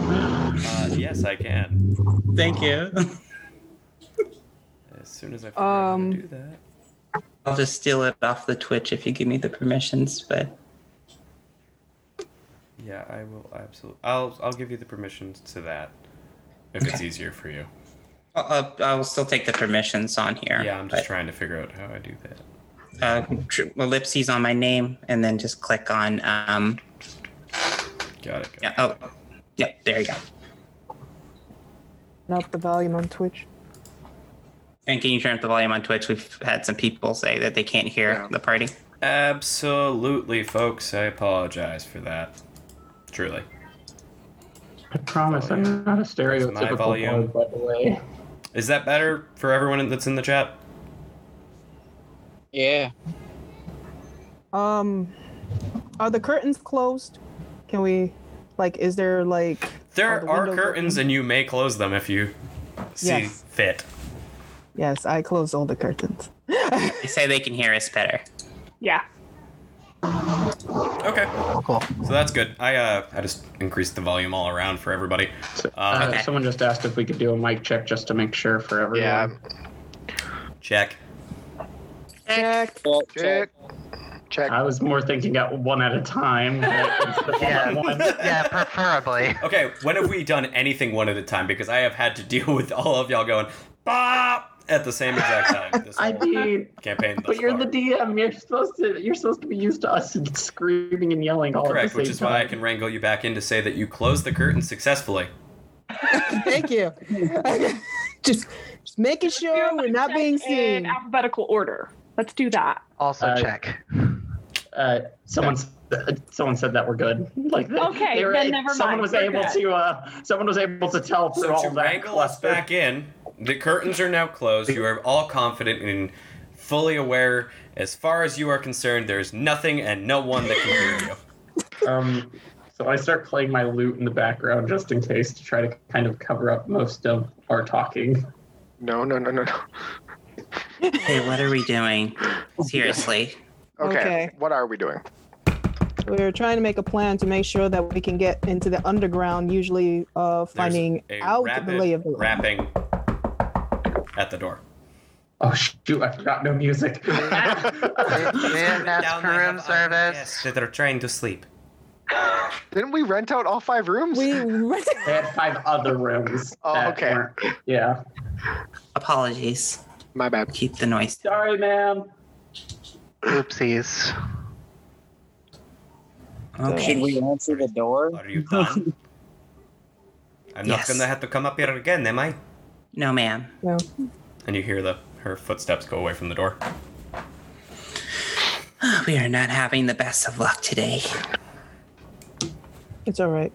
Speaker 2: Uh, yes, I can.
Speaker 3: Thank you.
Speaker 2: [LAUGHS] As soon as I figure out how to do
Speaker 5: Um.
Speaker 2: that.
Speaker 3: I'll just steal it off the Twitch if you give me the permissions, but
Speaker 2: Yeah, I will absolutely. I'll I'll give you the permissions to that if it's easier for you.
Speaker 3: I'll, I'll, I'll still take the permissions on here.
Speaker 2: Yeah, I'm just trying to figure out how I do that.
Speaker 3: Uh, tr- ellipses on my name, and then just click on. Um,
Speaker 2: got it.
Speaker 3: yeah. Oh, yep. there you go.
Speaker 5: Not the volume on Twitch.
Speaker 3: And can you turn up the volume on Twitch? We've had some people say that they can't hear the party.
Speaker 2: Absolutely, folks. I apologize for that. Truly.
Speaker 7: I promise I'm not a stereotypical
Speaker 2: My volume.
Speaker 7: bug, by the way.
Speaker 2: Is that better for everyone that's in the chat?
Speaker 12: Yeah.
Speaker 5: Um, are the curtains closed? Can we, like, is there like?
Speaker 2: There
Speaker 5: the
Speaker 2: are
Speaker 5: windows
Speaker 2: curtains, and you may close them if you see
Speaker 5: Yes.
Speaker 2: fit.
Speaker 5: Yes, I closed all the curtains.
Speaker 3: They say they can hear us better.
Speaker 4: Yeah.
Speaker 2: Okay.
Speaker 14: Oh,
Speaker 2: So that's good. I uh, I just increased the volume all around for everybody.
Speaker 7: Uh,
Speaker 2: Uh,
Speaker 7: Someone just asked if we could do a mic check just to make sure for everyone.
Speaker 6: Yeah.
Speaker 2: Check.
Speaker 5: Check.
Speaker 6: Check. Check.
Speaker 7: I was more thinking at one at a time.
Speaker 14: yeah, preferably.
Speaker 2: [LAUGHS] Okay, when have we done anything one at a time? Because I have had to deal [LAUGHS] with all of y'all going bop at the same exact
Speaker 7: [LAUGHS]
Speaker 2: time this
Speaker 7: I mean,
Speaker 2: campaign.
Speaker 7: but you're the DM. You're supposed to. You're supposed to be used to us [LAUGHS] screaming and yelling all
Speaker 2: Correct,
Speaker 7: at the
Speaker 2: which
Speaker 7: same
Speaker 2: is why I
Speaker 7: time.
Speaker 2: can wrangle you back in to say that you closed the curtain successfully.
Speaker 5: Thank
Speaker 4: [LAUGHS]
Speaker 5: you. just, just making sure we're not being
Speaker 4: In
Speaker 5: seen.
Speaker 4: alphabetical order. Let's do that.
Speaker 14: Also
Speaker 7: Uh,
Speaker 14: check.
Speaker 7: Uh, someone, s- uh, someone said that we're good. [LAUGHS] Like they-
Speaker 4: Okay,
Speaker 7: they were-
Speaker 4: then never
Speaker 7: Someone
Speaker 4: mind,
Speaker 7: was
Speaker 4: we're
Speaker 7: able
Speaker 4: good.
Speaker 7: to. Uh, someone was able to tell through
Speaker 2: So
Speaker 7: all
Speaker 2: to
Speaker 7: that.
Speaker 2: wrangle us
Speaker 7: cluster.
Speaker 2: back in, the curtains are now closed. You are all confident and fully aware. As far as you are concerned, there's nothing and no one that can hear you.
Speaker 7: Um, so I start playing my lute in the background just in case to try to kind of cover up most of our talking.
Speaker 6: No, no, no, no, no.
Speaker 3: Hey, what are we
Speaker 6: [LAUGHS]
Speaker 3: doing? Seriously.
Speaker 6: Okay.
Speaker 5: Okay.
Speaker 6: What are we doing?
Speaker 5: We were trying to make a plan to make sure that we can get into the underground, usually uh, finding
Speaker 2: A
Speaker 5: out the lay
Speaker 2: rapid
Speaker 5: of the land.
Speaker 2: rapping at the door.
Speaker 7: Oh shoot! I forgot no music.
Speaker 14: Didn't ask for room service.
Speaker 2: That they're trying to sleep.
Speaker 6: Didn't we rent out all five rooms? [LAUGHS]
Speaker 5: We rented.
Speaker 7: They had five other rooms.
Speaker 6: Oh,
Speaker 7: that
Speaker 6: okay.
Speaker 7: weren't- Yeah.
Speaker 3: Apologies.
Speaker 6: My bad.
Speaker 3: Keep the noise.
Speaker 7: Sorry, ma'am.
Speaker 14: Oopsies.
Speaker 3: Okay.
Speaker 12: Should we answer the door?
Speaker 2: Are you done? I'm
Speaker 3: Yes.
Speaker 2: not gonna have to come up here again, am I?
Speaker 3: No, ma'am.
Speaker 5: No.
Speaker 2: And you hear the her footsteps go away from the door.
Speaker 3: [SIGHS] We are not having the best of luck today.
Speaker 5: It's all right.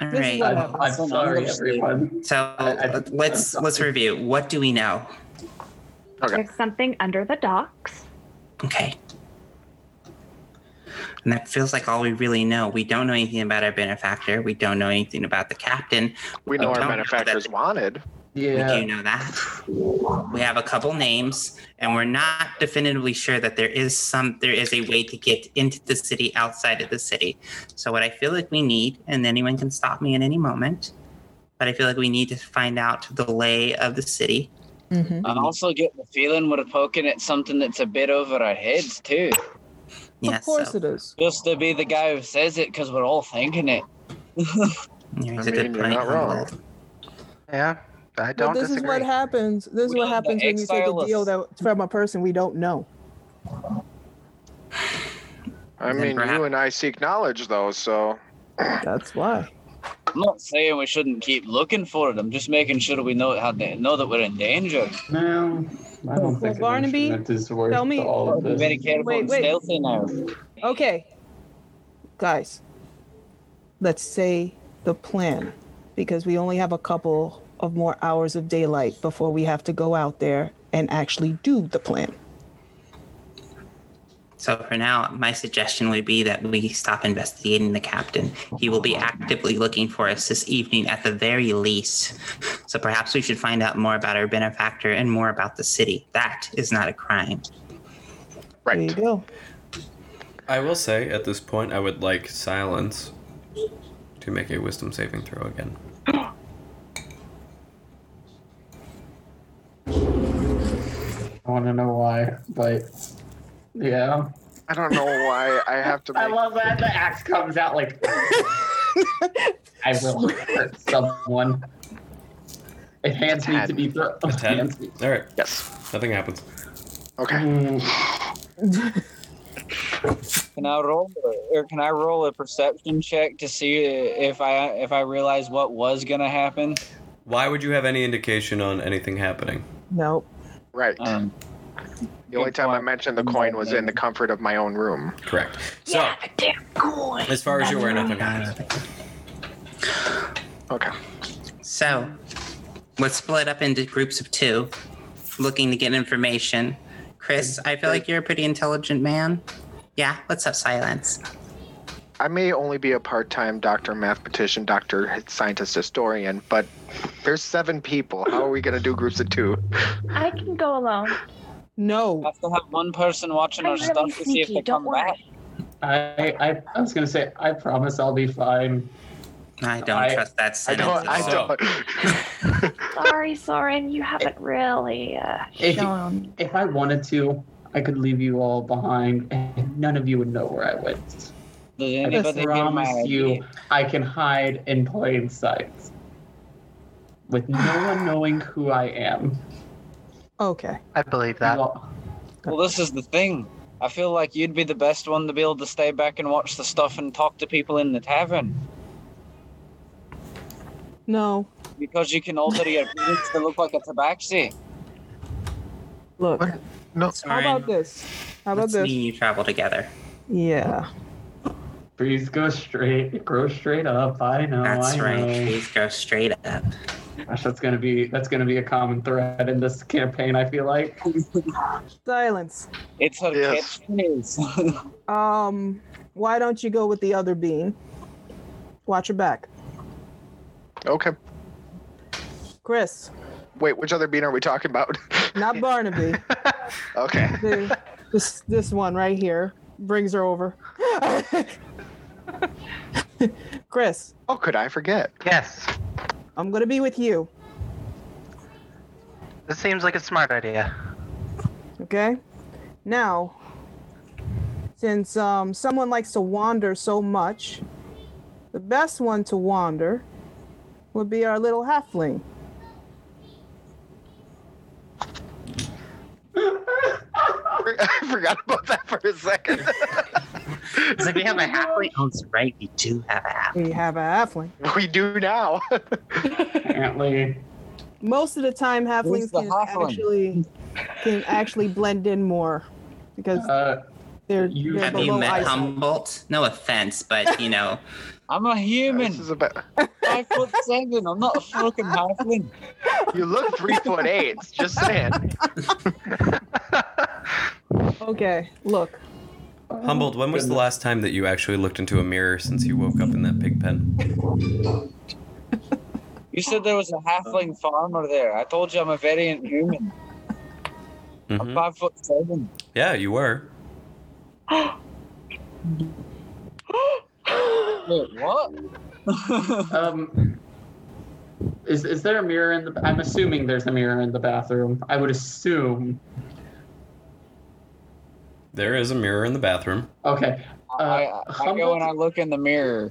Speaker 3: All
Speaker 5: This
Speaker 3: right.
Speaker 5: is what happens.
Speaker 7: I'm sorry, everyone.
Speaker 3: So let's let's review. What do we know?
Speaker 10: There's something under the docks.
Speaker 3: Okay. And that feels like all we really know. We don't know anything about our benefactor. We don't know anything about the captain.
Speaker 6: We
Speaker 2: Oh,
Speaker 6: know our benefactor's
Speaker 3: wanted.
Speaker 6: Yeah.
Speaker 3: We do know that. We have a couple names, and we're not definitively sure that there is some there is a way to get into the city outside of the city. So what I feel like we need, and anyone can stop me at any moment, but I feel like we need to find out the lay of the city. Mm-hmm.
Speaker 11: I'm also getting the feeling we're poking at something that's a bit over our heads too.
Speaker 5: [LAUGHS]
Speaker 3: Yes, course
Speaker 5: it is.
Speaker 11: Just to be the guy who says it because we're all thinking it.
Speaker 3: It's a good point.
Speaker 14: Yeah, I
Speaker 5: But
Speaker 14: don't
Speaker 5: this is
Speaker 14: disagree.
Speaker 5: what happens. This is
Speaker 11: We
Speaker 5: what
Speaker 11: have
Speaker 5: happens
Speaker 11: the
Speaker 5: when you take a
Speaker 11: exile
Speaker 5: deal that from a person we don't know.
Speaker 6: I mean, you and I seek knowledge, though, so.
Speaker 5: That's why.
Speaker 11: I'm not saying we shouldn't keep looking for it. I'm just making sure we know how they know that we're in danger.
Speaker 7: No, I don't
Speaker 5: Well,
Speaker 7: think
Speaker 5: Barnaby,
Speaker 7: it is worth
Speaker 5: tell me-
Speaker 7: all of this.
Speaker 11: Very careful
Speaker 5: Wait,
Speaker 11: and
Speaker 5: wait.
Speaker 11: stealthy now.
Speaker 5: Okay, guys, let's say the plan because we only have a couple of more hours of daylight before we have to go out there and actually do the plan.
Speaker 3: So for now, my suggestion would be that we stop investigating the captain. He will be actively looking for us this evening at the very least. So perhaps we should find out more about our benefactor and more about the city. That is not a crime.
Speaker 6: Right.
Speaker 5: There you go.
Speaker 2: I will say at this point, I would like silence to make a wisdom saving throw again.
Speaker 7: I want to know why, but yeah.
Speaker 6: I don't know why I have to.
Speaker 7: [LAUGHS] I love that the axe comes out like. I [LAUGHS] will hurt someone. It hands me to be thrown.
Speaker 2: A ten. All right.
Speaker 6: Yes.
Speaker 2: Nothing happens.
Speaker 6: Okay.
Speaker 7: mm.
Speaker 11: Can I roll or can I roll a perception check to see if I if I realize what was gonna happen?
Speaker 2: Why would you have any indication on anything happening?
Speaker 5: No.
Speaker 6: Right.
Speaker 2: Um,
Speaker 6: the only time I mentioned the coin was in the comfort of my own room.
Speaker 2: Correct. So,
Speaker 4: Damn cool.
Speaker 2: as far as you're aware, nothing happens.
Speaker 6: Okay.
Speaker 3: So let's split up into groups of two, looking to get information. Chris, I feel like you're a pretty intelligent man. Yeah, let's have silence.
Speaker 6: I may only be a part time doctor, mathematician, doctor, scientist, historian, but there's seven people. How are we going to do groups of two?
Speaker 10: I can go alone.
Speaker 5: No.
Speaker 11: I have to have one person watching
Speaker 10: I'm
Speaker 11: our
Speaker 10: really
Speaker 11: stuff to see if they
Speaker 10: sneaky, don't
Speaker 11: come
Speaker 10: worry.
Speaker 11: back.
Speaker 7: [LAUGHS] I, I I was gonna say I promise I'll be fine.
Speaker 3: I don't trust that
Speaker 7: I
Speaker 3: sentence.
Speaker 7: don't. I don't.
Speaker 10: Sorry, Soren, you haven't really uh,
Speaker 7: [LAUGHS] If,
Speaker 10: shown.
Speaker 7: if I wanted to, I could leave you all behind, and none of you would know where I went.
Speaker 11: Does
Speaker 7: I
Speaker 11: anybody hear my
Speaker 7: promise you,
Speaker 11: idea?
Speaker 7: I can hide in plain sight, with no one knowing who I am.
Speaker 5: Okay.
Speaker 14: I believe that.
Speaker 11: Well, this is the thing. I feel like you'd be the best one to be able to stay back and watch the stuff and talk to people in the tavern
Speaker 5: No.
Speaker 11: because you can alter your appearance to look like a tabaxi.
Speaker 5: Look.
Speaker 6: No.
Speaker 5: How about this? How about
Speaker 3: Let's
Speaker 5: this?
Speaker 3: me and you travel together.
Speaker 5: Yeah.
Speaker 7: Please go straight, grow straight up. I know.
Speaker 3: That's
Speaker 7: I
Speaker 3: right.
Speaker 7: Know.
Speaker 3: Please go straight up.
Speaker 7: Gosh, that's gonna be that's gonna be a common thread in this campaign. I feel like.
Speaker 5: Silence.
Speaker 11: It's her
Speaker 7: Yes.
Speaker 11: catchphrase. [LAUGHS]
Speaker 5: Um, why don't you go with the other bean? Watch your back,
Speaker 6: Okay.
Speaker 5: Chris.
Speaker 6: Wait, which other bean are we talking about? [LAUGHS]
Speaker 5: Not Barnaby.
Speaker 6: okay.
Speaker 5: The- this this one right here brings her over. [LAUGHS] Chris,
Speaker 6: Oh, could I forget?
Speaker 14: Yes,
Speaker 5: I'm gonna be with you.
Speaker 14: this seems like a smart idea.
Speaker 5: Okay. Now, since um, someone likes to wander so much, the best one to wander would be our little halfling.
Speaker 6: I forgot about that for a second.
Speaker 3: It's like we have a halfway. Oh, that's right. We do have a half.
Speaker 5: We have a halfling.
Speaker 6: We do now.
Speaker 7: Apparently,
Speaker 5: Most of the time, halflings Who's the can halfling? actually can actually blend in more because
Speaker 7: uh,
Speaker 5: they're, they're
Speaker 3: Have you
Speaker 5: below
Speaker 3: met
Speaker 5: eyesight.
Speaker 3: Humboldt? No offense, but you know.
Speaker 11: I'm a human. This
Speaker 6: is about
Speaker 11: five foot seven. I'm not a fucking halfling.
Speaker 6: You look three foot
Speaker 11: [LAUGHS]
Speaker 6: eight. Just saying.
Speaker 5: [LAUGHS] Okay, look.
Speaker 2: Humboldt, when was the last time that you actually looked into a mirror since you woke up in that pig pen?
Speaker 11: You said there was a
Speaker 2: Oh.
Speaker 11: halfling farmer there. I told you I'm a variant human.
Speaker 2: Mhm.
Speaker 11: I'm
Speaker 14: Mm-hmm.
Speaker 11: five foot seven.
Speaker 2: Yeah, you were.
Speaker 11: Wait, what?
Speaker 7: um, is is there a mirror in the? I'm assuming there's a mirror in the bathroom. I would assume.
Speaker 2: There is a mirror in the bathroom.
Speaker 7: Okay.
Speaker 11: I, I go and I look in the mirror.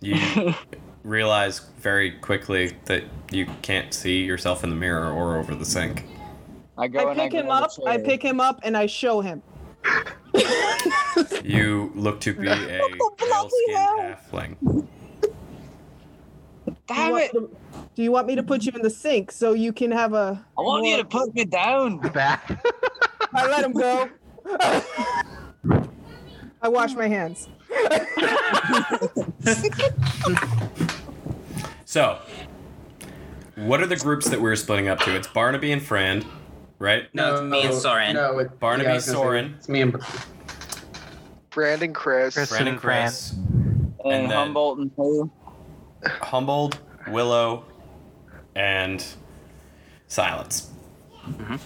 Speaker 2: You realize very quickly that you can't see yourself in the mirror or over the sink.
Speaker 11: I
Speaker 5: I pick him up. I pick him up and I show him.
Speaker 2: You look
Speaker 6: [LAUGHS]
Speaker 2: to be a pale-skinned halfling.
Speaker 5: [LAUGHS] Damn it! do you want me to put you in the sink so you can have a?
Speaker 11: I want you to put
Speaker 14: [LAUGHS]
Speaker 11: me down.
Speaker 14: Back.
Speaker 5: I let him go. [LAUGHS] I wash my [LAUGHS] hands.
Speaker 2: So, what are the groups that we're splitting up to? It's Barnaby and Fran, right?
Speaker 3: No, it's me and Soren.
Speaker 7: No, it,
Speaker 2: Barnaby,
Speaker 7: yeah, I was gonna say,
Speaker 2: Soren,
Speaker 7: It's me and
Speaker 6: Brandon Chris.
Speaker 2: Fran and Chris,
Speaker 11: And,
Speaker 2: and then
Speaker 11: Humboldt and who?
Speaker 2: Humboldt, Willow, and Silence.
Speaker 3: Mm-hmm.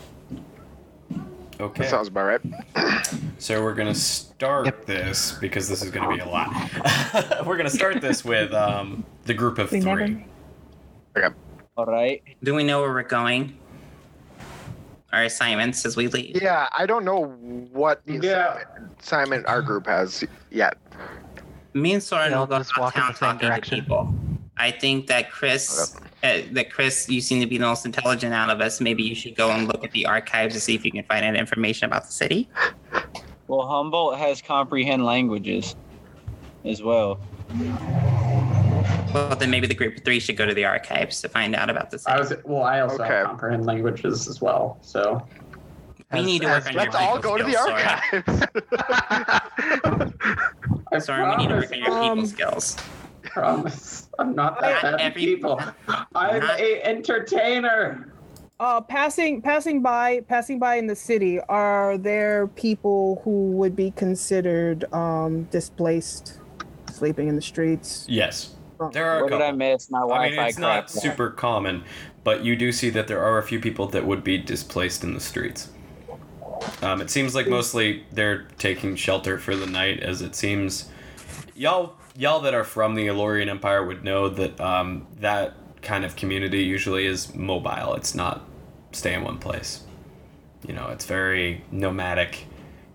Speaker 2: Okay.
Speaker 6: That sounds about right.
Speaker 2: So we're gonna start this because this is gonna be a lot. [LAUGHS] we're gonna start this with um, the group of three.
Speaker 11: All right.
Speaker 3: Do we know where we're going? Our assignments as we leave.
Speaker 6: Yeah, I don't know what the
Speaker 7: yeah.
Speaker 6: assignment our group has yet.
Speaker 3: Me and Soren will go out town talking to people. I think that Chris, uh, that Chris, you seem to be the most intelligent out of us. Maybe you should go and look at the archives to see if you can find out information about the city.
Speaker 11: Well, Humboldt has comprehend languages as well.
Speaker 3: Well, then maybe the group of three should go to the archives to find out about the city.
Speaker 7: I was well. I also
Speaker 3: Okay.
Speaker 7: have comprehend languages as well. So
Speaker 3: we need to work on your people skills, Soren. [LAUGHS]
Speaker 7: I
Speaker 3: Soren, we need to work on your people
Speaker 7: Um,
Speaker 3: skills.
Speaker 7: promise. I'm not that bad at people. I'm a entertainer.
Speaker 5: Uh, passing, passing by, passing by in the city. Are there people who would be considered um, displaced, sleeping in the streets?
Speaker 2: Yes. There are a
Speaker 11: What did I
Speaker 2: couple.
Speaker 11: miss? My
Speaker 2: I
Speaker 11: Wi-Fi
Speaker 2: mean, it's not
Speaker 11: cracked.
Speaker 2: super common, but you do see that there are a few people that would be displaced in the streets. Um, it seems like mostly they're taking shelter for the night, as it seems. Y'all, y'all that are from the Elorian Empire would know that um, that kind of community usually is mobile. It's not stay in one place. You know, it's very nomadic.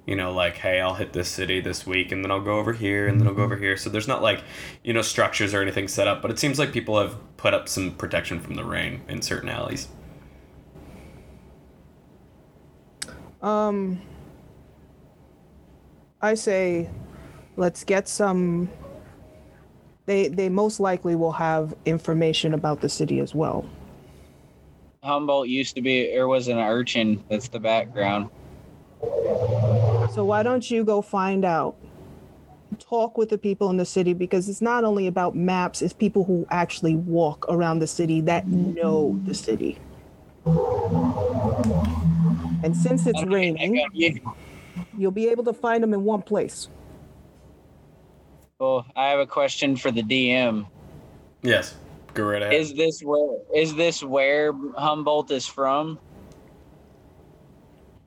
Speaker 2: You know, like, hey, I'll hit this city this week, and then I'll go over here, and then I'll go over here. So there's not like, you know, structures or anything set up, but it seems like people have put up some protection from the rain in certain alleys.
Speaker 5: Um, I say, let's get some. They they most likely will have information about the city as well.
Speaker 11: Humboldt used to be, or was an urchin. That's the background.
Speaker 5: So why don't you go find out? Talk with the people in the city because it's not only about maps; it's people who actually walk around the city that know the city. And since it's raining, you'll be able to find them in one place.
Speaker 11: Well, I have a question for the DM.
Speaker 2: Yes, go right ahead.
Speaker 11: Is this where is this where Humboldt is from?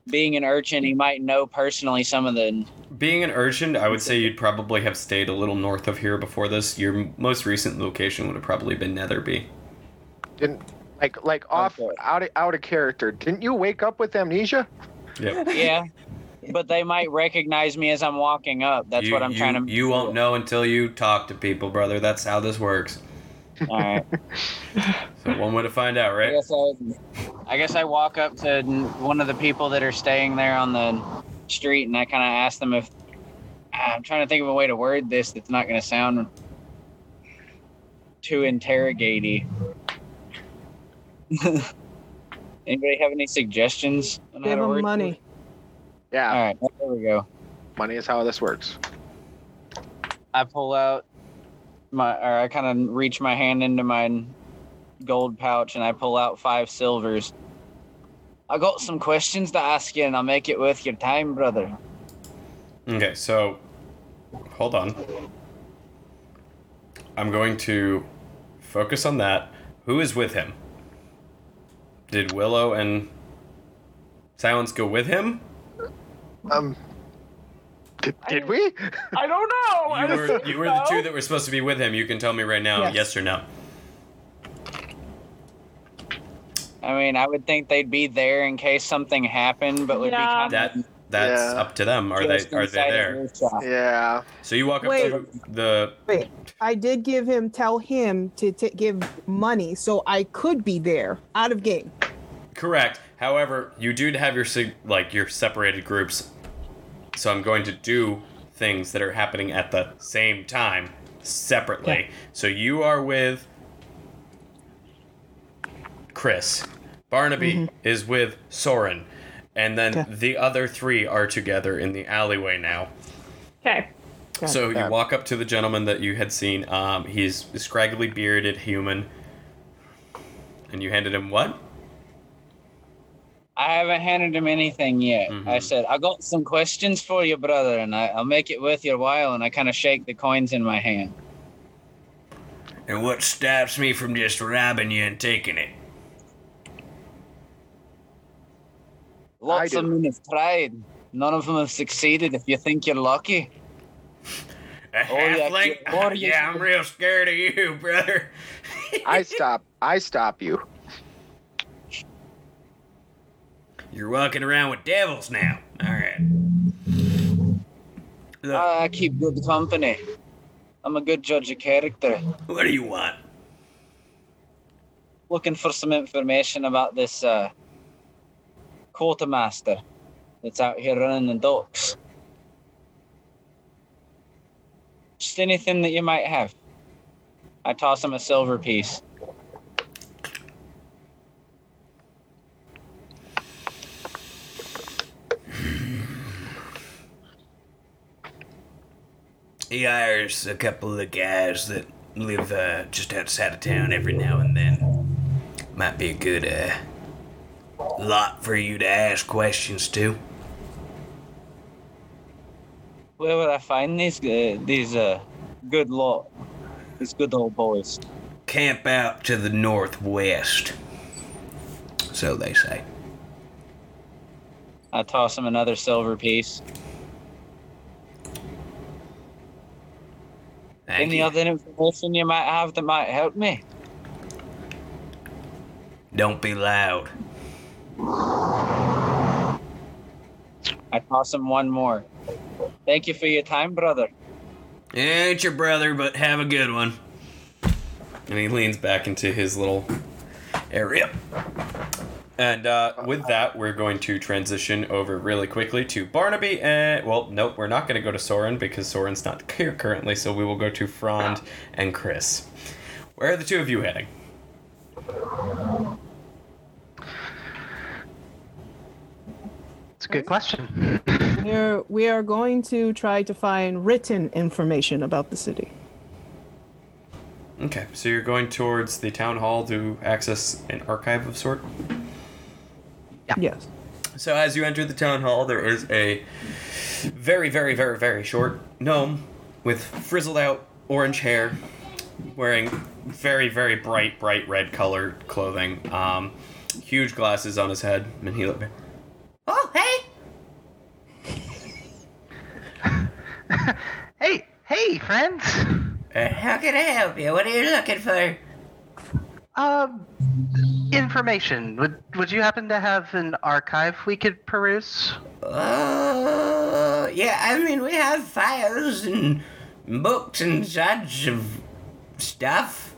Speaker 11: Being an urchin, he might know personally some of the.
Speaker 2: Being an urchin, I would say you'd probably have stayed a little north of here before this. Your m- most recent location would have probably been Netherby.
Speaker 6: Didn't like like off out of, out of character. Didn't you wake up with amnesia?
Speaker 11: Yeah, but they might recognize me as I'm walking up. That's
Speaker 2: You-
Speaker 11: what I'm
Speaker 2: you-
Speaker 11: trying to.
Speaker 2: You won't know until you talk to people, brother. That's how this works.
Speaker 11: All right.
Speaker 2: so one way to find out,
Speaker 11: I
Speaker 2: right?
Speaker 11: guess I, I guess I walk up to n- one of the people that are staying there on the street, and I kind of ask them if I'm trying to think of a way to word this that's not going to sound too interrogaty. [LAUGHS] Anybody have any suggestions? On how
Speaker 5: Give
Speaker 11: to
Speaker 5: him
Speaker 11: word
Speaker 5: money.
Speaker 6: Yeah.
Speaker 11: All right, there we go.
Speaker 6: Money is how this works.
Speaker 11: I pull out my, or I kind of reach my hand into my gold pouch and I pull out five silvers. I got some questions to ask you, and I'll make it worth your time, brother.
Speaker 2: Okay, so hold on. I'm going to focus on that. Who is with him? Did Willow and Silence go with him?
Speaker 6: Um. Did, did [LAUGHS] we?
Speaker 4: I don't know.
Speaker 2: You were, you were the two that were supposed to be with him. You can tell me right now, yes,
Speaker 11: Yes.
Speaker 2: or no.
Speaker 11: I mean, I would think they'd be there in case something happened, but would
Speaker 4: Yeah.
Speaker 11: be
Speaker 2: That that's
Speaker 11: Yeah.
Speaker 2: up to them. Are
Speaker 11: Just
Speaker 2: they are they
Speaker 11: inside
Speaker 2: there?
Speaker 11: of their shop.
Speaker 6: Yeah.
Speaker 2: So you walk up
Speaker 5: Wait.
Speaker 2: to the
Speaker 5: Wait, I did give him, tell him to t- give money so I could be there out of game.
Speaker 2: Correct. However, you do have your sig- like your separated groups. So I'm going to do things that are happening at the same time separately. So you are with Chris. Barnaby is with Soren. And then the other three are together in the alleyway now.
Speaker 4: Okay.
Speaker 2: So you walk up to the gentleman that you had seen. Um, he's a scraggly bearded human. And you handed him what?
Speaker 11: I haven't handed him anything yet. I said, I got some questions for you, brother, and I, I'll make it worth your while. And I kind of shake the coins in my hand.
Speaker 2: And what stops me from just robbing you and taking it?
Speaker 11: Lots of men have tried. None of them have succeeded. If you think you're lucky, Oh,
Speaker 2: A halfling?
Speaker 11: or you-
Speaker 2: Oh, [LAUGHS] yeah, I'm real scared of you, [LAUGHS] brother.
Speaker 6: I stop. I stop you.
Speaker 2: You're walking around with devils now. All right.
Speaker 11: I keep good company. I'm a good judge of character.
Speaker 2: What do you want?
Speaker 11: Looking for some information about this uh, quartermaster that's out here running the docks. Just anything that you might have. I toss him a silver piece.
Speaker 9: He hires a couple of guys that live uh, just outside of town every now and then. Might be a good uh, lot for you to ask questions to.
Speaker 11: Where would I find these uh, these uh, good lot? These good old boys.
Speaker 9: Camp out to the northwest. So they say.
Speaker 11: I toss him another silver piece. Any other information you might have that might help me?
Speaker 9: Don't be loud.
Speaker 11: I toss him one more. Thank you for your time, brother.
Speaker 9: Ain't your brother, but have a good one.
Speaker 2: And he leans back into his little area. And uh, with that, we're going to transition over really quickly to Barnaby. And well, nope, we're not going to go to Soren because Soren's not here currently. So we will go to Frond and Chris. Where are the two of you heading?
Speaker 14: It's a good question.
Speaker 5: We're, we are going to try to find written information about the city.
Speaker 2: Okay, so you're going towards the town hall to access an archive of sort.
Speaker 5: Yes.
Speaker 2: So as you enter the town hall, there is a very, very, very, very short gnome with frizzled out orange hair, wearing very, very bright, bright red colored clothing, um, huge glasses on his head, and he look.
Speaker 14: Oh, hey! hey, hey, friends!
Speaker 9: How can I help you? What are you looking for?
Speaker 14: Um, information. Would Would you happen to have an archive we could peruse?
Speaker 9: Uh, yeah, I mean, we have files and books and such of stuff.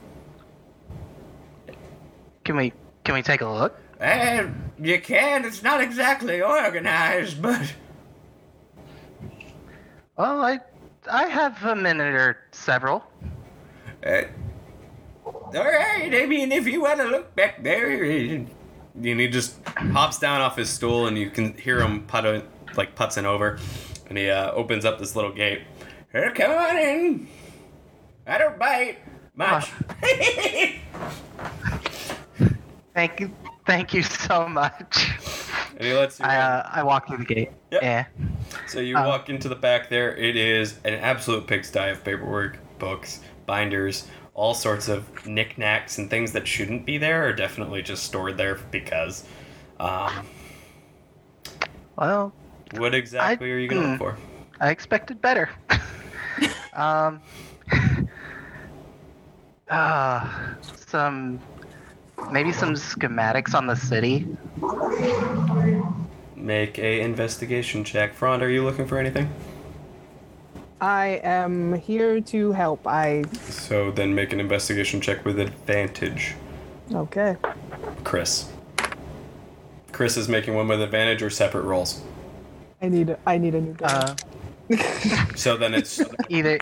Speaker 14: Can we Can we take a look?
Speaker 9: Uh, you can, it's not exactly organized, but.
Speaker 14: Well, I I have a minute or several.
Speaker 9: Uh,
Speaker 2: all right. I mean, if you want to look back there, and he just hops down off his stool, and you can hear him putting, like putzing over, and he uh, opens up this little gate. Here, come on in. I don't bite
Speaker 9: [LAUGHS]
Speaker 2: much.
Speaker 14: Thank you, thank you so much.
Speaker 2: And he lets you.
Speaker 14: I uh, I walk through the gate. Yeah.
Speaker 2: So you walk into the back there. It is an absolute pigsty of paperwork, books, binders, all sorts of knickknacks and things that shouldn't be there are definitely just stored there because. Um,
Speaker 14: well,
Speaker 2: what exactly are you going to
Speaker 14: hmm.
Speaker 2: look for?
Speaker 14: I expected
Speaker 2: [LAUGHS]
Speaker 14: better. um, [LAUGHS] uh, some, maybe some schematics on the city.
Speaker 2: Make a investigation check. Frond, are you looking for anything?
Speaker 5: I am here to help. I
Speaker 2: So then make an investigation check with advantage,
Speaker 5: okay.
Speaker 2: Chris. Chris is making one with advantage or separate rolls.
Speaker 5: I need a, I need a new dice.
Speaker 2: So then it's
Speaker 14: Either,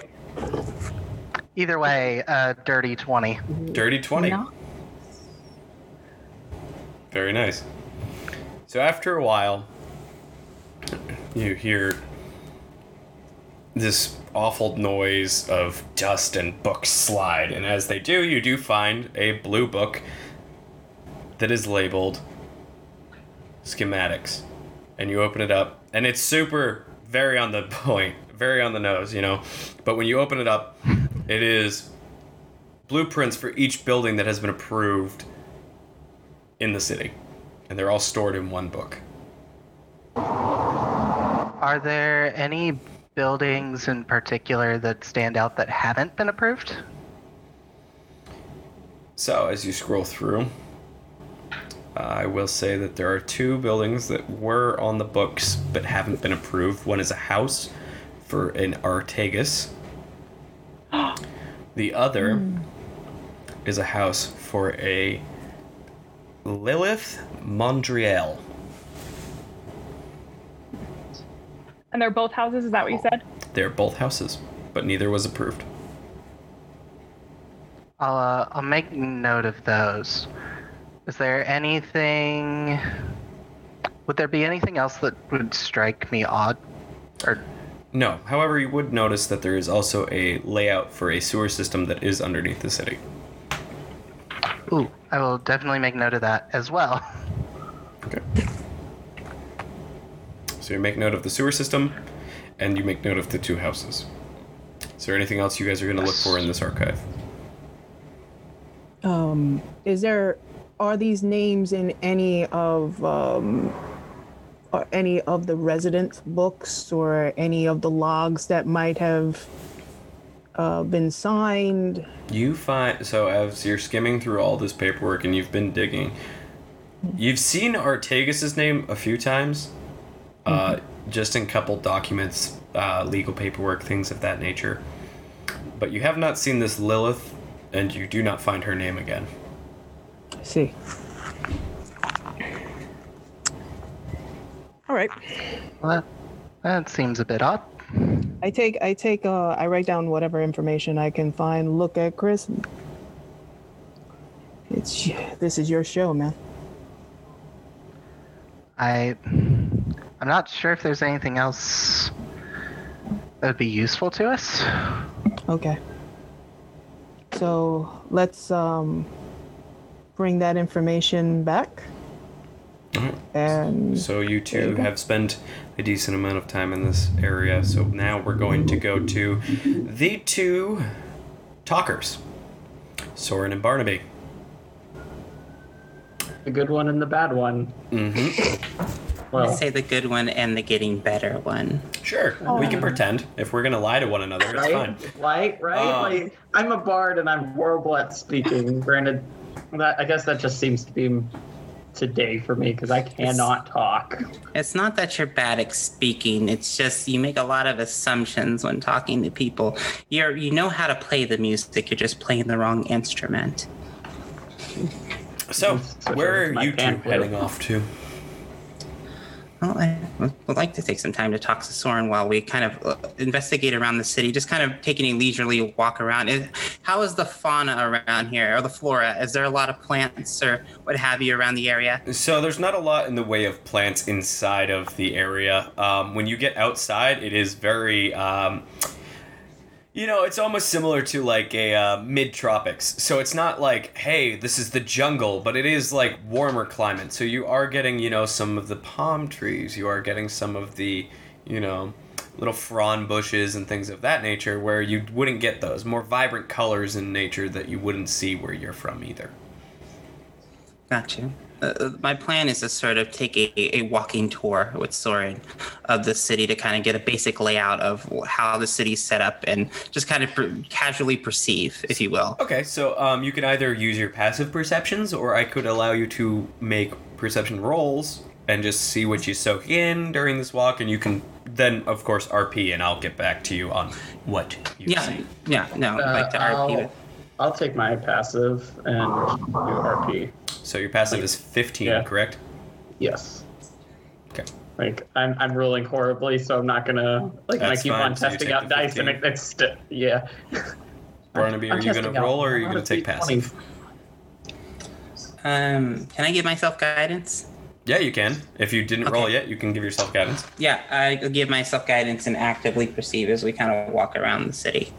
Speaker 14: either way, uh, dirty twenty.
Speaker 2: dirty 20. Very nice. So after a while, you hear this awful noise of dust and books slide, and as they do, you do find a blue book that is labeled schematics. And you open it up, and it's super, very on the [LAUGHS] point, very on the nose, you know. But when you open it up, it is blueprints for each building that has been approved in the city, and they're all stored in one book.
Speaker 14: Are there any buildings in particular that stand out that haven't been approved?
Speaker 2: So, as you scroll through, uh, I will say that there are two buildings that were on the books but haven't been approved. One is a house for an Artagus, the other is a house for a Lilith Mondriel.
Speaker 4: And they're both houses. Is that what you said?
Speaker 2: They're both houses, but neither was approved.
Speaker 14: I'll uh, I'll make note of those. Is there anything? Would there be anything else that would strike me odd? Or
Speaker 2: No. However, you would notice that there is also a layout for a sewer system that is underneath the city.
Speaker 14: ooh, I will definitely make note of that as well. [LAUGHS]
Speaker 2: So you make note of the sewer system, and you make note of the two houses. Is there anything else you guys are going to look for in this archive?
Speaker 5: Um, is there are these names in any of um, or any of the resident books or any of the logs that might have uh, been signed?
Speaker 2: You find so as you're skimming through all this paperwork and you've been digging, you've seen Artagus's name a few times, uh, just in couple documents, uh, legal paperwork, things of that nature. But you have not seen this Lilith, and you do not find her name again.
Speaker 5: I see. All right.
Speaker 14: Well, that, that seems a bit odd.
Speaker 5: I take I take uh, I write down whatever information I can find. Look at Chris. It's this is your show, man.
Speaker 14: I I'm not sure if there's anything else that would be useful to us.
Speaker 5: Okay. So let's um, bring that information back. And
Speaker 2: So you two have spent a decent amount of time in this area. So now we're going to go to the two talkers, Soren and Barnaby.
Speaker 7: The good one and the bad one.
Speaker 3: I'd say the good one and the getting better one.
Speaker 2: Sure, we can pretend if we're gonna lie to one another. It's fine.
Speaker 7: Um, Right? Right? Right?
Speaker 2: Um,
Speaker 7: like, I'm a bard and I'm horrible at speaking. Granted, that I guess that just seems to be today for me because I cannot talk.
Speaker 3: It's not that you're bad at speaking. It's just you make a lot of assumptions when talking to people. You're you know how to play the music. You're just playing the wrong instrument.
Speaker 2: So,
Speaker 3: over
Speaker 2: where
Speaker 3: to
Speaker 2: are
Speaker 3: my
Speaker 2: you two
Speaker 3: pamphlet.
Speaker 2: heading off to?
Speaker 3: [GASPS] Well, I would like to take some time to talk to Soren while we kind of uh, investigate around the city, just kind of taking a leisurely walk around. Is- How is the fauna around here, or the flora? Is there a lot of plants or what have you around the area?
Speaker 2: So there's not a lot in the way of plants inside of the area. Um, when you get outside, it is very, um, you know, it's almost similar to like a uh, mid tropics. So it's not like, hey, this is the jungle, but it is like warmer climate. So you are getting, you know, some of the palm trees. You are getting some of the, you know, little frond bushes and things of that nature where you wouldn't get those more vibrant colors in nature that you wouldn't see where you're from either.
Speaker 3: Gotcha. Uh, my plan is to sort of take a, a walking tour with Soren of the city to kind of get a basic layout of how the city's set up and just kind of per- casually perceive, if you will.
Speaker 2: Okay, so um, you can either use your passive perceptions, or I could allow you to make perception rolls and just see what you soak in during this walk, and you can then, of course, RP, and I'll get back to you on what you
Speaker 3: yeah,
Speaker 2: see.
Speaker 3: yeah, no, like to RP
Speaker 7: I'll,
Speaker 3: with-
Speaker 7: I'll take my passive and do RP.
Speaker 2: So your passive is 15, correct?
Speaker 7: Yes.
Speaker 2: Okay.
Speaker 7: Like I'm, I'm rolling horribly, so I'm not gonna like.
Speaker 2: That's
Speaker 7: I keep
Speaker 2: fine,
Speaker 7: on
Speaker 2: so you
Speaker 7: testing
Speaker 2: take
Speaker 7: out
Speaker 2: the
Speaker 7: dice,
Speaker 2: 15.
Speaker 7: and it, it's st- yeah.
Speaker 2: Barnaby, are
Speaker 7: I'm
Speaker 2: you going
Speaker 7: testing
Speaker 2: to
Speaker 7: out
Speaker 2: roll, or are
Speaker 7: a
Speaker 2: you
Speaker 7: lot
Speaker 2: going to
Speaker 7: of
Speaker 2: take passive?
Speaker 3: Um, can I give myself guidance?
Speaker 2: Yeah, you can. If you didn't roll yet, you can give yourself guidance.
Speaker 3: Yeah, I give myself guidance and actively perceive as we kind of walk around the city.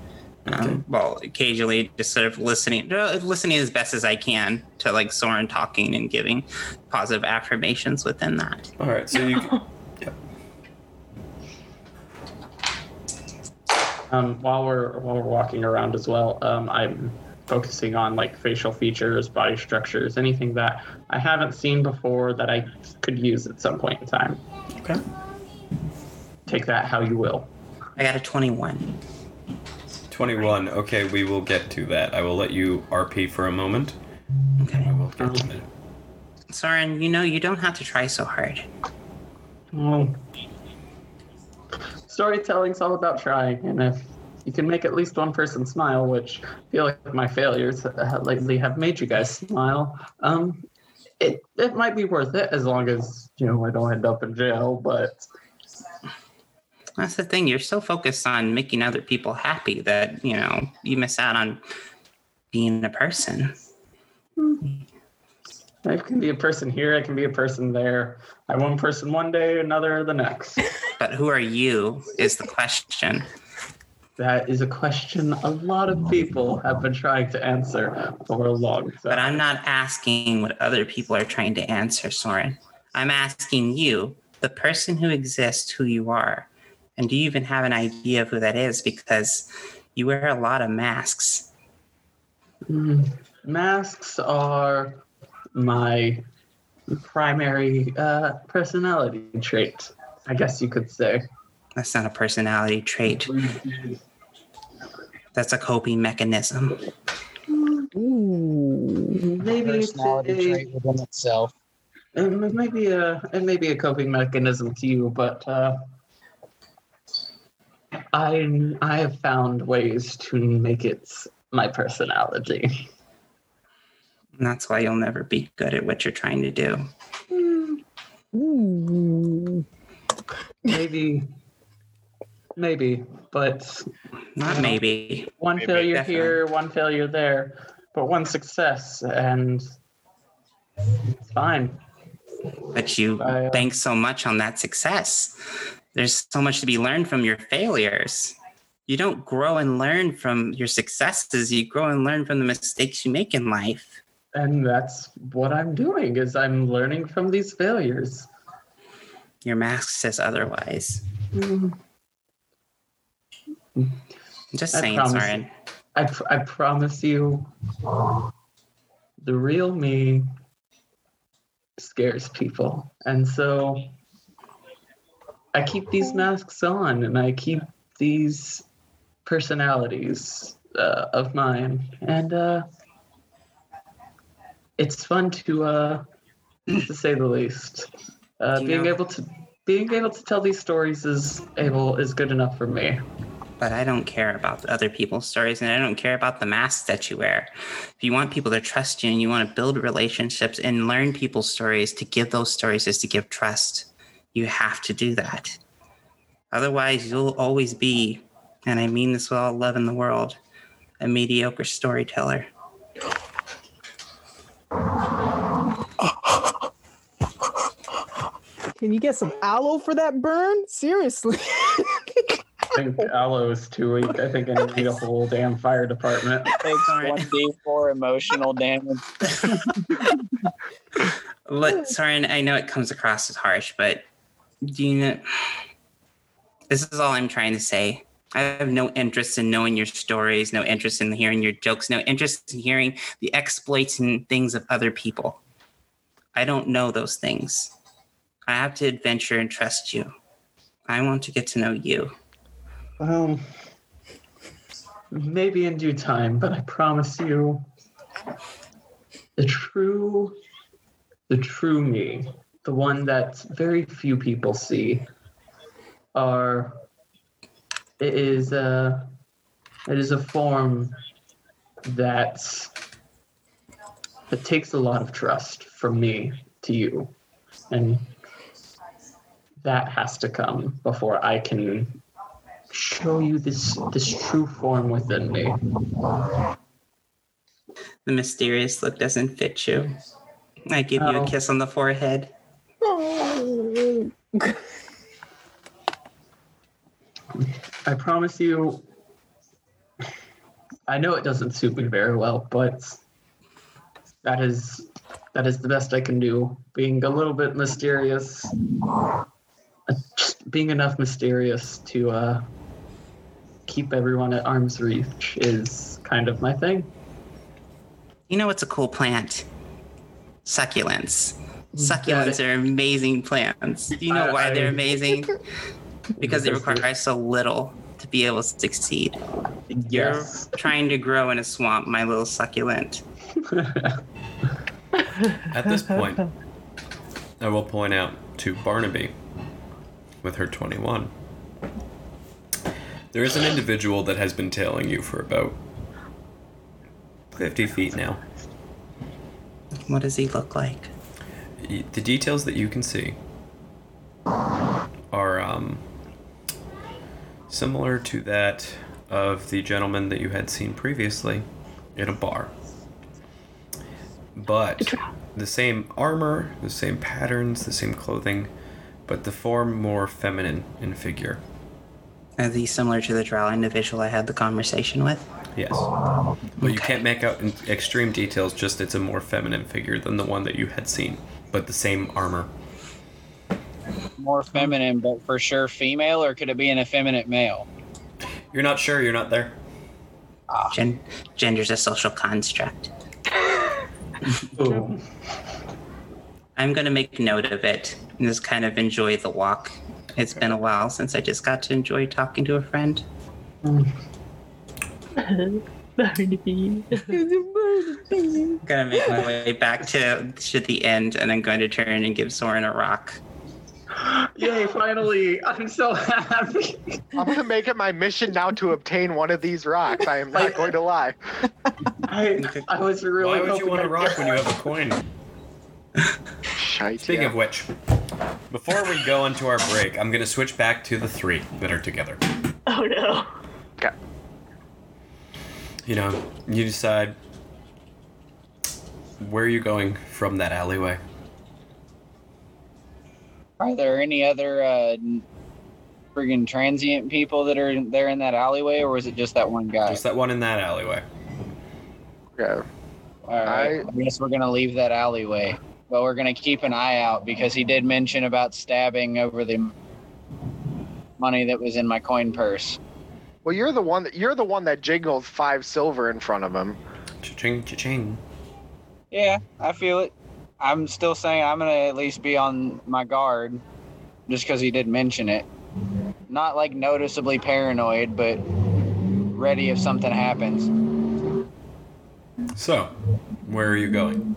Speaker 3: Um, well, occasionally just sort of listening, no, listening as best as I can to like Soren talking and giving positive affirmations within that.
Speaker 2: All right, so
Speaker 3: [LAUGHS]
Speaker 2: you.
Speaker 7: Um, while we're while we're walking around as well, um, I'm focusing on like facial features, body structures, anything that I haven't seen before that I could use at some point in time.
Speaker 3: Okay.
Speaker 7: Take that how you will.
Speaker 3: I got a 21.
Speaker 2: 21. Okay, we will get to that. I will let you RP for a moment. I will get to that.
Speaker 3: Soren, you know you don't have to try so hard.
Speaker 7: Well, storytelling's all about trying, and if you can make at least one person smile, which I feel like my failures uh, lately have made you guys smile, um, it it might be worth it as long as you know I don't end up in jail. But
Speaker 3: That's the thing. You're so focused on making other people happy that you know you miss out on being a person.
Speaker 7: I can be a person here, I can be a person there. I'm one person one day, another the next.
Speaker 3: But who are you is the question.
Speaker 7: That is a question a lot of people have been trying to answer for a long time.
Speaker 3: But I'm not asking what other people are trying to answer, Soren. I'm asking you, the person who exists, who you are. And do you even have an idea of who that is? Because you wear a lot of masks.
Speaker 7: Mm, Masks are my primary uh, personality trait, I guess you could say.
Speaker 3: That's not a personality trait. That's a coping mechanism.
Speaker 7: Maybe it's
Speaker 12: personality
Speaker 7: a-
Speaker 12: trait within itself.
Speaker 7: Um, it may be a it may be a coping mechanism to you, but uh, I I have found ways to make it my personality.
Speaker 3: And that's why you'll never be good at what you're trying to do.
Speaker 7: Hmm. Maybe, maybe, but
Speaker 3: Not maybe.
Speaker 7: one
Speaker 3: Maybe.
Speaker 7: failure
Speaker 3: Definitely.
Speaker 7: here, one failure there, but one success, and it's fine. uh,
Speaker 3: But you bank so much on that success. There's so much to be learned from your failures. You don't grow and learn from your successes. You grow and learn from the mistakes you make in life.
Speaker 7: And that's what I'm doing is I'm learning from these failures.
Speaker 3: Your mask says otherwise.
Speaker 5: Mm-hmm.
Speaker 3: Just
Speaker 7: I
Speaker 3: saying,
Speaker 7: promise-
Speaker 3: Soren.
Speaker 7: I, pr- I promise you, the real me scares people. And so I keep these masks on and I keep these personalities uh, of mine. And uh, it's fun to, uh, to say the least. Uh,
Speaker 3: You
Speaker 7: being
Speaker 3: know-
Speaker 7: able to being able to tell these stories is able is good enough for me.
Speaker 3: But I don't care about the other people's stories and I don't care about the masks that you wear. If you want people to trust you and you want to build relationships and learn people's stories, to give those stories is to give trust. You have to do that. Otherwise, you'll always be, and I mean this with all love in the world, a mediocre storyteller.
Speaker 5: Can you get some aloe for that burn? Seriously. [LAUGHS]
Speaker 7: I think the aloe is too weak. I think I need a whole damn fire department.
Speaker 11: Takes one d four emotional damage.
Speaker 3: Look, Soren, I know it comes across as harsh, but do you know? This is all I'm trying to say. I have no interest in knowing your stories, no interest in hearing your jokes, no interest in hearing the exploits and things of other people. I don't know those things. I have to adventure and trust you. I want to get to know you.
Speaker 7: Well, Um, maybe in due time, but I promise you, the true, the true me, the one that very few people see, are it is a it is a form that that takes a lot of trust from me to you, and that has to come before I can show you this this true form within me.
Speaker 3: The mysterious look doesn't fit you. I give you
Speaker 7: Oh.
Speaker 3: a kiss on the forehead.
Speaker 7: I promise you. I know it doesn't suit me very well, but that is that is the best I can do. Being a little bit mysterious, Uh, just being enough mysterious to uh, keep everyone at arm's reach is kind of my thing.
Speaker 3: You know what's a cool plant? Succulents. Succulents are amazing plants. Do you know
Speaker 11: I-
Speaker 3: why
Speaker 11: I-
Speaker 3: they're
Speaker 11: [LAUGHS]
Speaker 3: amazing? Because they require so little to be able to succeed. You're trying to grow in a swamp, my little succulent.
Speaker 2: At this point, I will point out to Barnaby with her 21. There is an individual that has been tailing you for about 50 feet now.
Speaker 3: What does he look like?
Speaker 2: Y- The details that you can see are um, similar to that of the gentleman that you had seen previously in a bar. But the same armor, the same patterns, the same clothing, but the form more feminine in figure.
Speaker 3: Are these similar to the drow individual I had the conversation with?
Speaker 2: Yes. But you can't make out in extreme details, just it's a more feminine figure than the one that you had seen, but the same armor.
Speaker 11: More feminine, but for sure female, or could it be an effeminate male?
Speaker 2: You're not sure, you're not there.
Speaker 11: Ah.
Speaker 3: Gen- gender's a social
Speaker 11: [LAUGHS]
Speaker 3: construct. I'm going to make note of it and just kind of enjoy the walk. It's been a while since I just got to enjoy talking to a friend.
Speaker 11: Mm.
Speaker 4: [LAUGHS] Oh, Barnaby.
Speaker 3: I'm gonna make my way back to to the end, and I'm going to turn and give Soren a rock.
Speaker 7: Yay! [LAUGHS] Finally, I'm so happy.
Speaker 6: [LAUGHS] I'm gonna make it my mission now to obtain one of these rocks. I am not going to lie.
Speaker 7: [LAUGHS] I, I was
Speaker 2: Why
Speaker 7: really.
Speaker 2: would you
Speaker 7: hoping
Speaker 2: want to
Speaker 7: I'd
Speaker 2: rock
Speaker 7: get
Speaker 2: when you have a coin? Speaking of which, before we go into our break, I'm going to switch back to the three that are together.
Speaker 4: Oh no.
Speaker 2: You know, you decide where are you going from that alleyway?
Speaker 11: Are there any other uh, friggin' transient people that are there in that alleyway, or was it just that one guy?
Speaker 2: Just that one in that alleyway.
Speaker 6: Yeah.
Speaker 11: All right. I guess we're gonna leave that alleyway, but we're gonna keep an eye out because he did mention about stabbing over the money that was in my coin purse.
Speaker 6: Well, you're the one that you're the one that jingled five silver in front of him.
Speaker 2: Cha-ching, cha-ching.
Speaker 11: Yeah, I feel it. I'm still saying I'm gonna at least be on my guard, just because he did mention it. Not like noticeably paranoid, but ready if something happens.
Speaker 2: So, where are you going?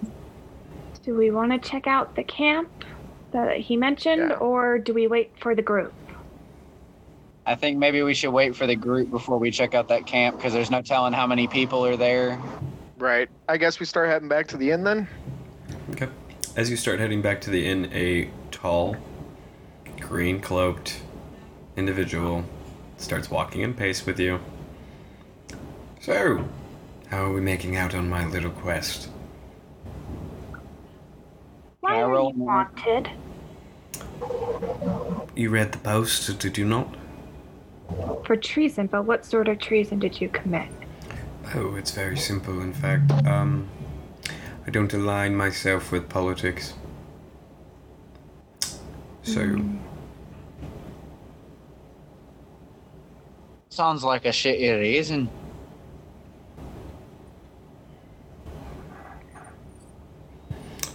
Speaker 10: Do we want to check out the camp that he mentioned, or do we wait for the group?
Speaker 11: I think maybe we should wait for the group before we check out that camp because there's no telling how many people are there.
Speaker 6: Right. I guess we start heading back to the inn then.
Speaker 2: Okay. As you start heading back to the inn, a tall, green cloaked individual starts walking in pace with you. So, how are we making out on my little quest?
Speaker 4: Why are you wanted?
Speaker 2: You read the post, did you not?
Speaker 4: For treason, but what sort of treason did you commit?
Speaker 2: Oh, it's very simple, in fact. Um, I don't align myself with politics. So,
Speaker 12: Sounds like a shitty reason.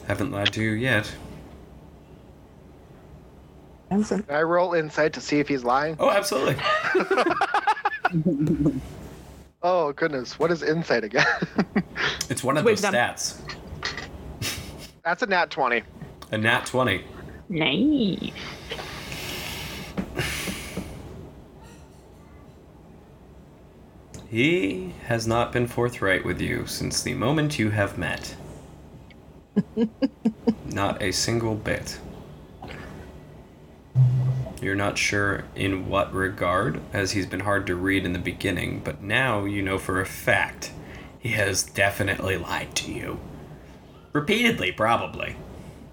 Speaker 2: haven't lied to you yet.
Speaker 6: Can I roll insight to see if he's lying?
Speaker 2: Oh, absolutely.
Speaker 6: [LAUGHS] oh goodness, what is insight again? [LAUGHS]
Speaker 2: It's one of
Speaker 6: Wait,
Speaker 2: those
Speaker 6: that-
Speaker 2: stats.
Speaker 6: That's a nat twenty.
Speaker 2: A nat 20.
Speaker 10: Nice.
Speaker 2: He has not been forthright with you since the moment you have met. not a single bit. You're not sure in what regard, as he's been hard to read in the beginning, but now you know for a fact he has definitely lied to you. Repeatedly, probably.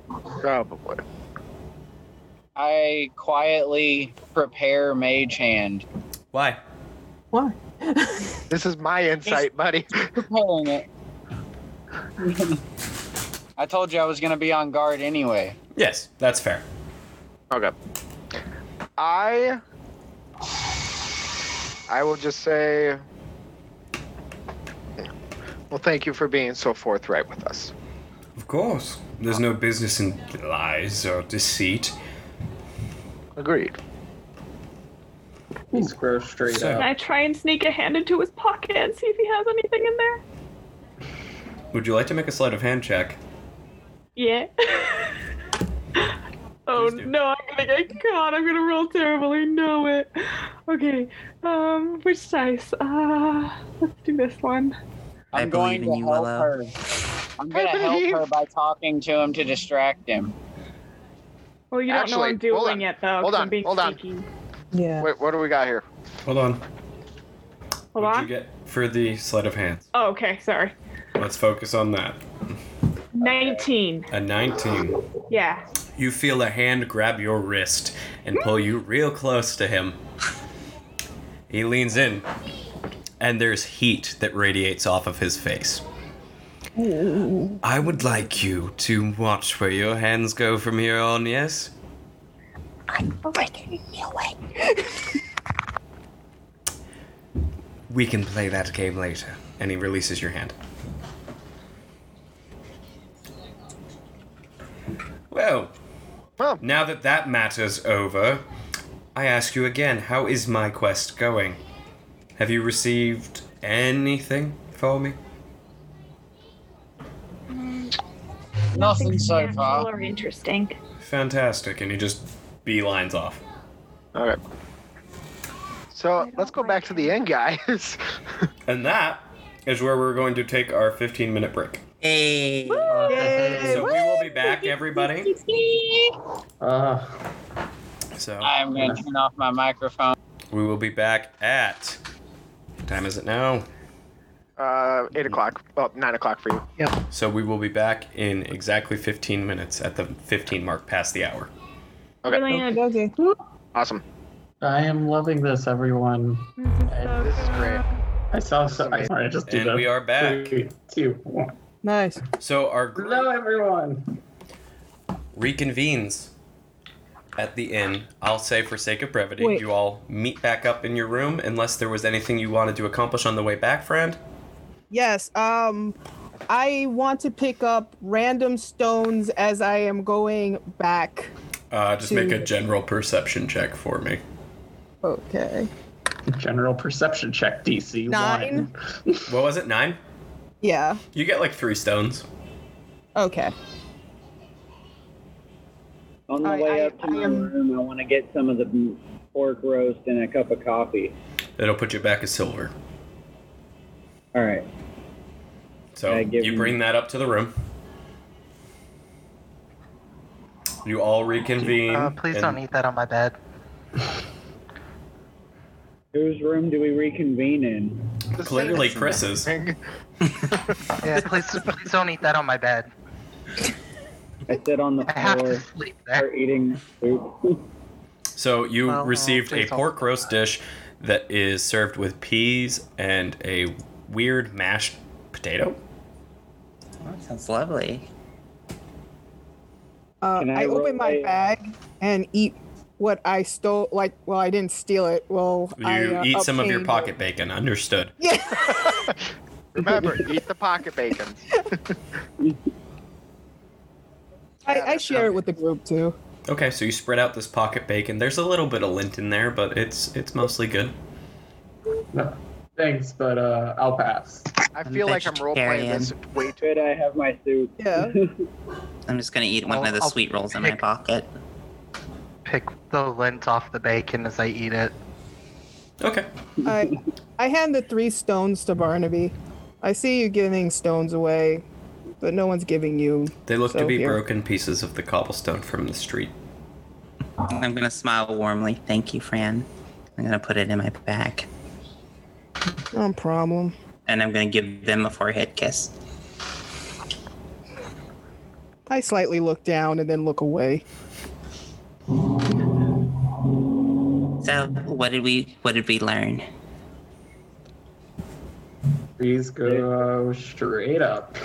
Speaker 6: Probably.
Speaker 12: I quietly prepare Mage Hand.
Speaker 2: Why?
Speaker 5: Why?
Speaker 6: This is my insight, buddy.
Speaker 12: Preparing it. I told you I was gonna be on guard anyway.
Speaker 2: Yes, that's fair.
Speaker 6: Okay. I I will just say Well thank you for being so forthright with us.
Speaker 2: Of course. There's no business in lies or deceit.
Speaker 6: Agreed.
Speaker 7: He's grow straight
Speaker 4: Can I
Speaker 7: up.
Speaker 4: try and sneak a hand into his pocket and see if he has anything in there?
Speaker 2: Would you like to make a sleight of hand check?
Speaker 4: Yeah. [LAUGHS] oh no, I'm gonna get caught. I'm gonna roll terrible. I know it. Okay. Um, which dice? Uh, let's do this one. I
Speaker 12: I'm going
Speaker 4: believe
Speaker 12: to
Speaker 4: in you,
Speaker 12: help
Speaker 4: Willow.
Speaker 12: her. I'm gonna help her by talking to him to distract him.
Speaker 4: Well, you don't know I'm
Speaker 6: Actually, hold
Speaker 4: doing it though.
Speaker 6: Hold
Speaker 4: 'cause
Speaker 6: on,
Speaker 4: I'm being
Speaker 6: hold on.
Speaker 4: sneaky.
Speaker 5: Yeah.
Speaker 6: Wait, what do we got here?
Speaker 2: Hold on.
Speaker 4: Hold
Speaker 2: What'd
Speaker 4: on.
Speaker 2: you get for the sleight of hand?
Speaker 4: Oh, okay. Sorry.
Speaker 2: Let's focus on that.
Speaker 4: Nineteen.
Speaker 2: A 19.
Speaker 4: Yeah.
Speaker 2: You feel a hand grab your wrist and pull you real close to him. He leans in, and there's heat that radiates off of his face. I would like you to watch where your hands go from here on, yes?
Speaker 8: Breaking me
Speaker 4: [LAUGHS]
Speaker 8: away.
Speaker 2: We can play that game later. And he releases your hand. Well, now that that matter's over, I ask you again how is my quest going? Have you received anything for me?
Speaker 12: Nothing so far.
Speaker 4: Are interesting.
Speaker 2: Fantastic. And he just beelines off.
Speaker 6: All right. So let's go back to the end, guys. [LAUGHS]
Speaker 2: And that is where we're going to take our 15 minute break.
Speaker 3: Hey.
Speaker 6: Uh,
Speaker 2: So we will be back, everybody.
Speaker 7: Uh,
Speaker 2: So
Speaker 12: I'm gonna turn off my microphone.
Speaker 2: we will be back at. What time is it now?
Speaker 6: Uh, eight o'clock. Well, nine o'clock for you.
Speaker 14: Yep.
Speaker 2: So we will be back in exactly 15 minutes at the 15 mark past the hour.
Speaker 6: Okay.
Speaker 5: Okay.
Speaker 6: Awesome.
Speaker 7: I am loving this, everyone.
Speaker 6: This is great.
Speaker 7: I saw. So, I sorry, I just do
Speaker 2: And
Speaker 7: that.
Speaker 2: we are back.
Speaker 7: Three, two, one.
Speaker 5: Nice.
Speaker 2: So our group
Speaker 7: Hello, everyone.
Speaker 2: reconvenes at the inn. I'll say, for sake of brevity,
Speaker 5: Wait.
Speaker 2: you all meet back up in your room unless there was anything you wanted to accomplish on the way back, friend.
Speaker 5: Yes. Um, I want to pick up random stones as I am going back.
Speaker 2: Uh, just make a
Speaker 5: Two.
Speaker 2: general perception check for me.
Speaker 5: Okay.
Speaker 7: General perception check DC [LAUGHS]
Speaker 5: Nine.
Speaker 7: one.
Speaker 2: What was it? Nine?
Speaker 5: Yeah.
Speaker 2: You get like three stones.
Speaker 5: Okay.
Speaker 11: On the way up to my room, I want to get some of the pork roast and a cup of coffee.
Speaker 2: It'll put you back as silver.
Speaker 11: All right.
Speaker 2: So you bring that up to the room. You all reconvene.
Speaker 14: Uh, please
Speaker 2: and-
Speaker 14: don't eat that on my bed.
Speaker 11: Whose room do we reconvene in?
Speaker 2: Clearly Chris's.
Speaker 14: [LAUGHS] Yeah, please, please don't eat that on my bed.
Speaker 11: I sit on the floor, start eating soup.
Speaker 2: So you
Speaker 11: Well,
Speaker 2: received a
Speaker 11: please don't.
Speaker 2: pork roast dish that is served with peas and a weird mashed potato.
Speaker 3: That sounds lovely.
Speaker 5: Uh,
Speaker 2: Can I
Speaker 5: I, open
Speaker 2: roll
Speaker 5: my
Speaker 2: a-
Speaker 5: bag and eat what I stole. Like, well, I didn't steal it. Well,
Speaker 2: You
Speaker 5: I, uh,
Speaker 2: eat some of your
Speaker 5: obtained-
Speaker 2: pocket bacon. Understood.
Speaker 6: Remember, eat the pocket bacon.
Speaker 5: [LAUGHS] I, I share it with the group too.
Speaker 2: Okay, so you spread out this pocket bacon. There's a little bit of lint in there, but it's it's mostly good.
Speaker 7: Thanks, but uh, I'll pass.
Speaker 6: I feel like I'm role playing this way too.
Speaker 11: Should I have my [LAUGHS] soup?
Speaker 5: Yeah.
Speaker 3: I'm just gonna eat one of the
Speaker 14: I'll
Speaker 3: sweet rolls in my pocket.
Speaker 14: Pick the lint off the bacon as I eat it.
Speaker 2: Okay.
Speaker 5: I, I hand the three stones to Barnaby. I see you giving stones away, but no one's giving you.
Speaker 2: They look to
Speaker 5: so
Speaker 2: be
Speaker 5: here.
Speaker 2: broken pieces of the cobblestone from the street.
Speaker 3: I'm gonna smile warmly. Thank you, Fran. I'm gonna put it in my bag,
Speaker 5: No problem.
Speaker 3: and I'm gonna give them a forehead kiss.
Speaker 5: I slightly look down and then look away.
Speaker 3: So, what did we what did we learn?
Speaker 7: Please go straight up.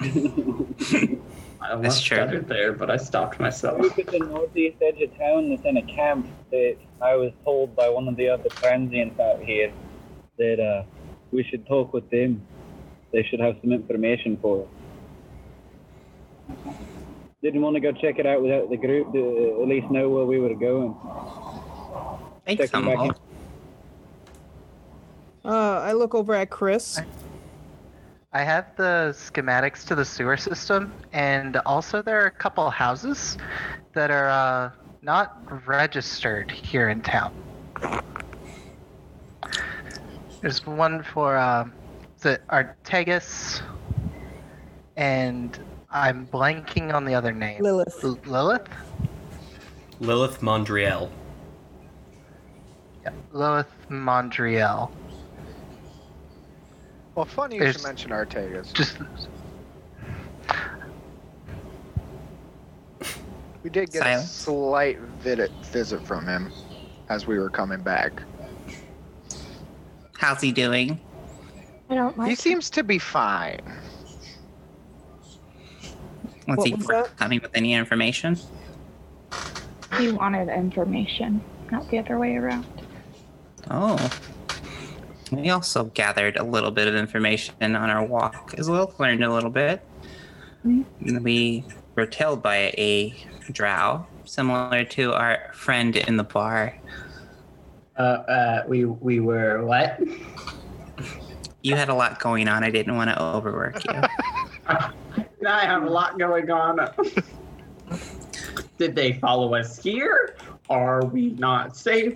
Speaker 7: I almost
Speaker 3: true.
Speaker 7: started there, but I stopped myself. [LAUGHS]
Speaker 11: Look at the northeast edge of town that's in a camp that I was told by one of the other transients out here [LAUGHS] that uh, we should talk with them. They should have some information for us. Didn't want to go check it out without the group to at least know where we were going.
Speaker 3: Thanks,
Speaker 11: Checking back in.
Speaker 5: Uh, I look over at Chris.
Speaker 14: I have the schematics to the sewer system, and also there are a couple houses that are uh, not registered here in town. There's one for uh, is it Artegas, and I'm blanking on the other name.
Speaker 5: Lilith.
Speaker 14: Lilith.
Speaker 2: Lilith Mondriel.
Speaker 14: Lilith Mondriel.
Speaker 6: Well, funny you
Speaker 14: There's-
Speaker 6: should mention Artegas.
Speaker 14: Just
Speaker 6: we did get
Speaker 14: Silence.
Speaker 6: a slight visit, visit from him as we were coming back.
Speaker 3: How's he doing?
Speaker 4: I don't
Speaker 6: He seems to be fine.
Speaker 3: Was
Speaker 4: What
Speaker 3: he
Speaker 4: was that?
Speaker 3: forthcoming with any information?
Speaker 4: He wanted information, not the other way around.
Speaker 3: Oh. We also gathered a little bit of information on our walk as well, learned a little bit.
Speaker 9: Mm-hmm.
Speaker 3: We were tailed by a drow, similar to our friend in the bar.
Speaker 9: Uh, uh, we we were what?
Speaker 3: You had a lot going on. I didn't want to overwork
Speaker 9: [LAUGHS]
Speaker 3: you.
Speaker 7: Now I have a lot going on. Did they follow us here? Are we not safe?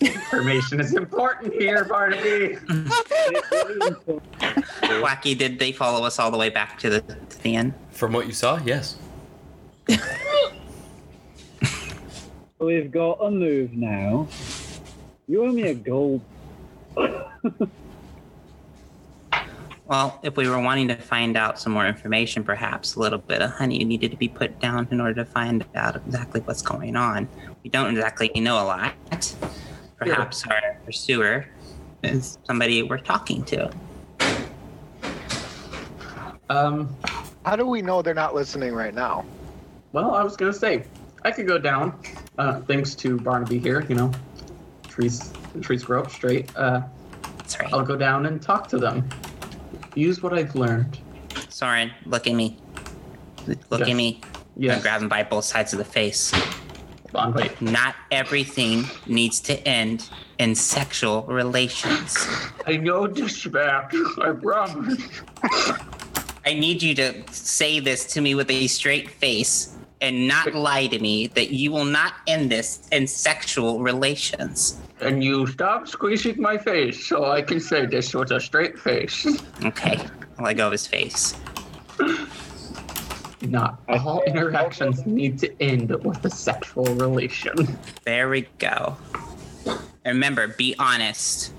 Speaker 7: Information is important here, Barnaby.
Speaker 3: Wacky, did they follow us all the way back to the, to the inn?
Speaker 2: From what you saw, yes.
Speaker 11: We've got a move now. You owe me a gold.
Speaker 3: Well, if we were wanting to find out some more information, perhaps a little bit of honey needed to be put down in order to find out exactly what's going on. We don't exactly know a lot. Perhaps our pursuer is somebody we're talking to.
Speaker 7: Um,
Speaker 6: How do we know they're not listening right now?
Speaker 7: Well, I was gonna say I could go down, uh, thanks to Barnaby here. You know, trees trees grow up straight. Uh, I'll go down and talk to them. Use what I've learned.
Speaker 3: Soren, look at me. Look at me. Yeah. I'm grabbing by both sides of the face. Not everything needs to end in sexual relations.
Speaker 7: I know Dishback. I promise.
Speaker 3: I need you to say this to me with a straight face and not lie to me that you will not end this in sexual relations.
Speaker 7: And you stop squeezing my face so I can say this with
Speaker 3: Oh
Speaker 7: a straight face.
Speaker 3: Okay. I'll let go of his face.
Speaker 7: not. All interactions need to end with a sexual relation.
Speaker 3: There we go. And remember, be honest,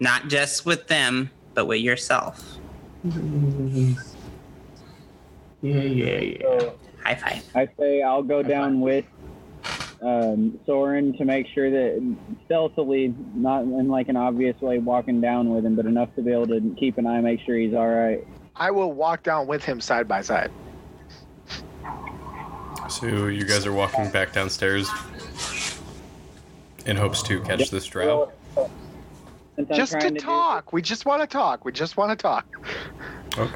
Speaker 3: not just with them, but with yourself.
Speaker 7: Mm-hmm. Yeah, yeah, yeah.
Speaker 3: High five.
Speaker 11: I say I'll go down with um, Soren to make sure that stealthily, not in like an obvious way, walking down with him, but enough to be able to keep an eye, make sure he's all right.
Speaker 6: I will walk down with him side by side.
Speaker 2: So you guys are walking back downstairs in hopes to catch this drow.
Speaker 11: I'm
Speaker 6: Just to
Speaker 11: trying to do-
Speaker 6: talk. We just want to talk. We just want to
Speaker 7: [LAUGHS]
Speaker 6: talk.
Speaker 2: Okay.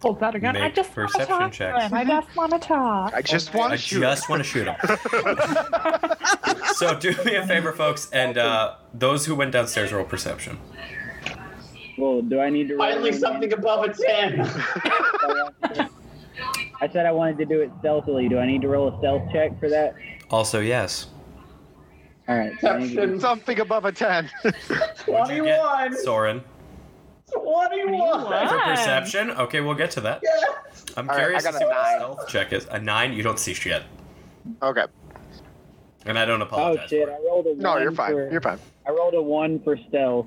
Speaker 4: Hold that again. I
Speaker 2: Make
Speaker 4: just want to
Speaker 2: perception
Speaker 4: talk to
Speaker 2: checks.
Speaker 4: him. I just want to talk.
Speaker 6: I just want
Speaker 2: I
Speaker 6: to shoot.
Speaker 2: just want
Speaker 6: [LAUGHS]
Speaker 2: to shoot him. so do me a favor, folks, and uh, those who went downstairs roll perception.
Speaker 11: Well, do I need to? roll
Speaker 7: Finally,
Speaker 11: an
Speaker 7: something above a 10.
Speaker 11: I said I wanted to do it stealthily. Do I need to roll a stealth check for that?
Speaker 2: Also, yes.
Speaker 11: All right. so I need to do-
Speaker 6: Something above a
Speaker 7: [LAUGHS]
Speaker 6: 10.
Speaker 2: What'd you get, Soren?
Speaker 7: 21.
Speaker 2: For
Speaker 7: [LAUGHS]
Speaker 2: perception? Okay, we'll get to that.
Speaker 7: Yeah.
Speaker 2: I'm
Speaker 6: All right,
Speaker 2: curious
Speaker 6: I got a
Speaker 2: to see what the
Speaker 6: nine.
Speaker 2: stealth check is. A nine, you don't see shit.
Speaker 6: Okay.
Speaker 2: And I don't
Speaker 11: Oh
Speaker 2: apologize.
Speaker 11: shit! I rolled a one.
Speaker 6: No, you're fine.
Speaker 11: For,
Speaker 6: You're fine.
Speaker 11: I rolled a one for stealth.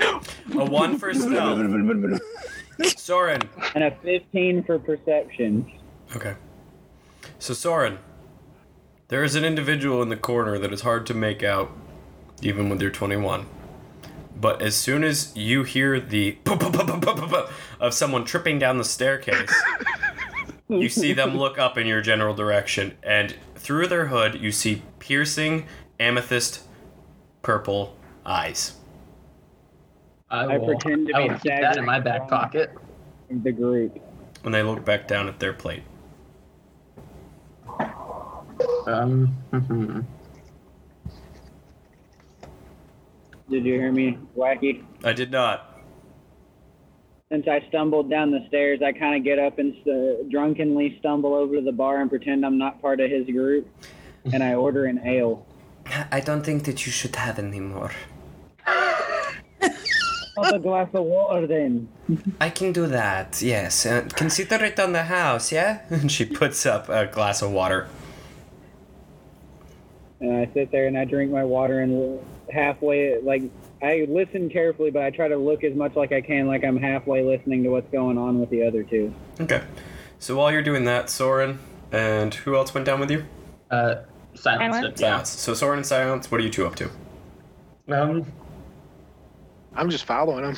Speaker 2: A one for stealth. Soren.
Speaker 11: And a fifteen for perception.
Speaker 2: Okay. So, Soren, there is an individual in the corner that is hard to make out, even with your 21. But as soon as you hear the [LAUGHS] pop, pop, pop, pop, pop, pop, pop of someone tripping down the staircase, you see them
Speaker 6: [LAUGHS]
Speaker 11: [LAUGHS]
Speaker 2: look up in your general direction, and through their hood, you see piercing, amethyst, purple eyes.
Speaker 7: I, will,
Speaker 11: pretend to
Speaker 7: I
Speaker 11: be
Speaker 7: will keep that in my back pocket.
Speaker 11: The group.
Speaker 2: And they look back down at their plate.
Speaker 7: Um, mhm.
Speaker 11: Did you hear me, Wacky?
Speaker 2: I did not.
Speaker 11: Since I stumbled down the stairs, I kind of get up and uh, drunkenly stumble over to the bar and pretend I'm not part of his group, and I order an ale.
Speaker 16: I don't think that you should have any more.
Speaker 11: Up a glass of water, then.
Speaker 16: I can do that, yes. Uh, consider it on the house, yeah?
Speaker 2: [LAUGHS] And she puts up a glass of water.
Speaker 11: And I sit there and I drink my water and halfway, like I listen carefully, but I try to look as much like I can, like I'm halfway listening to what's going on with the other two.
Speaker 2: Okay. So while you're doing that, Soren and who else went down with you?
Speaker 7: Uh, silence.
Speaker 2: Silence. So Soren and Silence, what are you two up to?
Speaker 7: Um,
Speaker 6: I'm just following him,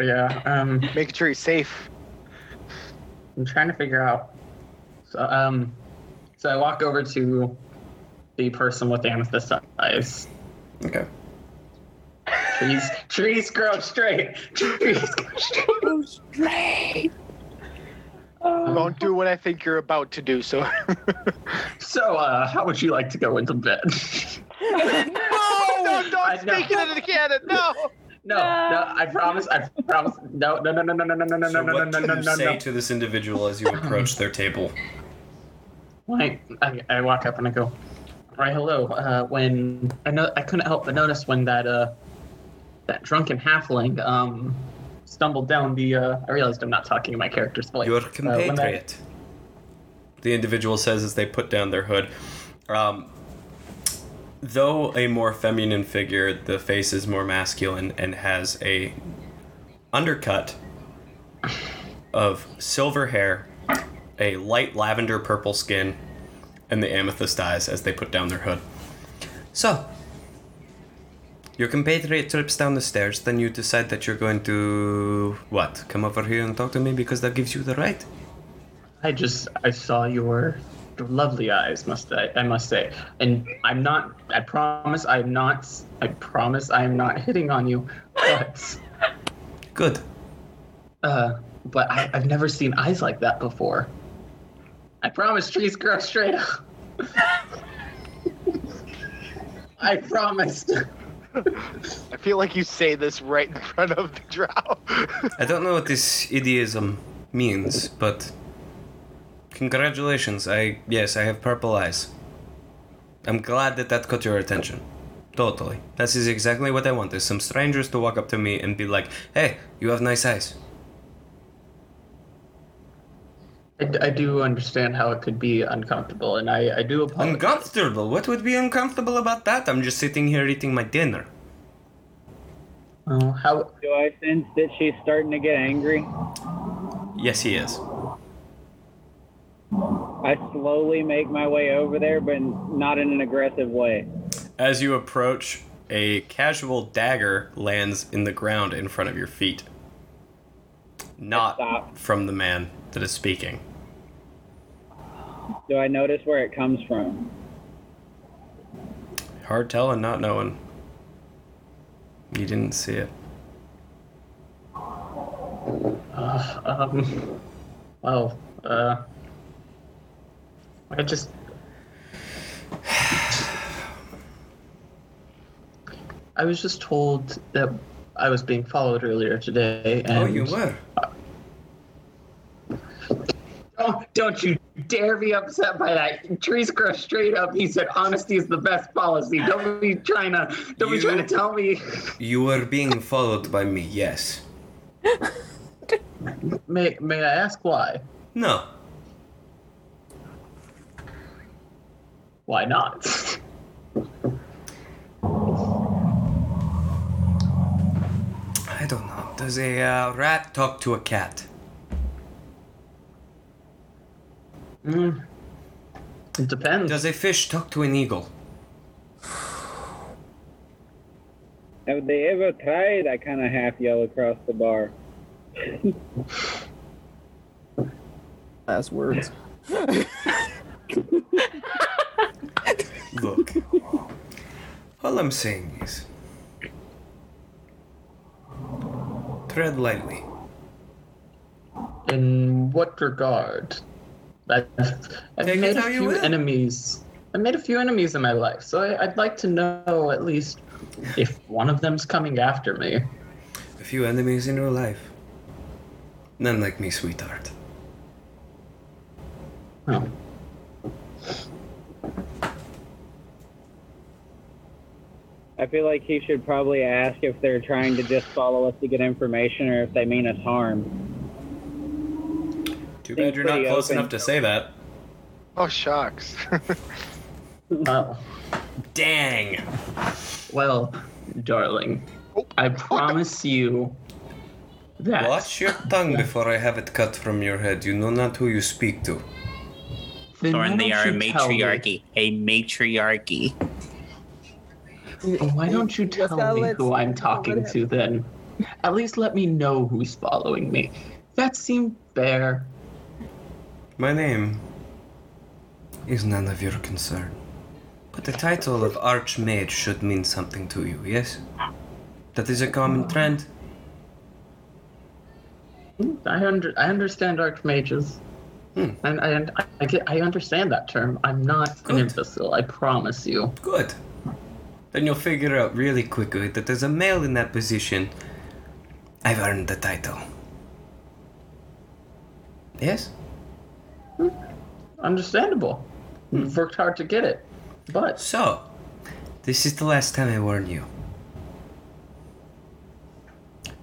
Speaker 7: yeah, um,
Speaker 6: making sure he's safe.
Speaker 7: I'm trying to figure out. So, um, so I walk over to the person with the amethyst eyes.
Speaker 2: Okay.
Speaker 7: Trees, trees grow straight. Trees grow straight.
Speaker 6: Don't do what I think you're about to do, so. [LAUGHS]
Speaker 7: So, uh, how would you like to go into bed? [LAUGHS]
Speaker 6: no! Don't,
Speaker 7: I
Speaker 6: don't speak it
Speaker 7: know.
Speaker 6: into the cannon. No.
Speaker 7: No, no, I promise. I promise. No, no, no, no, no, no, no, no, no,
Speaker 2: So
Speaker 7: no, no,
Speaker 2: what
Speaker 7: no,
Speaker 2: do
Speaker 7: no,
Speaker 2: you
Speaker 7: no,
Speaker 2: say
Speaker 7: no.
Speaker 2: to this individual as you approach their table?
Speaker 7: Like, I, I walk up and I go, right, hello. Uh, when I know I couldn't help but notice when that uh, that drunken halfling um, stumbled down the. Uh, I realized I'm not talking in my character's voice.
Speaker 2: Your
Speaker 7: Uh, when that-
Speaker 2: compatriot. The individual says as they put down their hood. Um, though a more feminine figure, the face is more masculine and has a undercut of silver hair, a light lavender purple skin, and the amethyst eyes as they put down their hood. So,
Speaker 16: Your compatriot trips down the stairs, then you decide that you're going to. What? Come over here and talk to me because that gives you the right?
Speaker 7: I just I saw your your lovely eyes, must I, I must say. And I'm not I promise I'm not I promise I am not hitting on you, but
Speaker 16: Good.
Speaker 7: uh but I, I've never seen eyes like that before. I promise trees grow straight
Speaker 6: [LAUGHS]
Speaker 7: up. I promised.
Speaker 6: I feel like you say this right in front of the drow.
Speaker 16: I don't know what this idiom means, but. Congratulations, I. Yes, I have purple eyes. I'm glad that that caught your attention. Totally. This is exactly what I want, is some strangers to walk up to me and be like, hey, you have nice eyes.
Speaker 7: I, I do understand how it could be uncomfortable, and I, I do apologize.
Speaker 16: Uncomfortable? What would be uncomfortable about that? I'm just sitting here eating my dinner.
Speaker 7: Oh, how?
Speaker 11: Do I sense that she's starting to get angry?
Speaker 2: Yes, he is.
Speaker 11: I slowly make my way over there, but not in an aggressive way.
Speaker 2: As you approach, a casual dagger lands in the ground in front of your feet. Not from the man that is speaking.
Speaker 11: Do I notice where it comes from?
Speaker 2: Hard telling, not knowing. You didn't see it.
Speaker 7: Uh, um, well, uh, I just. I was just told that I was being followed earlier today. And
Speaker 16: Oh, you were.
Speaker 9: Oh, don't you dare be upset by that. Trees grow straight up. He said, "Honesty is the best policy." Don't be trying to. Don't be
Speaker 16: You-
Speaker 9: trying to tell me.
Speaker 16: You were being followed by me, yes.
Speaker 7: May May I ask why?
Speaker 16: No.
Speaker 7: Why not?
Speaker 16: I don't know. Does a uh, rat talk to a cat?
Speaker 7: Mm. It depends.
Speaker 16: Does a fish talk to an eagle?
Speaker 11: Have they ever tried? I kind of half yell across the bar.
Speaker 5: Last words.
Speaker 16: Look. All I'm saying is. Tread lightly.
Speaker 7: In what regard? I've, I've
Speaker 16: Take it
Speaker 7: made a
Speaker 16: how you
Speaker 7: few
Speaker 16: will.
Speaker 7: enemies. I made a few enemies in my life, so I, I'd like to know at least if one of them's coming after me.
Speaker 16: A few enemies in your life. None like me, sweetheart.
Speaker 7: Oh.
Speaker 11: I feel like he should probably ask if they're trying to just follow us to get information or if they mean us harm.
Speaker 2: Too bad you're not
Speaker 11: pretty
Speaker 2: close
Speaker 11: open.
Speaker 2: enough to say that.
Speaker 6: Oh, shucks.
Speaker 7: Oh.
Speaker 2: Dang.
Speaker 7: Well, darling, I promise you that.
Speaker 16: Watch your tongue before I have it cut from your head. You know not who you speak to.
Speaker 7: Then
Speaker 3: Thorin,
Speaker 7: why
Speaker 3: they
Speaker 7: don't
Speaker 3: are a
Speaker 7: you tell me-
Speaker 3: matriarchy. A matriarchy.
Speaker 7: Oh, Why don't you tell me who I'm talking to then? At least let me know who's following me. That seemed fair.
Speaker 16: My name is none of your concern. But the title of Archmage should mean something to you, yes? That is a
Speaker 7: Oh,
Speaker 16: common trend.
Speaker 7: I under I understand archmages. And I, and I, I get I understand that term. I'm not an imbecile. I promise you.
Speaker 16: Good. Then you'll figure out really quickly that as a male in that position, I've earned the title. Yes?
Speaker 7: Understandable. You've worked hard to get it. But
Speaker 16: Hmm. so, this is the last time I warn you.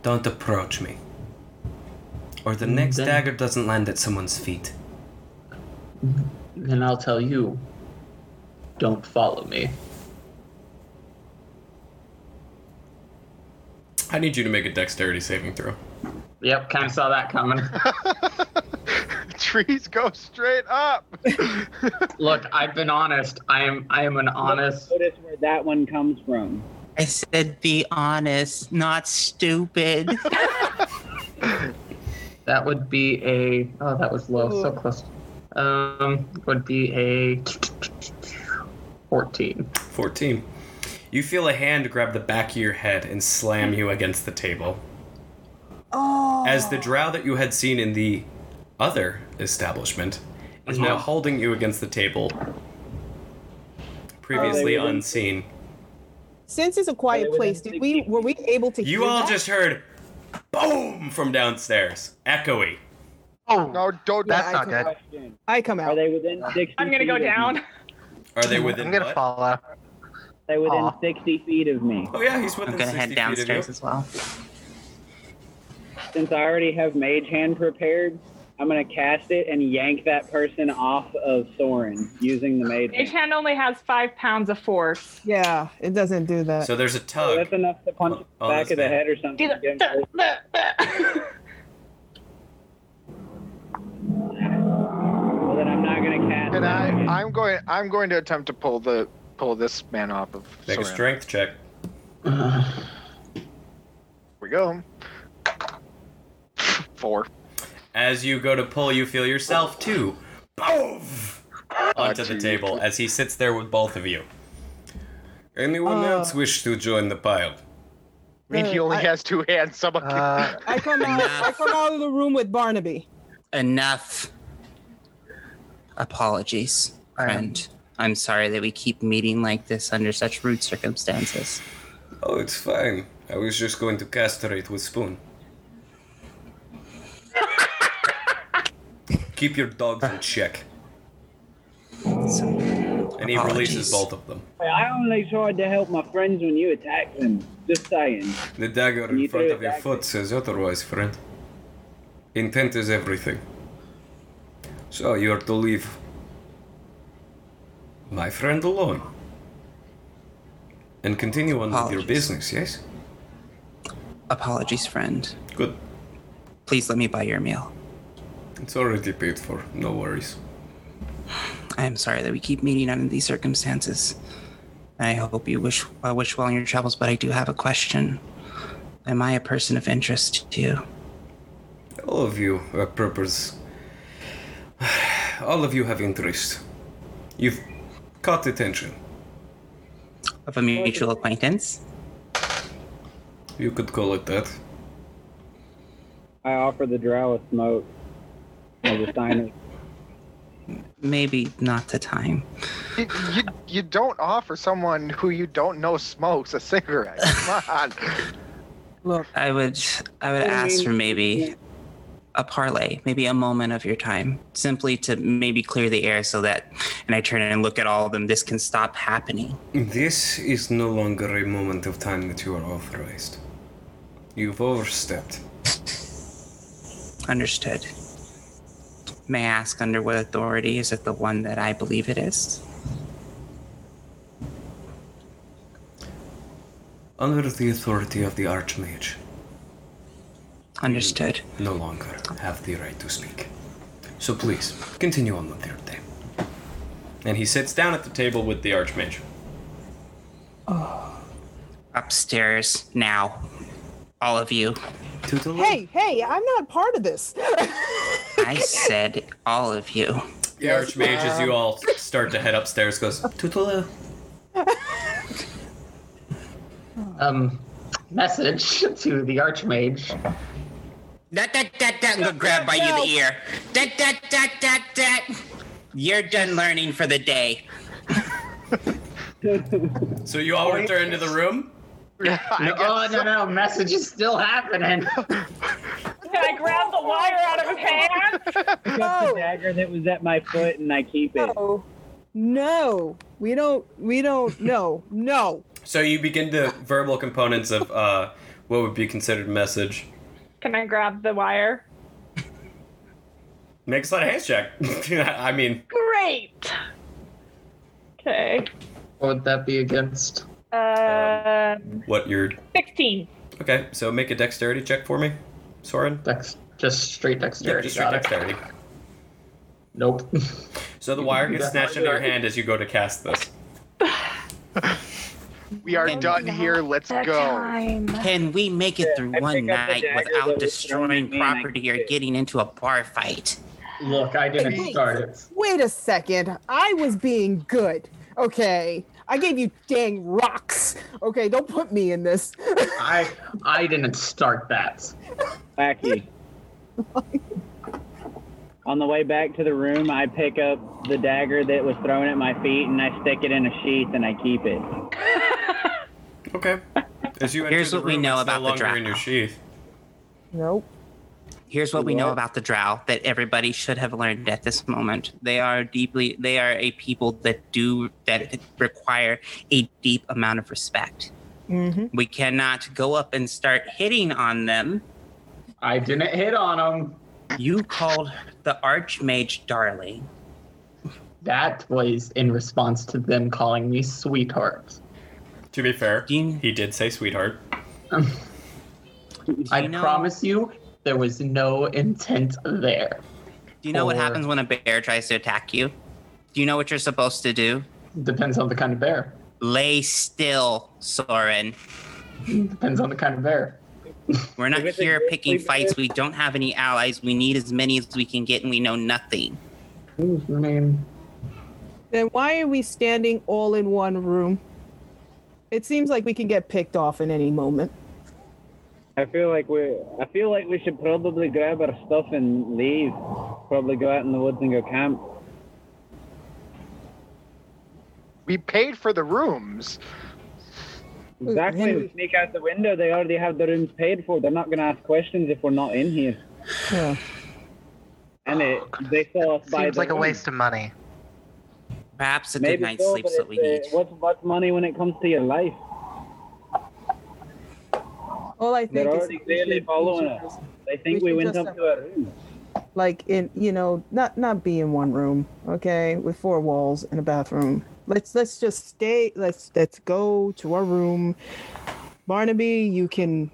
Speaker 16: Don't approach me. Or the next
Speaker 7: Then-
Speaker 16: dagger doesn't land at someone's feet.
Speaker 7: Then I'll tell you. Don't follow me.
Speaker 2: I need you to make a dexterity saving throw.
Speaker 7: Yep, kind of saw that coming. [LAUGHS]
Speaker 6: Trees go straight up.
Speaker 7: [LAUGHS] Look, I've been honest. I am I am an honest. [LAUGHS]
Speaker 11: Notice where that one comes from.
Speaker 3: I said be honest, not stupid.
Speaker 7: [LAUGHS] That would be a oh that was low, so close. Um would be a 14.
Speaker 2: 14. You feel a hand grab the back of your head and slam you against the table.
Speaker 5: Oh.
Speaker 2: As the drow that you had seen in the other establishment is now holding you against the table, previously
Speaker 5: Oh, they wouldn't-
Speaker 2: unseen.
Speaker 5: Since it's a quiet place, did we were we able to?
Speaker 2: You
Speaker 5: hear
Speaker 2: all
Speaker 5: that?
Speaker 2: just heard boom from downstairs, echoey.
Speaker 14: Oh
Speaker 6: no! Don't.
Speaker 5: That's I not come good. out. Uh, I come out. Are
Speaker 11: they within six?
Speaker 5: I'm gonna
Speaker 11: feet
Speaker 5: go
Speaker 11: of
Speaker 5: down.
Speaker 11: me?
Speaker 2: Are they within
Speaker 14: I'm gonna
Speaker 2: what?
Speaker 14: follow.
Speaker 11: They within
Speaker 14: Aw.
Speaker 11: sixty feet of me.
Speaker 2: Oh yeah, he's within
Speaker 3: I'm gonna
Speaker 2: 60
Speaker 3: head
Speaker 2: feet of you.
Speaker 3: downstairs as well.
Speaker 11: Since I already have mage hand prepared, I'm gonna cast it and yank that person off of Soren using the mage.
Speaker 4: Mage hand only has five pounds of force.
Speaker 5: Yeah, it doesn't do that.
Speaker 2: So there's a tug.
Speaker 11: that's enough to punch
Speaker 2: Oh,
Speaker 11: back
Speaker 2: that's
Speaker 11: of the
Speaker 2: bad.
Speaker 11: head or something.
Speaker 4: Do
Speaker 11: Again, well, then I'm not gonna cast.
Speaker 6: And I, I'm going. I'm going to attempt to pull the pull this man off of.
Speaker 2: Make a
Speaker 6: Soren.
Speaker 2: strength check.
Speaker 6: Here we go. Four.
Speaker 2: As you go to pull, you feel
Speaker 5: Oh.
Speaker 2: yourself too
Speaker 5: Ah,
Speaker 2: onto the table as he sits there with both of you. Anyone
Speaker 5: Uh.
Speaker 2: else wish to join the pile?
Speaker 6: I mean, he only has two hands. Someone.
Speaker 5: I come out. I come out of the room with Barnaby.
Speaker 3: Enough. Apologies, friend. I'm sorry that we keep meeting like this under such rude circumstances.
Speaker 2: Oh, it's fine. I was just going to castrate with spoon. Keep your dogs in check. And he releases both of them.
Speaker 11: Hey, I only tried to help my friends when you attacked them. Just saying.
Speaker 2: The dagger in
Speaker 11: You
Speaker 2: front
Speaker 11: do
Speaker 2: of your
Speaker 11: exactly.
Speaker 2: foot says otherwise, friend. Intent is everything. So you are to leave my friend alone. And continue on with your business, yes?
Speaker 3: Apologies, friend.
Speaker 2: Good.
Speaker 3: Please let me buy your meal.
Speaker 2: It's already paid for, no worries.
Speaker 3: I am sorry that we keep meeting under these circumstances. I hope you wish well, wish well in your travels, but I do have a question. Am I a person of interest to you?
Speaker 2: All of you are purpose. [SIGHS] All of you have interest. You've caught attention.
Speaker 3: Of a mutual acquaintance?
Speaker 2: You could call it that.
Speaker 11: I offer the drow a smoke. Or the signer.
Speaker 3: Maybe not the time.
Speaker 6: [LAUGHS] You, you, you don't offer someone who you don't know smokes a cigarette. Come on.
Speaker 5: Look,
Speaker 3: I would I would
Speaker 6: I
Speaker 3: ask
Speaker 6: mean-
Speaker 3: for maybe a parlay, maybe a moment of your time, simply to maybe clear the air so that and I turn and look at all of them, this can stop happening.
Speaker 2: This is no longer a moment of time that you are authorized. You've overstepped.
Speaker 3: Understood. May I ask under what authority? Is it the one that I believe it is?
Speaker 2: Under the authority of the Archmage.
Speaker 3: Understood.
Speaker 2: No longer have the right to speak. So please, continue on [LAUGHS] with your day. And he sits down at the table with the Archmage.
Speaker 5: Oh.
Speaker 3: Upstairs now. All of you.
Speaker 5: Hey, hey! I'm not part of this. [LAUGHS]
Speaker 3: I said all of you.
Speaker 2: The Archmage, as you all start to head upstairs, goes, Tutulu.
Speaker 7: [LAUGHS] Um, message [LAUGHS] to the Archmage.
Speaker 3: That that that that I'm gonna grab by you the ear. That that that that that. You're done learning for the day.
Speaker 2: So you all return to the room?
Speaker 7: No, oh, no, no, message is still happening.
Speaker 4: Can I grab the wire out of his hand?
Speaker 11: I got the dagger that was at my foot and I keep it.
Speaker 5: Oh. No, no, we don't. We don't. No, Oh, no.
Speaker 2: So you begin the verbal components of uh, what would be considered message.
Speaker 4: Can I grab the wire?
Speaker 2: Make a sleight of hand check. [LAUGHS] I mean,
Speaker 4: Great. Okay.
Speaker 7: What would that be against?
Speaker 4: Um,
Speaker 2: what you're.
Speaker 4: 16.
Speaker 2: Okay, so make a dexterity check for me, Soren.
Speaker 7: Dex, just straight
Speaker 2: Yeah,
Speaker 7: dexterity.
Speaker 2: just straight
Speaker 7: got it.
Speaker 2: dexterity.
Speaker 7: Nope. [LAUGHS]
Speaker 2: So the wire gets snatched out of your hand as you go to cast this.
Speaker 6: We are done here. Let's go.
Speaker 3: Can we make it through one
Speaker 6: pick up the
Speaker 3: night
Speaker 6: dagger
Speaker 3: without
Speaker 6: that was
Speaker 3: destroying property or getting into a bar fight?
Speaker 7: Look, I didn't
Speaker 5: Wait.
Speaker 7: start it.
Speaker 5: Wait a second. I was being good. Okay. I gave you dang rocks. Okay, don't put me in this.
Speaker 7: I I didn't start that.
Speaker 11: Wacky. [LAUGHS] On the way back to the room, I pick up the dagger that was thrown at my feet and I stick it in a sheath and I keep it.
Speaker 2: Okay. As you
Speaker 3: Here's what we know about the drow.
Speaker 5: Nope.
Speaker 3: Here's what we know about the drow that everybody should have learned at this moment. They are deeply they are a people that do that require a deep amount of respect.
Speaker 5: Mm-hmm.
Speaker 3: We cannot go up and start hitting on them
Speaker 7: I didn't hit on him.
Speaker 3: You called the Archmage darling.
Speaker 7: That was in response to them calling me sweetheart.
Speaker 2: To be fair, he did say sweetheart.
Speaker 7: Um, I promise you, there was no intent there.
Speaker 3: Do you know what
Speaker 7: Or-
Speaker 3: happens when a bear tries to attack you? Do you know what you're supposed to do?
Speaker 7: Depends on the kind of bear.
Speaker 3: Lay still, Soren.
Speaker 7: Depends on the kind of bear.
Speaker 3: We're not here picking fights. We don't have any allies. We need as many as we can get, and we know nothing.
Speaker 7: I mean,
Speaker 5: Then why are we standing all in one room? It seems like we can get picked off in any moment.
Speaker 11: I feel like we I feel like we should probably grab our stuff and leave. Probably go out in the woods and go camp.
Speaker 6: We paid for the rooms.
Speaker 11: Exactly. We sneak out the window. They already have the rooms paid for. They're not going to ask questions if we're not in here.
Speaker 5: Yeah.
Speaker 11: And it, they saw us buy
Speaker 14: Oh, Seems
Speaker 11: the
Speaker 14: like a
Speaker 11: room.
Speaker 14: waste of money.
Speaker 3: Perhaps a
Speaker 11: Maybe
Speaker 3: good night's
Speaker 11: so,
Speaker 3: sleep's
Speaker 11: but
Speaker 3: what we need.
Speaker 11: it's, uh, What's, what's money when it comes to your life?
Speaker 5: All I think
Speaker 11: They're
Speaker 5: is
Speaker 11: already clearly following us. They think
Speaker 5: we
Speaker 11: we,
Speaker 5: should
Speaker 11: went
Speaker 5: just,
Speaker 11: up to a room.
Speaker 5: like in you know not not be in one room, okay, with four walls and a bathroom. Let's let's just stay. Let's let's go to our room. Barnaby, you can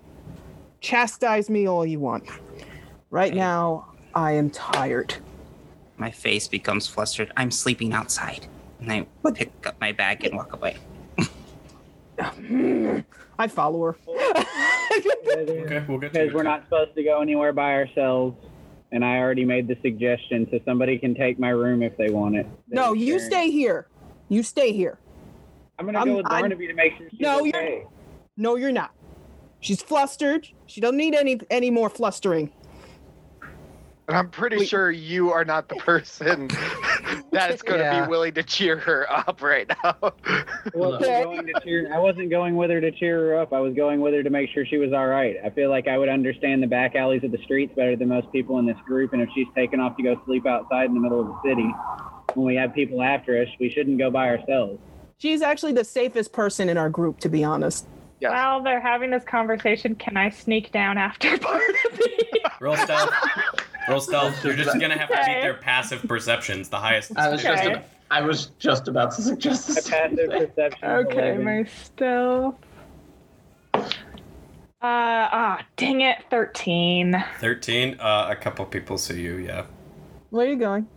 Speaker 5: chastise me all you want. Right now, I am tired. [SIGHS]
Speaker 3: My face becomes flustered. I'm sleeping outside, and I pick up my bag and walk away.
Speaker 5: I follow her.
Speaker 11: okay,
Speaker 2: we'll get
Speaker 11: Because we're not supposed to go anywhere by ourselves. And I already made the suggestion, so somebody can take my room if they want it.
Speaker 5: No, you stay here. You stay here.
Speaker 11: I'm gonna go with Barnaby to make sure she's
Speaker 5: No,
Speaker 11: okay.
Speaker 5: you're no, you're not. She's flustered. She don't need any any more flustering.
Speaker 6: And I'm pretty sure you are not the
Speaker 2: [LAUGHS]
Speaker 6: person that is going to
Speaker 11: Yeah.
Speaker 6: be willing to cheer her up right now. [LAUGHS]
Speaker 11: Well,
Speaker 6: Okay.
Speaker 11: I'm going to cheer, I wasn't going with her to cheer her up. I was going with her to make sure she was all right. I feel like I would understand the back alleys of the streets better than most people in this group. And if she's taken off to go sleep outside in the middle of the city, when we have people after us, we shouldn't go by ourselves.
Speaker 5: She's actually the safest person in our group, to be honest.
Speaker 4: While they're having this conversation, can I sneak down after [LAUGHS]
Speaker 2: Roll stealth. Roll stealth. You're just gonna have to beat their passive perceptions, the highest.
Speaker 7: I was just
Speaker 4: Okay.
Speaker 7: I was just about to suggest this.
Speaker 11: passive perception.
Speaker 4: Okay, my stealth. Uh, ah, dang it, 13.
Speaker 2: Thirteen. Uh, a couple people see you. Yeah.
Speaker 5: Where are you
Speaker 4: [LAUGHS]
Speaker 5: going?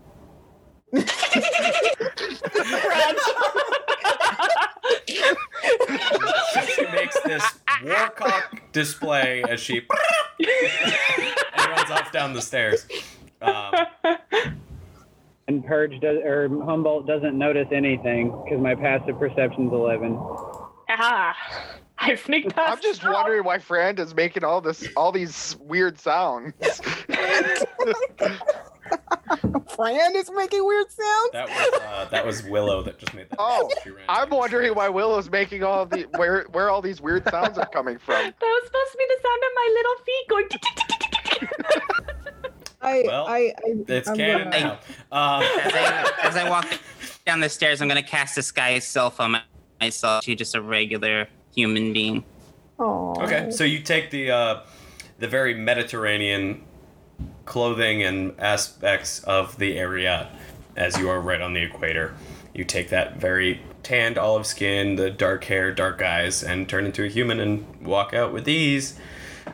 Speaker 2: she makes this warcock display as she [LAUGHS] and runs off down the stairs. Um,
Speaker 11: And Purge does, or Humboldt doesn't notice anything because my passive perception's 11.
Speaker 4: Ah, [LAUGHS] I sneaked past.
Speaker 6: I'm just wondering why Fran is making all this, all these weird sounds.
Speaker 5: [LAUGHS] Fran is making weird sounds.
Speaker 2: that was uh, that was Willow that just made that.
Speaker 6: Oh, I'm wondering why Willow's making all the where where all these weird sounds are coming from.
Speaker 4: That was supposed to be the sound of my little feet going. [LAUGHS] tick, tick, tick, tick, tick, tick.
Speaker 5: [LAUGHS] I,
Speaker 2: Well,
Speaker 5: I, I,
Speaker 2: It's
Speaker 5: I'm
Speaker 2: canon
Speaker 5: gonna-
Speaker 2: now. Uh,
Speaker 3: as, I, as I walk down the stairs, I'm gonna cast disguise self on my, myself to just a regular human being.
Speaker 5: Aw.
Speaker 2: Okay, so you take the uh, the very Mediterranean clothing and aspects of the area, as you are right on the equator. You take that very tanned olive skin, the dark hair, dark eyes, and turn into a human and walk out with ease.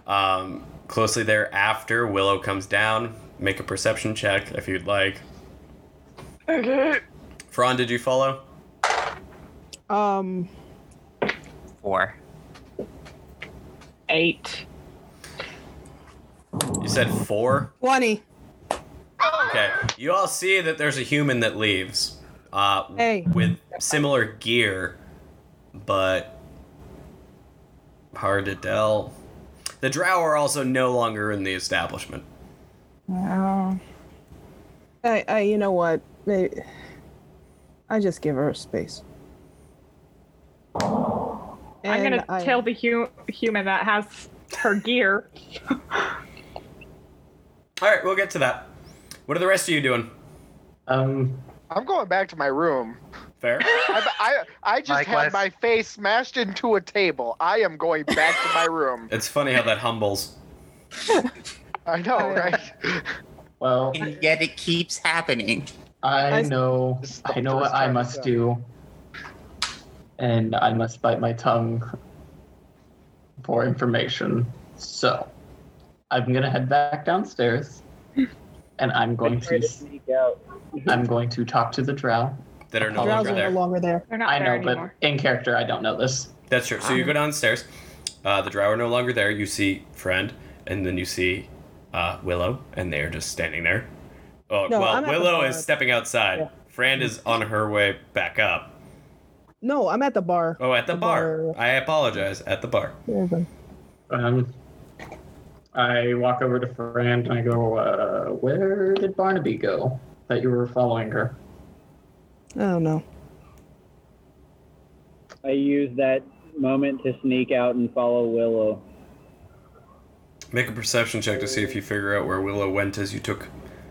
Speaker 2: Um, closely thereafter, Willow comes down. Make a perception check if you'd like.
Speaker 4: Okay.
Speaker 2: Fran, did you follow?
Speaker 5: [LAUGHS] Um,
Speaker 3: Four.
Speaker 4: Eight.
Speaker 2: You said four.
Speaker 5: twenty.
Speaker 2: Okay. You all see that there's a human that leaves uh,
Speaker 5: Hey.
Speaker 2: with similar gear, but hard to tell. The drow are also no longer in the establishment.
Speaker 5: Wow. I, I, you know what? I, I just give her space.
Speaker 4: I'm
Speaker 5: And
Speaker 4: gonna
Speaker 5: I-
Speaker 4: tell the hu- human that has her gear.
Speaker 2: All right, we'll get to that. What are the rest of you doing?
Speaker 7: Um,
Speaker 6: I'm going back to my room.
Speaker 2: Fair.
Speaker 6: I I, I just
Speaker 2: Likewise.
Speaker 6: had my face smashed into a table. I am
Speaker 5: [LAUGHS]
Speaker 6: going back to my room.
Speaker 2: It's funny how that humbles.
Speaker 6: I know, right?
Speaker 7: Well,
Speaker 3: and yet it keeps happening.
Speaker 7: I know. I know what I must do. And I must bite my tongue for information. So, I'm gonna head back downstairs, and I'm going to. s- [LAUGHS] I'm going to talk to the drow.
Speaker 2: That are no
Speaker 5: Drow's
Speaker 2: longer there.
Speaker 5: longer there.
Speaker 4: They're
Speaker 7: I know, but in character, I don't know this.
Speaker 2: That's true. So you go downstairs. Uh, the drow are no longer there. You see friend, and then you see uh, Willow, and they are just standing there. Oh
Speaker 5: No,
Speaker 2: well,
Speaker 5: I'm at the
Speaker 2: Willow
Speaker 5: bar.
Speaker 2: is stepping outside. Fran is on her way back up.
Speaker 5: No, I'm at the bar.
Speaker 2: Oh, at the, bar.
Speaker 5: Uh.
Speaker 2: I apologize. At the bar.
Speaker 5: There you go.
Speaker 7: Um, I walk over to Fran and I go, uh, "Where did Barnaby go? That you were following her?"
Speaker 5: I don't know.
Speaker 11: I use that moment to sneak out and follow Willow.
Speaker 2: Make a perception check to see if you figure out where Willow went as you took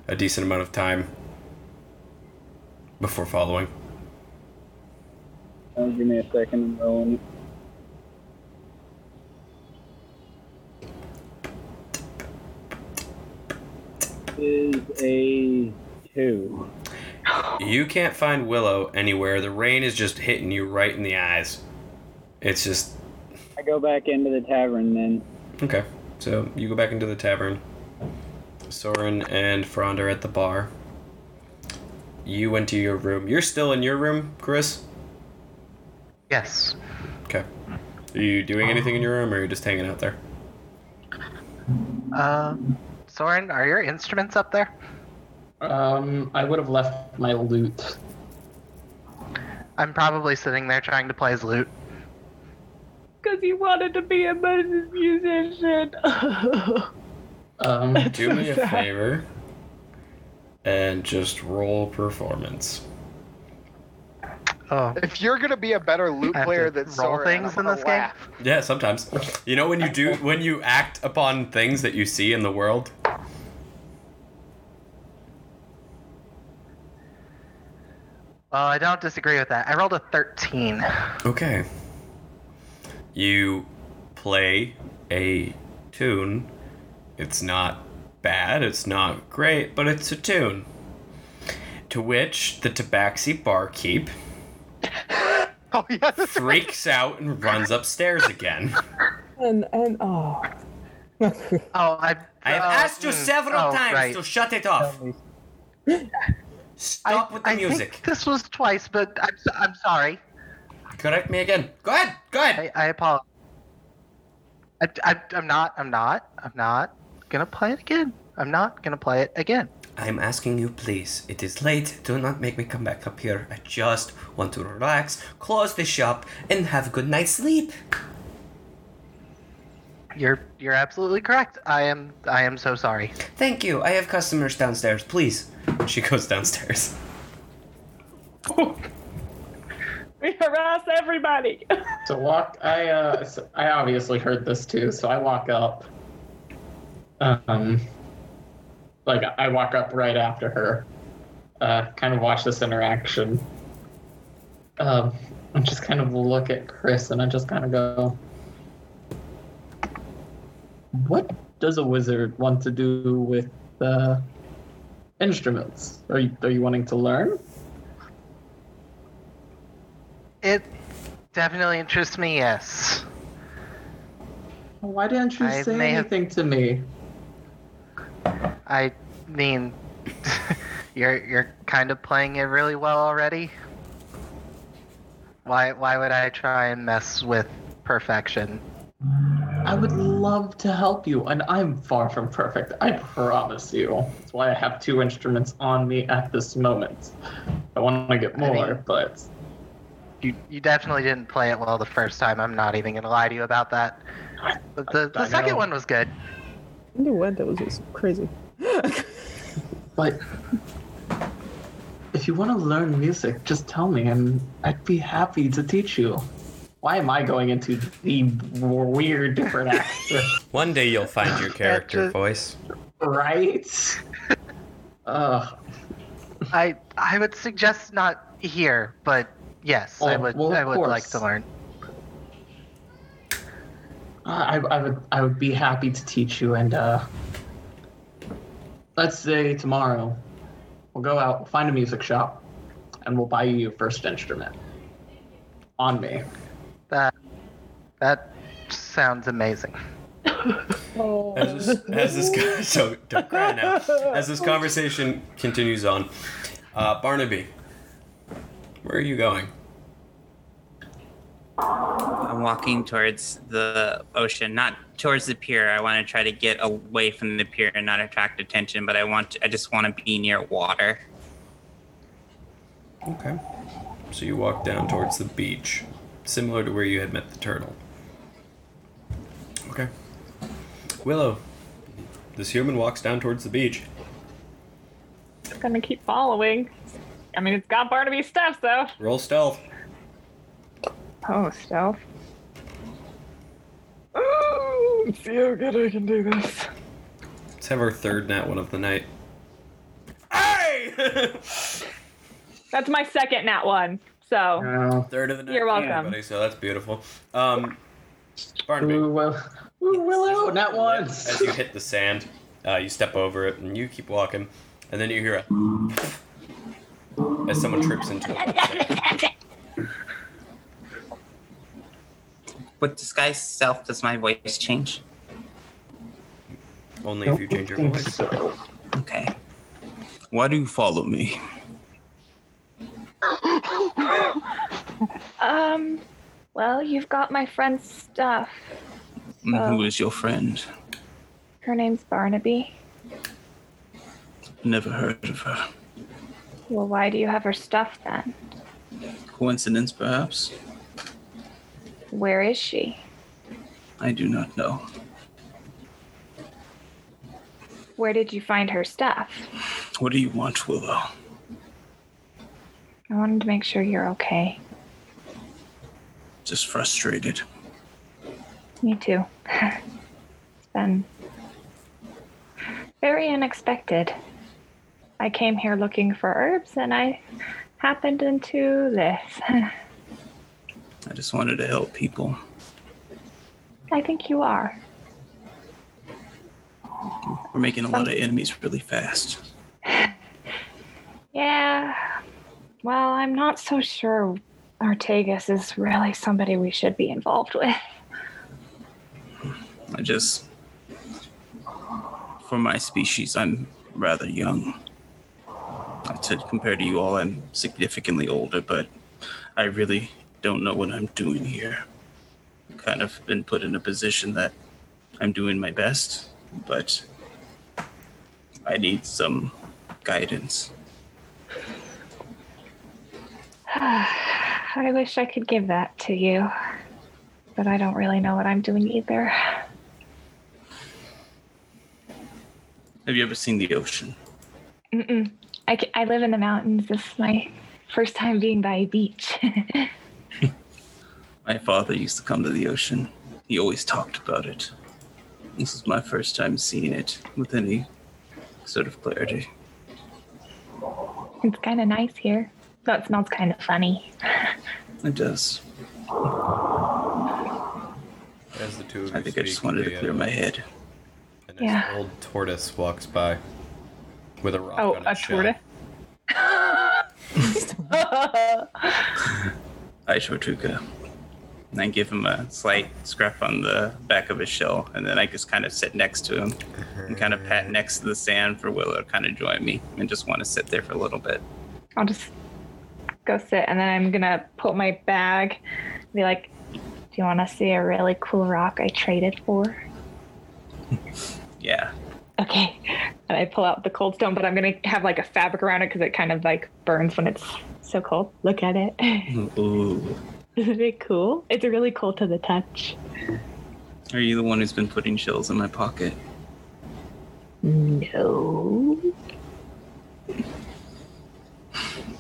Speaker 2: a decent amount of time before following.
Speaker 11: Uh, give me a second and rolling. Is a two.
Speaker 2: You can't find Willow anywhere. The rain is just hitting you right in the eyes. It's just
Speaker 11: I go back into the tavern then.
Speaker 2: okay. So you go back into the tavern. Soren and Frond are at the bar. You went to your room. You're still in your room, Chris.
Speaker 14: Yes.
Speaker 2: Okay. Are you doing anything in your room, or are you just hanging out there?
Speaker 14: Um, Soren, are your instruments up there?
Speaker 7: Um, I would have left my loot.
Speaker 14: I'm probably sitting there trying to play his lute.
Speaker 10: Because he wanted to be a mu-
Speaker 4: [LAUGHS]
Speaker 10: musician.
Speaker 7: Um,
Speaker 2: [LAUGHS] do me a favor and just roll performance.
Speaker 14: Oh.
Speaker 6: If you're gonna be a better loot
Speaker 14: I have to
Speaker 6: player than
Speaker 14: roll
Speaker 6: Soren,
Speaker 14: things
Speaker 6: I'm
Speaker 14: in
Speaker 6: gonna
Speaker 14: this game?
Speaker 6: laugh.
Speaker 2: Yeah, sometimes. You know when you do when you act upon things that you see in the world.
Speaker 14: Well, I don't disagree with that. I rolled a 13.
Speaker 2: Okay. You play a tune. It's not bad, it's not great, but it's a tune. To which the Tabaxi barkeep freaks out and runs upstairs again.
Speaker 5: And and oh. [LAUGHS]
Speaker 14: Oh, I.
Speaker 2: I have
Speaker 14: oh,
Speaker 2: asked you
Speaker 14: mm,
Speaker 2: several
Speaker 14: oh,
Speaker 2: times
Speaker 14: right.
Speaker 2: to shut it off. Stop with the
Speaker 14: I
Speaker 2: music.
Speaker 14: Think this was twice, but I'm, so- I'm sorry.
Speaker 2: Correct me again. Go ahead. Go ahead.
Speaker 14: I, I apologize. I, I, I'm not. I'm not. I'm not gonna play it again. I'm not gonna play it again.
Speaker 2: I'm asking you, please. It is late. Do not make me come back up here. I just want to relax, close the shop, and have a good night's sleep.
Speaker 14: You're you're absolutely correct. I am. I am so sorry.
Speaker 2: Thank you. I have customers downstairs, please. She goes downstairs.
Speaker 4: We harass everybody.
Speaker 7: So walk. I uh, s- I obviously heard this too. So I walk up. Um, like I walk up right after her. Uh, kind of watch this interaction. Um, and just kind of look at Chris, and I just kind of go, "What does a wizard want to do with uh, instruments? Are you are you wanting to learn?"
Speaker 14: It definitely interests me. Yes.
Speaker 7: Why didn't you
Speaker 14: I
Speaker 7: say
Speaker 14: may have-
Speaker 7: anything to me?
Speaker 14: I mean, [LAUGHS] you're you're kind of playing it really well already. Why why would I try and mess with perfection?
Speaker 7: I would love to help you, and I'm far from perfect. I promise you. That's why I have two instruments on me at this moment. I want to get
Speaker 14: I mean-
Speaker 7: more, but
Speaker 14: You you definitely didn't play it well the first time. I'm not even gonna lie to you about that. But the the
Speaker 7: I
Speaker 14: second
Speaker 7: know.
Speaker 14: one was good.
Speaker 5: I knew what that was just crazy.
Speaker 7: but if you want to learn music, just tell me, and I'd be happy to teach you. Why am I going into the weird different actor?
Speaker 2: One day you'll find your character voice.
Speaker 7: right? Ugh.
Speaker 14: I I would suggest not here, but yes, I
Speaker 7: Oh,
Speaker 14: would
Speaker 7: well, of
Speaker 14: I would like
Speaker 7: course.
Speaker 14: to learn.
Speaker 7: I, I would I would be happy to teach you, and uh, let's say tomorrow, we'll go out, find a music shop, and we'll buy you your first instrument. On me.
Speaker 14: That that sounds amazing.
Speaker 2: As this, as this [LAUGHS] con- don't, don't cry now. As this conversation continues on, uh, Barnaby, where are you going?
Speaker 3: I'm walking towards the ocean, not towards the pier. I want to try to get away from the pier and not attract attention, but I want I just want to be near water.
Speaker 2: Okay. So you walk down towards the beach, similar to where you had met the turtle. Okay. Willow, this human walks down towards the beach.
Speaker 4: It's gonna keep following. I mean, it's got Barnaby's steps though.
Speaker 2: Roll stealth.
Speaker 4: Oh, stealth. Ooh, let's see how good I can do this.
Speaker 2: Let's have our third nat one of the night.
Speaker 4: [LAUGHS] That's my second nat one. So
Speaker 2: Third of the night.
Speaker 4: You're welcome.
Speaker 2: Everybody, so that's beautiful. Um, Barnaby.
Speaker 7: Ooh, well, ooh,
Speaker 2: Oh,
Speaker 7: Willow, not once.
Speaker 2: as you hit the sand, uh, you step over it and you keep walking, and then you hear a as someone trips into it.
Speaker 3: With disguise self, does my voice change?
Speaker 2: Only if you change
Speaker 3: [LAUGHS]
Speaker 2: your
Speaker 3: think
Speaker 2: voice.
Speaker 3: Okay. Why do you follow me?
Speaker 10: Um, well, you've got my friend's stuff.
Speaker 12: And
Speaker 11: Uh,
Speaker 10: who
Speaker 12: Mm, is your friend?
Speaker 10: Her name's Barnaby.
Speaker 12: Never heard of her.
Speaker 10: Well, why do you have her stuff then?
Speaker 12: Coincidence, perhaps?
Speaker 10: Where is she?
Speaker 12: I do not know.
Speaker 10: Where did you find her stuff?
Speaker 12: What do you want, Willow?
Speaker 10: I wanted to make sure you're okay.
Speaker 12: Just frustrated.
Speaker 10: Me too. [LAUGHS] it's been very unexpected. I came here looking for herbs and I happened into this. [LAUGHS]
Speaker 12: I just wanted to help people.
Speaker 10: I think you are.
Speaker 12: We're making a lot of enemies really fast.
Speaker 10: Yeah. Well, I'm not so sure Artagus is really somebody we should be involved with. [SIGHS]
Speaker 12: I just. For my species, I'm rather young. I said, compared to you all, I'm significantly older, but I really don't know what I'm doing here. Kind of been put in a position that I'm doing my best, but I need some guidance.
Speaker 10: I wish I could give that to you, but I don't really know what I'm doing either.
Speaker 12: Have you ever seen the ocean?
Speaker 10: Mm-mm. I, c- I live in the mountains. This is my first time being by a beach. [LAUGHS]
Speaker 12: My father used to come to the ocean. He always talked about it. This is my first time seeing it with any sort of clarity.
Speaker 10: it's kind of nice here. So it smells kind of funny.
Speaker 12: It does.
Speaker 2: As the two of
Speaker 12: I
Speaker 2: you
Speaker 12: think I just
Speaker 2: speak,
Speaker 12: wanted to
Speaker 2: the, uh,
Speaker 12: clear my head.
Speaker 10: Yeah.
Speaker 2: Old tortoise walks by with a rock
Speaker 4: Oh,
Speaker 2: on
Speaker 4: a
Speaker 2: its shell.
Speaker 4: tortoise.
Speaker 2: [LAUGHS]
Speaker 12: I Tortuga. And I give him a slight scrap on the back of his shell, and then I just kind of sit next to him and kind of pat next to the sand for Willow to kind of join me and just want to sit there for a little bit.
Speaker 4: I'll just go sit and then I'm gonna put my bag, be like,
Speaker 10: Do you want to see a really cool rock I traded for?
Speaker 12: Yeah.
Speaker 4: okay. And I pull out the cold stone, but I'm gonna have like a fabric around it because it kind of like burns when it's so cold. Look at it. [LAUGHS]
Speaker 12: Ooh.
Speaker 4: Isn't it cool? It's really cool to the touch.
Speaker 12: Are you the one who's been putting shells in my pocket?
Speaker 4: No.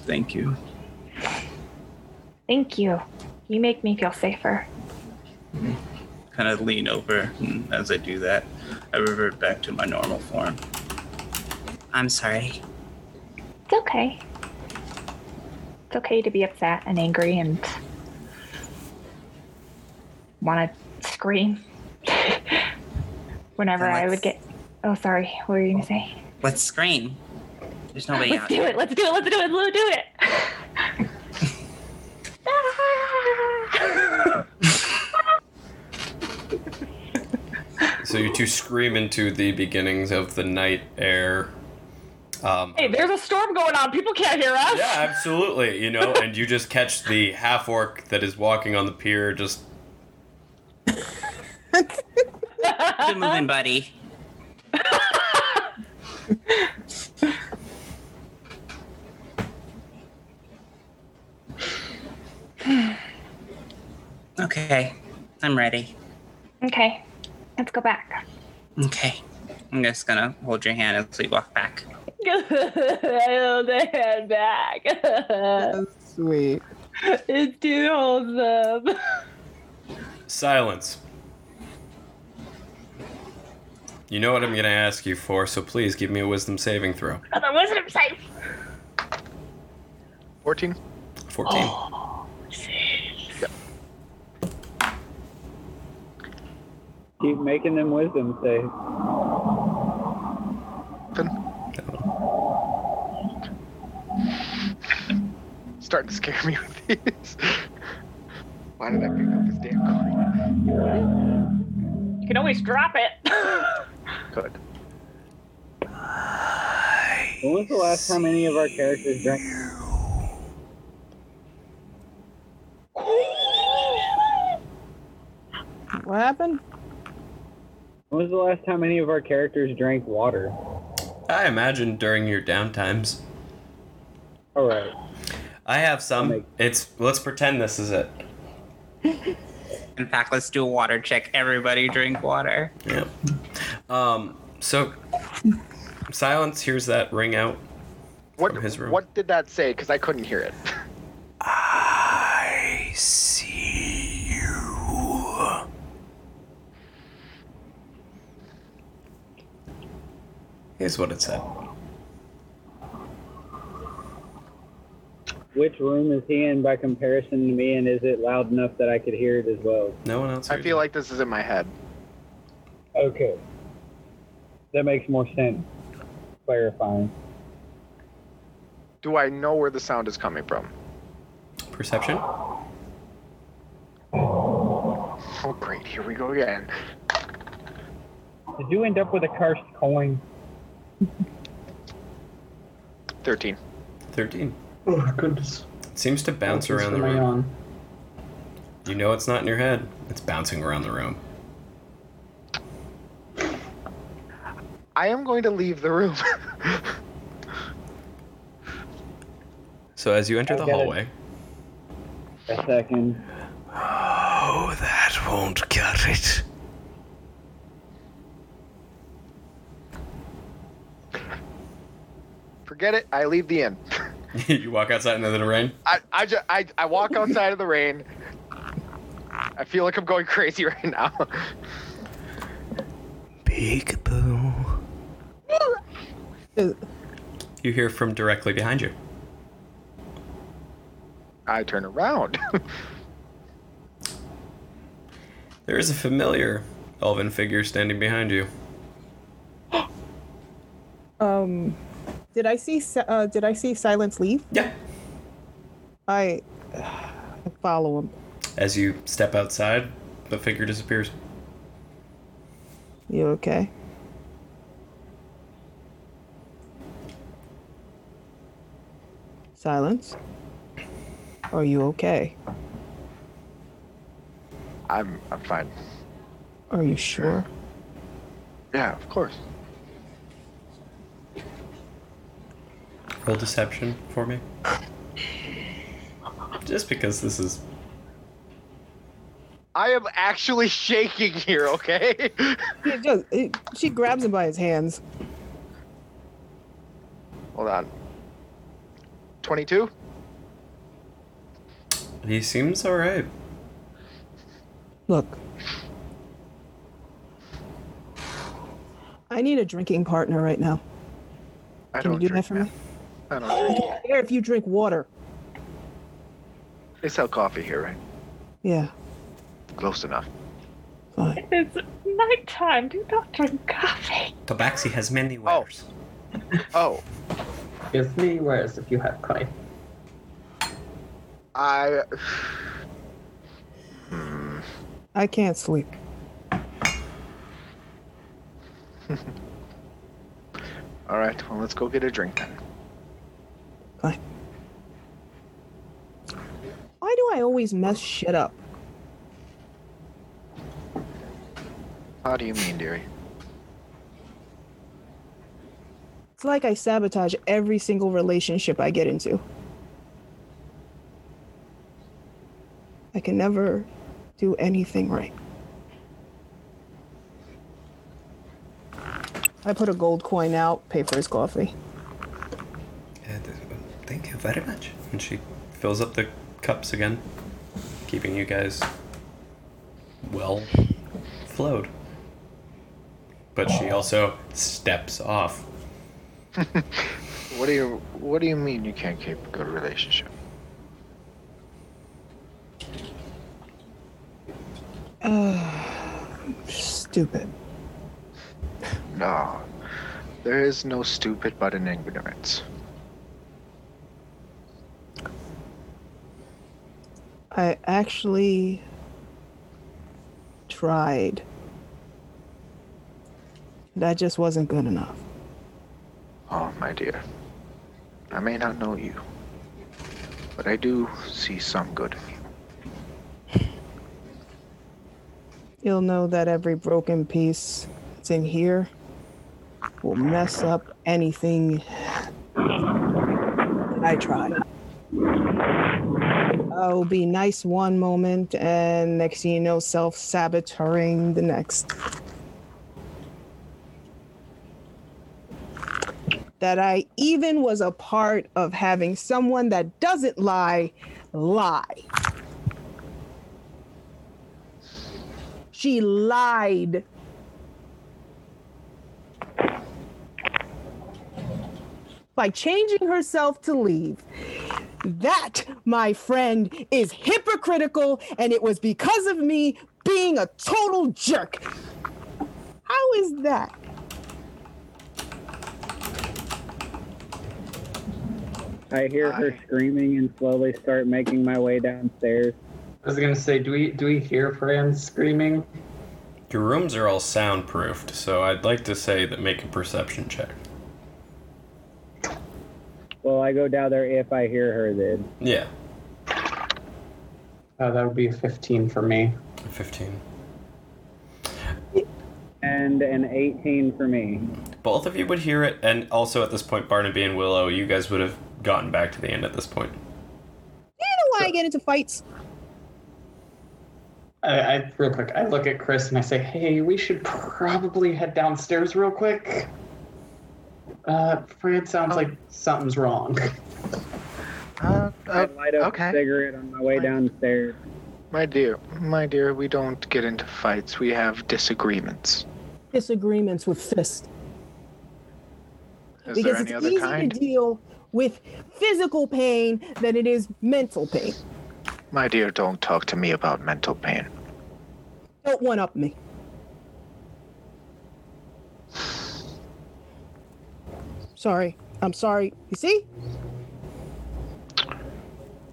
Speaker 12: Thank you.
Speaker 10: Thank you. You make me feel safer.
Speaker 12: Kind of lean over, and as I do that, I revert back to my normal form.
Speaker 3: I'm sorry.
Speaker 10: It's okay. It's okay to be upset and angry and want to
Speaker 4: [LAUGHS]
Speaker 10: scream. Whenever I would get. Oh, sorry. What were you going to say?
Speaker 3: Let's scream. There's no way
Speaker 4: Let's
Speaker 3: out.
Speaker 4: do it. Let's do it. Let's do it. Let's do it.
Speaker 2: So you two scream into the beginnings of the night air. Um,
Speaker 4: Hey, there's a storm going on. People can't hear us.
Speaker 2: yeah, absolutely. You know, and you just catch the half orc that is walking on the pier. Just
Speaker 3: Good moving, buddy. [LAUGHS] okay, I'm ready.
Speaker 4: Okay, let's go back.
Speaker 3: Okay. I'm just gonna hold your hand as we walk back.
Speaker 4: Hold the hand back.
Speaker 5: Sweet.
Speaker 4: it's too wholesome.
Speaker 2: silence. You know what I'm going to ask you for, so please give me a wisdom saving throw.
Speaker 8: Oh, the wisdom safe.
Speaker 6: 14?
Speaker 2: 14.
Speaker 4: Oh.
Speaker 11: Keep making them wisdom saves.
Speaker 6: Starting to scare me with these. Why did I pick up this damn coin?
Speaker 4: You can always drop it.
Speaker 6: Good.
Speaker 11: When was the last time any of our characters drank?
Speaker 5: What happened?
Speaker 11: When was the last time any of our characters drank water?
Speaker 2: I imagine during your downtimes.
Speaker 11: All right.
Speaker 2: I have some. It's let's pretend this is it.
Speaker 3: In fact, let's do a water check. Everybody drink water.
Speaker 2: Yep. Um. So, silence hears that ring out
Speaker 6: what,
Speaker 2: from his room.
Speaker 6: What did that say? Because I couldn't hear it.
Speaker 16: I see you.
Speaker 2: Here's what it said.
Speaker 11: Which room is he in by comparison to me, and is it loud enough that I could hear it as well?
Speaker 2: No one else.
Speaker 6: I feel like this is in my head.
Speaker 11: Okay. That makes more sense. Clarifying.
Speaker 6: Do I know where the sound is coming from?
Speaker 2: Perception.
Speaker 6: Oh, great. Here we go again.
Speaker 11: Did you end up with a cursed coin?
Speaker 6: 13.
Speaker 2: 13.
Speaker 7: Oh, goodness.
Speaker 2: It seems to bounce
Speaker 7: What's
Speaker 2: around the
Speaker 7: going
Speaker 2: room.
Speaker 7: on?
Speaker 2: You know it's not in your head. It's bouncing around the room. [LAUGHS]
Speaker 6: I am going to leave the room. [LAUGHS]
Speaker 2: So as you enter the
Speaker 11: I've got it.
Speaker 2: hallway,
Speaker 11: A second.
Speaker 16: Oh, that won't cut it.
Speaker 6: Forget it. I leave the inn.
Speaker 2: you walk outside into the rain.
Speaker 6: I, I, ju- I, I walk outside of the rain. I feel like I'm going crazy [LAUGHS] right now.
Speaker 16: Peekaboo.
Speaker 2: You hear from directly behind you.
Speaker 6: I turn around. [LAUGHS]
Speaker 2: There is a familiar elven figure standing behind you.
Speaker 5: [GASPS] Um, did I see? Si- Uh, did I see Silence leave?
Speaker 2: Yeah.
Speaker 5: I, uh, I follow him.
Speaker 2: As you step outside, the figure disappears.
Speaker 5: You okay? Silence. Are you okay?
Speaker 6: I'm, I'm fine.
Speaker 5: Are you sure?
Speaker 6: Yeah, of course.
Speaker 2: Roll deception for me. Just because this is
Speaker 6: I am actually shaking here, okay?
Speaker 5: He just, he- she grabs him by his hands.
Speaker 6: [LAUGHS] Hold on. 22?
Speaker 2: He seems alright.
Speaker 5: Look. I need a drinking partner right now.
Speaker 6: I
Speaker 5: Can
Speaker 6: don't
Speaker 5: you do that for me?
Speaker 6: I don't know.
Speaker 5: I don't care if you drink water.
Speaker 6: They sell coffee here, right?
Speaker 5: Yeah.
Speaker 6: Close enough.
Speaker 5: Fine.
Speaker 4: [LAUGHS] it's nighttime. Do not drink coffee.
Speaker 2: Tabaxi has many wares.
Speaker 6: Oh.
Speaker 7: Give me words if you have coin.
Speaker 6: I
Speaker 5: I can't sleep.
Speaker 6: All right. Well, let's go get a drink then.
Speaker 5: Why do I always mess shit up?
Speaker 6: How do you mean, dearie? [LAUGHS]
Speaker 5: It's like I sabotage every single relationship I get into. I can never do anything right. I put a gold coin out, pay for his coffee. [SIGHS]
Speaker 2: Thank you very much. And she fills up the cups again, keeping you guys well flowed. But she also steps off.
Speaker 6: What do you What do you mean you can't keep a good relationship?
Speaker 5: Stupid.
Speaker 6: No. There is no stupid but an ignorance.
Speaker 5: I actually tried. That just wasn't good enough.
Speaker 6: Oh, my dear. I may not know you, but I do see some good in you.
Speaker 5: You'll know that every broken piece that's in here will mess up anything that I try. I'll be nice one moment, and next thing you know, self saboteuring the next. That I even was a part of having someone that doesn't lie lie. She lied. By changing herself to leave. That, my friend, is hypocritical, and it was because of me being a total jerk. How is that?
Speaker 11: I hear her screaming and slowly start making my way downstairs.
Speaker 7: I was gonna say, do we do we hear Fran screaming?
Speaker 2: Your rooms are all soundproofed, so I'd like to say that make a perception check.
Speaker 11: Well, I go down there if I hear her then.
Speaker 2: Yeah.
Speaker 7: Uh, that would be a fifteen for me.
Speaker 2: Fifteen.
Speaker 11: And an 18 for me.
Speaker 2: Both of you would hear it, and also at this point, Barnaby and Willow, you guys would have gotten back to the end at this point.
Speaker 5: You know why I get into fights?
Speaker 7: I, I real quick, I look at Chris and I say, "Hey, we should probably head downstairs real quick." Uh, Fran
Speaker 5: Oh.
Speaker 7: sounds like something's wrong.
Speaker 11: I light up a cigarette on my way downstairs.
Speaker 6: Oh, My dear, my dear, we don't get into fights. We have disagreements.
Speaker 5: Disagreements with fists.
Speaker 6: Is there
Speaker 5: because
Speaker 6: any
Speaker 5: it's
Speaker 6: other
Speaker 5: easy
Speaker 6: kind?
Speaker 5: to deal with physical pain than it is mental pain.
Speaker 6: My dear, don't talk to me about mental pain.
Speaker 5: Don't one up me. Sorry. I'm sorry. You see?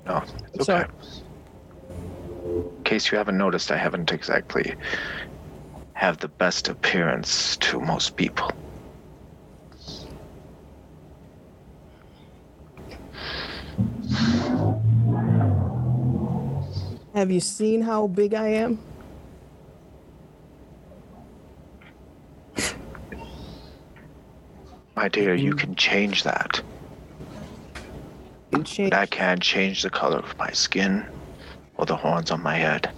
Speaker 6: No,
Speaker 5: I'm sorry.
Speaker 6: In case you haven't noticed, I haven't exactly have the best appearance to most people.
Speaker 5: Have you seen how big I am?
Speaker 6: My dear, you can change that.
Speaker 5: And
Speaker 6: I can change the color of my skin or the horns on my head.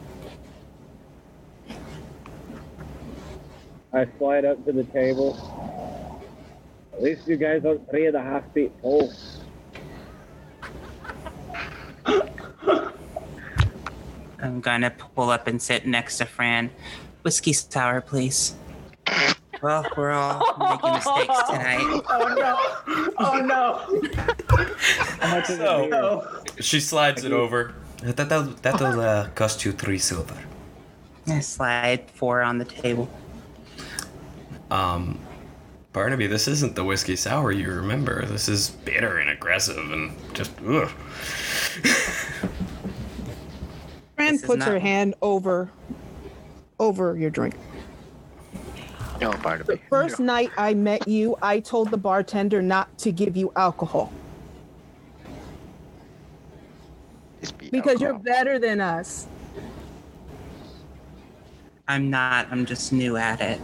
Speaker 11: I slide up to the table. At least you guys aren't three and a half feet tall.
Speaker 3: I'm gonna pull up and sit next to Fran. Whiskey sour, please. Well, we're all making mistakes
Speaker 5: [LAUGHS]
Speaker 3: tonight.
Speaker 9: [LAUGHS] Oh no! Oh no!
Speaker 2: So, she slides it over.
Speaker 16: That, will that'll uh, cost you three silver.
Speaker 3: I slide four on the table.
Speaker 2: Um, Barnaby, this isn't the whiskey sour you remember. This is bitter and aggressive and just ugh. [LAUGHS]
Speaker 5: Fran
Speaker 2: is
Speaker 5: puts her
Speaker 2: not-
Speaker 5: hand over over your drink.
Speaker 6: No, Barnaby.
Speaker 5: First night I met you, I told the bartender not to give you alcohol. Because you're better than us.
Speaker 3: I'm not. I'm just new at it.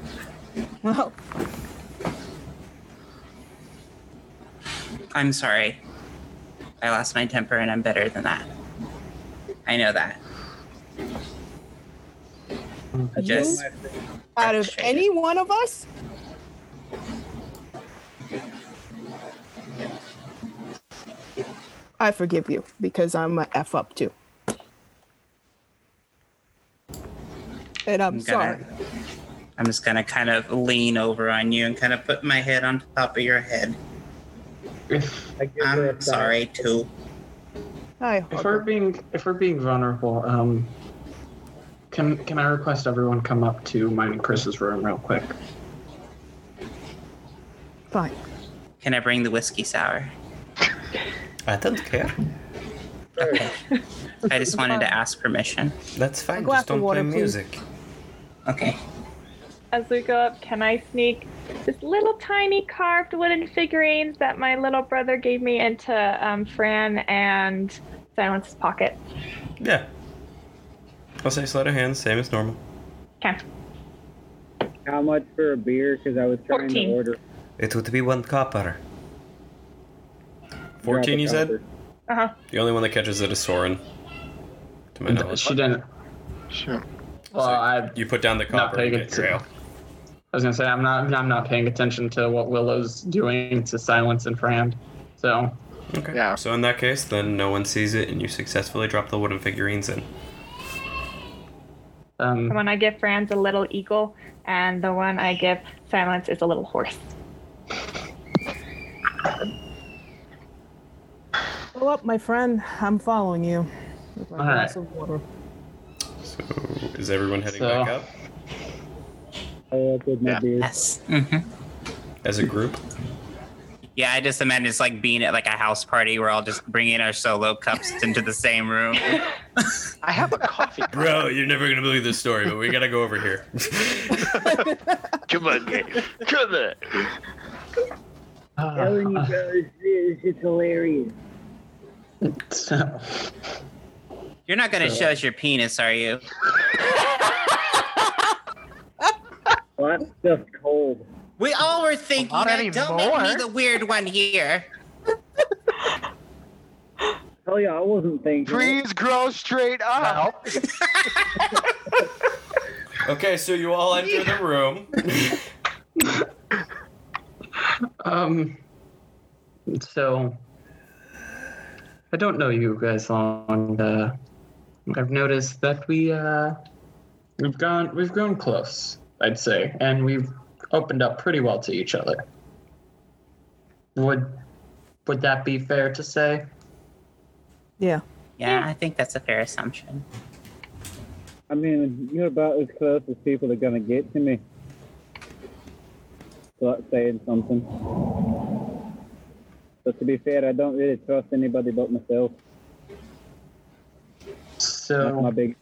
Speaker 5: Well,
Speaker 3: I'm sorry. I lost my temper and I'm better than that. I know that. Just
Speaker 5: out of any one of us, I forgive you because I'm a f up too. And I'm,
Speaker 3: I'm
Speaker 5: sorry.
Speaker 3: gonna- I'm just gonna kind of lean over on you and kind of put my head on top of your head. I'm sorry too.
Speaker 7: [LAUGHS] If we're being if we're being vulnerable, um, can can I request everyone come up to mine and Chris's room real quick?
Speaker 5: Fine.
Speaker 3: Can I bring the whiskey sour?
Speaker 2: I don't care.
Speaker 3: Okay. I just wanted to ask permission.
Speaker 2: That's fine.
Speaker 10: glass just of don't water, play please. music.
Speaker 3: Okay.
Speaker 4: As we go up, can I sneak this little tiny carved wooden figurine that my little brother gave me into um, Fran and Silence's pocket?
Speaker 2: Yeah. I'll say sleight of hand, same as normal.
Speaker 4: Okay.
Speaker 11: How much for a beer? Because I was trying to
Speaker 4: 14.
Speaker 11: order.
Speaker 2: It would be one copper. 14, you said?
Speaker 4: Uh huh.
Speaker 2: The only one that catches it is Soren. To my knowledge.
Speaker 7: She didn't.
Speaker 6: Sure.
Speaker 7: Well, I
Speaker 2: You put down the copper and
Speaker 7: paying
Speaker 2: get your ale.
Speaker 7: I was gonna say I'm not I'm not paying attention to what Willow's doing to silence and Fran, so
Speaker 2: Okay. So in that case, then no one sees it, and you successfully drop the wooden figurines in.
Speaker 7: um,
Speaker 10: Um,
Speaker 4: The one I give Fran's a little eagle, and the one I give Silence is a little horse.
Speaker 5: Go up, my friend. I'm following you. With my
Speaker 2: All
Speaker 5: glass
Speaker 2: right.
Speaker 5: of water.
Speaker 2: So is everyone heading
Speaker 7: So-
Speaker 2: back up
Speaker 11: my beer.
Speaker 3: Yes.
Speaker 2: as a group?
Speaker 3: Yeah, I just imagine it's like being at like a house party. We're all just bringing our solo cups into the same room.
Speaker 11: [LAUGHS]
Speaker 6: I have a coffee.
Speaker 2: Bro, you're never gonna believe this story, but we gotta go over here.
Speaker 6: [LAUGHS] Come on, guys. Come on.
Speaker 11: Telling you guys, it's, it's hilarious.
Speaker 7: so
Speaker 3: You're not gonna show us your penis, are you?
Speaker 11: [LAUGHS] Well, that's just cold.
Speaker 3: We all were thinking.
Speaker 11: Not
Speaker 3: that. Don't make me
Speaker 11: anymore.
Speaker 3: the weird one here.
Speaker 11: Hell yeah, I wasn't thinking.
Speaker 6: Please grow straight up.
Speaker 2: [LAUGHS] Okay, so you all enter the room.
Speaker 7: um, so I don't know you guys long. Uh, I've noticed that we uh, we've gone we've grown close, I'd say, and we've opened up pretty well to each other. Would would that be fair to say?
Speaker 5: Yeah.
Speaker 3: Yeah, I think that's a fair assumption.
Speaker 11: I mean, you're about as close as people are gonna get to me. So that's saying something. But to be fair, I don't really trust anybody but myself. That's my
Speaker 7: So,
Speaker 11: big.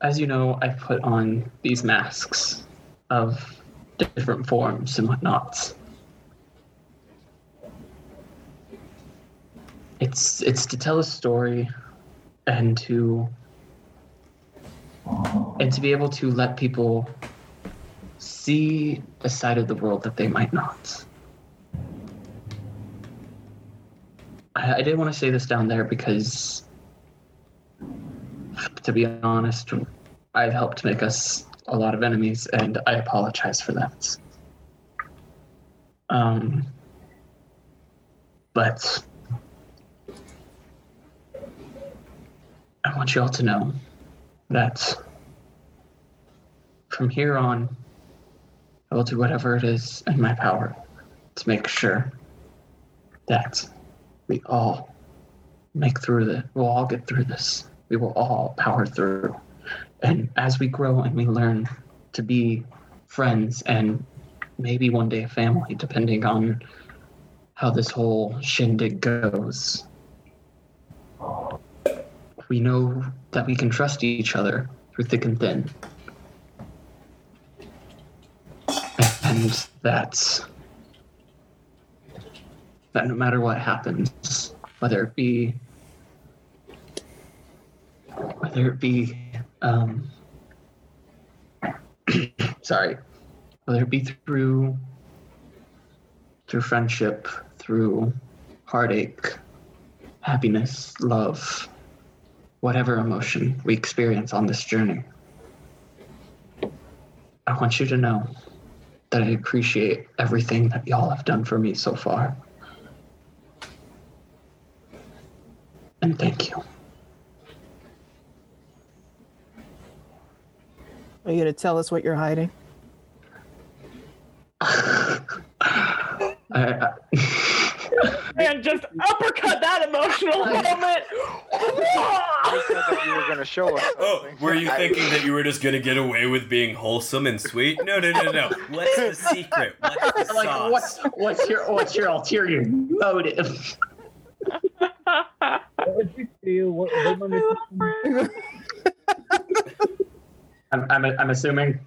Speaker 7: as you know, I put on these masks of different forms and whatnot. It's it's to tell a story, and to and to be able to let people see a side of the world that they might not. I, I did want to say this down there because to be honest, I've helped make us a lot of enemies, and I apologize for that. Um, but I want you all to know that from here on, I will do whatever it is in my power to make sure that we all make through this. We'll all get through this. We will all power through. And as we grow and we learn to be friends and maybe one day a family, depending on how this whole shindig goes. We know that we can trust each other through thick and thin. And that's that no matter what happens, whether it be whether it be um, [CLEARS THROAT] sorry, whether it be through through friendship, through heartache, happiness, love, whatever emotion we experience on this journey. I want you to know that I appreciate everything that y'all have done for me so far. And thank you.
Speaker 5: Are you gonna tell us what you're
Speaker 7: [LAUGHS]
Speaker 5: hiding?
Speaker 7: I, I,
Speaker 4: [LAUGHS] And just uppercut that
Speaker 9: [LAUGHS]
Speaker 4: emotional moment.
Speaker 6: you were going to show us.
Speaker 2: Oh, were you thinking that you were just gonna get away with being wholesome and sweet? No, no, no, no. What's
Speaker 7: [LAUGHS]
Speaker 2: the secret? What's the
Speaker 9: Like,
Speaker 2: sauce?
Speaker 9: what's what's your what's your ulterior motive?
Speaker 11: What would you do? What, what would you
Speaker 7: [LAUGHS] I'm, I'm, I'm assuming,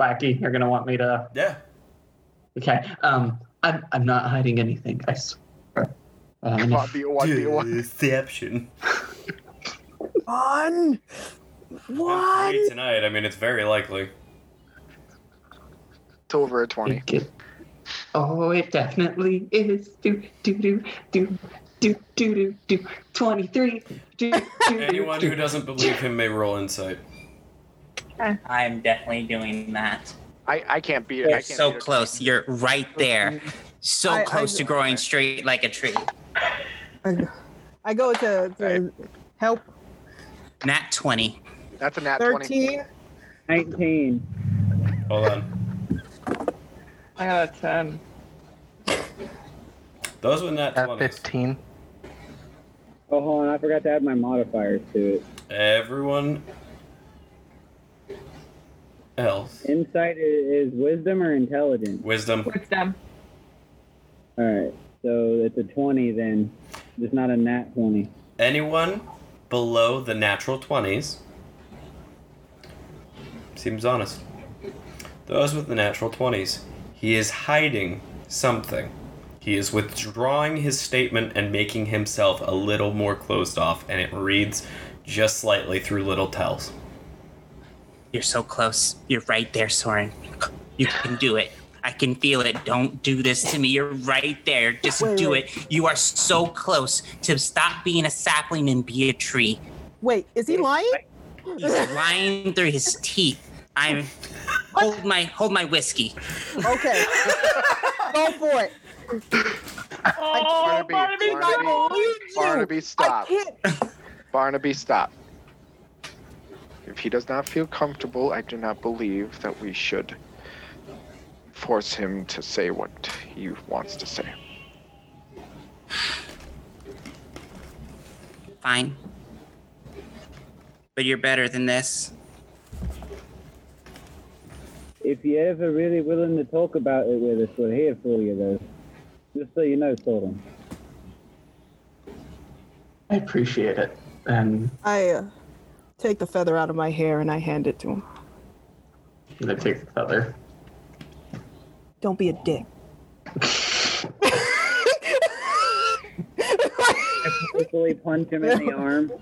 Speaker 7: Wacky, you're gonna want me to.
Speaker 2: Yeah.
Speaker 7: Okay. Um, I'm, I'm not hiding anything. I swear. Um,
Speaker 2: Deception.
Speaker 5: On what?
Speaker 2: Free tonight. I mean, it's very likely.
Speaker 6: It's over a 20.
Speaker 9: Oh, it definitely is. Do do do do do do do do. Twenty three. Do do
Speaker 2: Anyone who doesn't believe him may roll insight.
Speaker 3: I'm definitely doing that.
Speaker 6: I, I can't be
Speaker 3: You're
Speaker 6: it. I can't
Speaker 3: so
Speaker 6: beat it.
Speaker 3: close. You're right there. So
Speaker 5: I- I-
Speaker 3: close to growing straight like a tree.
Speaker 5: I go to, to help.
Speaker 3: Nat 20.
Speaker 6: That's a nat
Speaker 5: 13.
Speaker 11: 19.
Speaker 2: Hold on.
Speaker 10: I got a 10.
Speaker 2: Those were not 20s.
Speaker 14: 15.
Speaker 11: Oh, hold on. I forgot to add my modifiers to it.
Speaker 2: Everyone else.
Speaker 11: Insight i- is wisdom or intelligence?
Speaker 2: Wisdom.
Speaker 10: Wisdom.
Speaker 11: All right. So it's a 20 then. Just not a nat 20.
Speaker 2: Anyone below the natural 20s seems honest. Those with the natural 20s, he is hiding something. He is withdrawing his statement and making himself a little more closed off, and it reads just slightly through little tells.
Speaker 3: You're so close. You're right there, Soren. You can do it. I can feel it. Don't do this to me. You're right there. Just do it. You are so close to stop being a sapling and be a tree.
Speaker 5: Wait, is he lying? [LAUGHS]
Speaker 3: He's lying through his teeth. I'm hold my hold my whiskey.
Speaker 5: Okay. go for it.
Speaker 6: Barnaby,
Speaker 5: Barnaby,
Speaker 6: Barnaby,
Speaker 5: I
Speaker 4: Oh,
Speaker 5: believe you.
Speaker 6: Barnaby, stop. Barnaby, stop. If he does not feel comfortable, I do not believe that we should force him to say what he wants to say.
Speaker 3: Fine. But you're better than this.
Speaker 11: If you're ever really willing to talk about it with us, we're here for you, though. Just so you know, Thorin.
Speaker 7: I appreciate it. And
Speaker 5: I uh, take the feather out of my hair and I hand it to him.
Speaker 7: I'm gonna take the feather.
Speaker 5: Don't be a
Speaker 10: [LAUGHS]
Speaker 5: dick.
Speaker 11: I purposely punch him in the arm.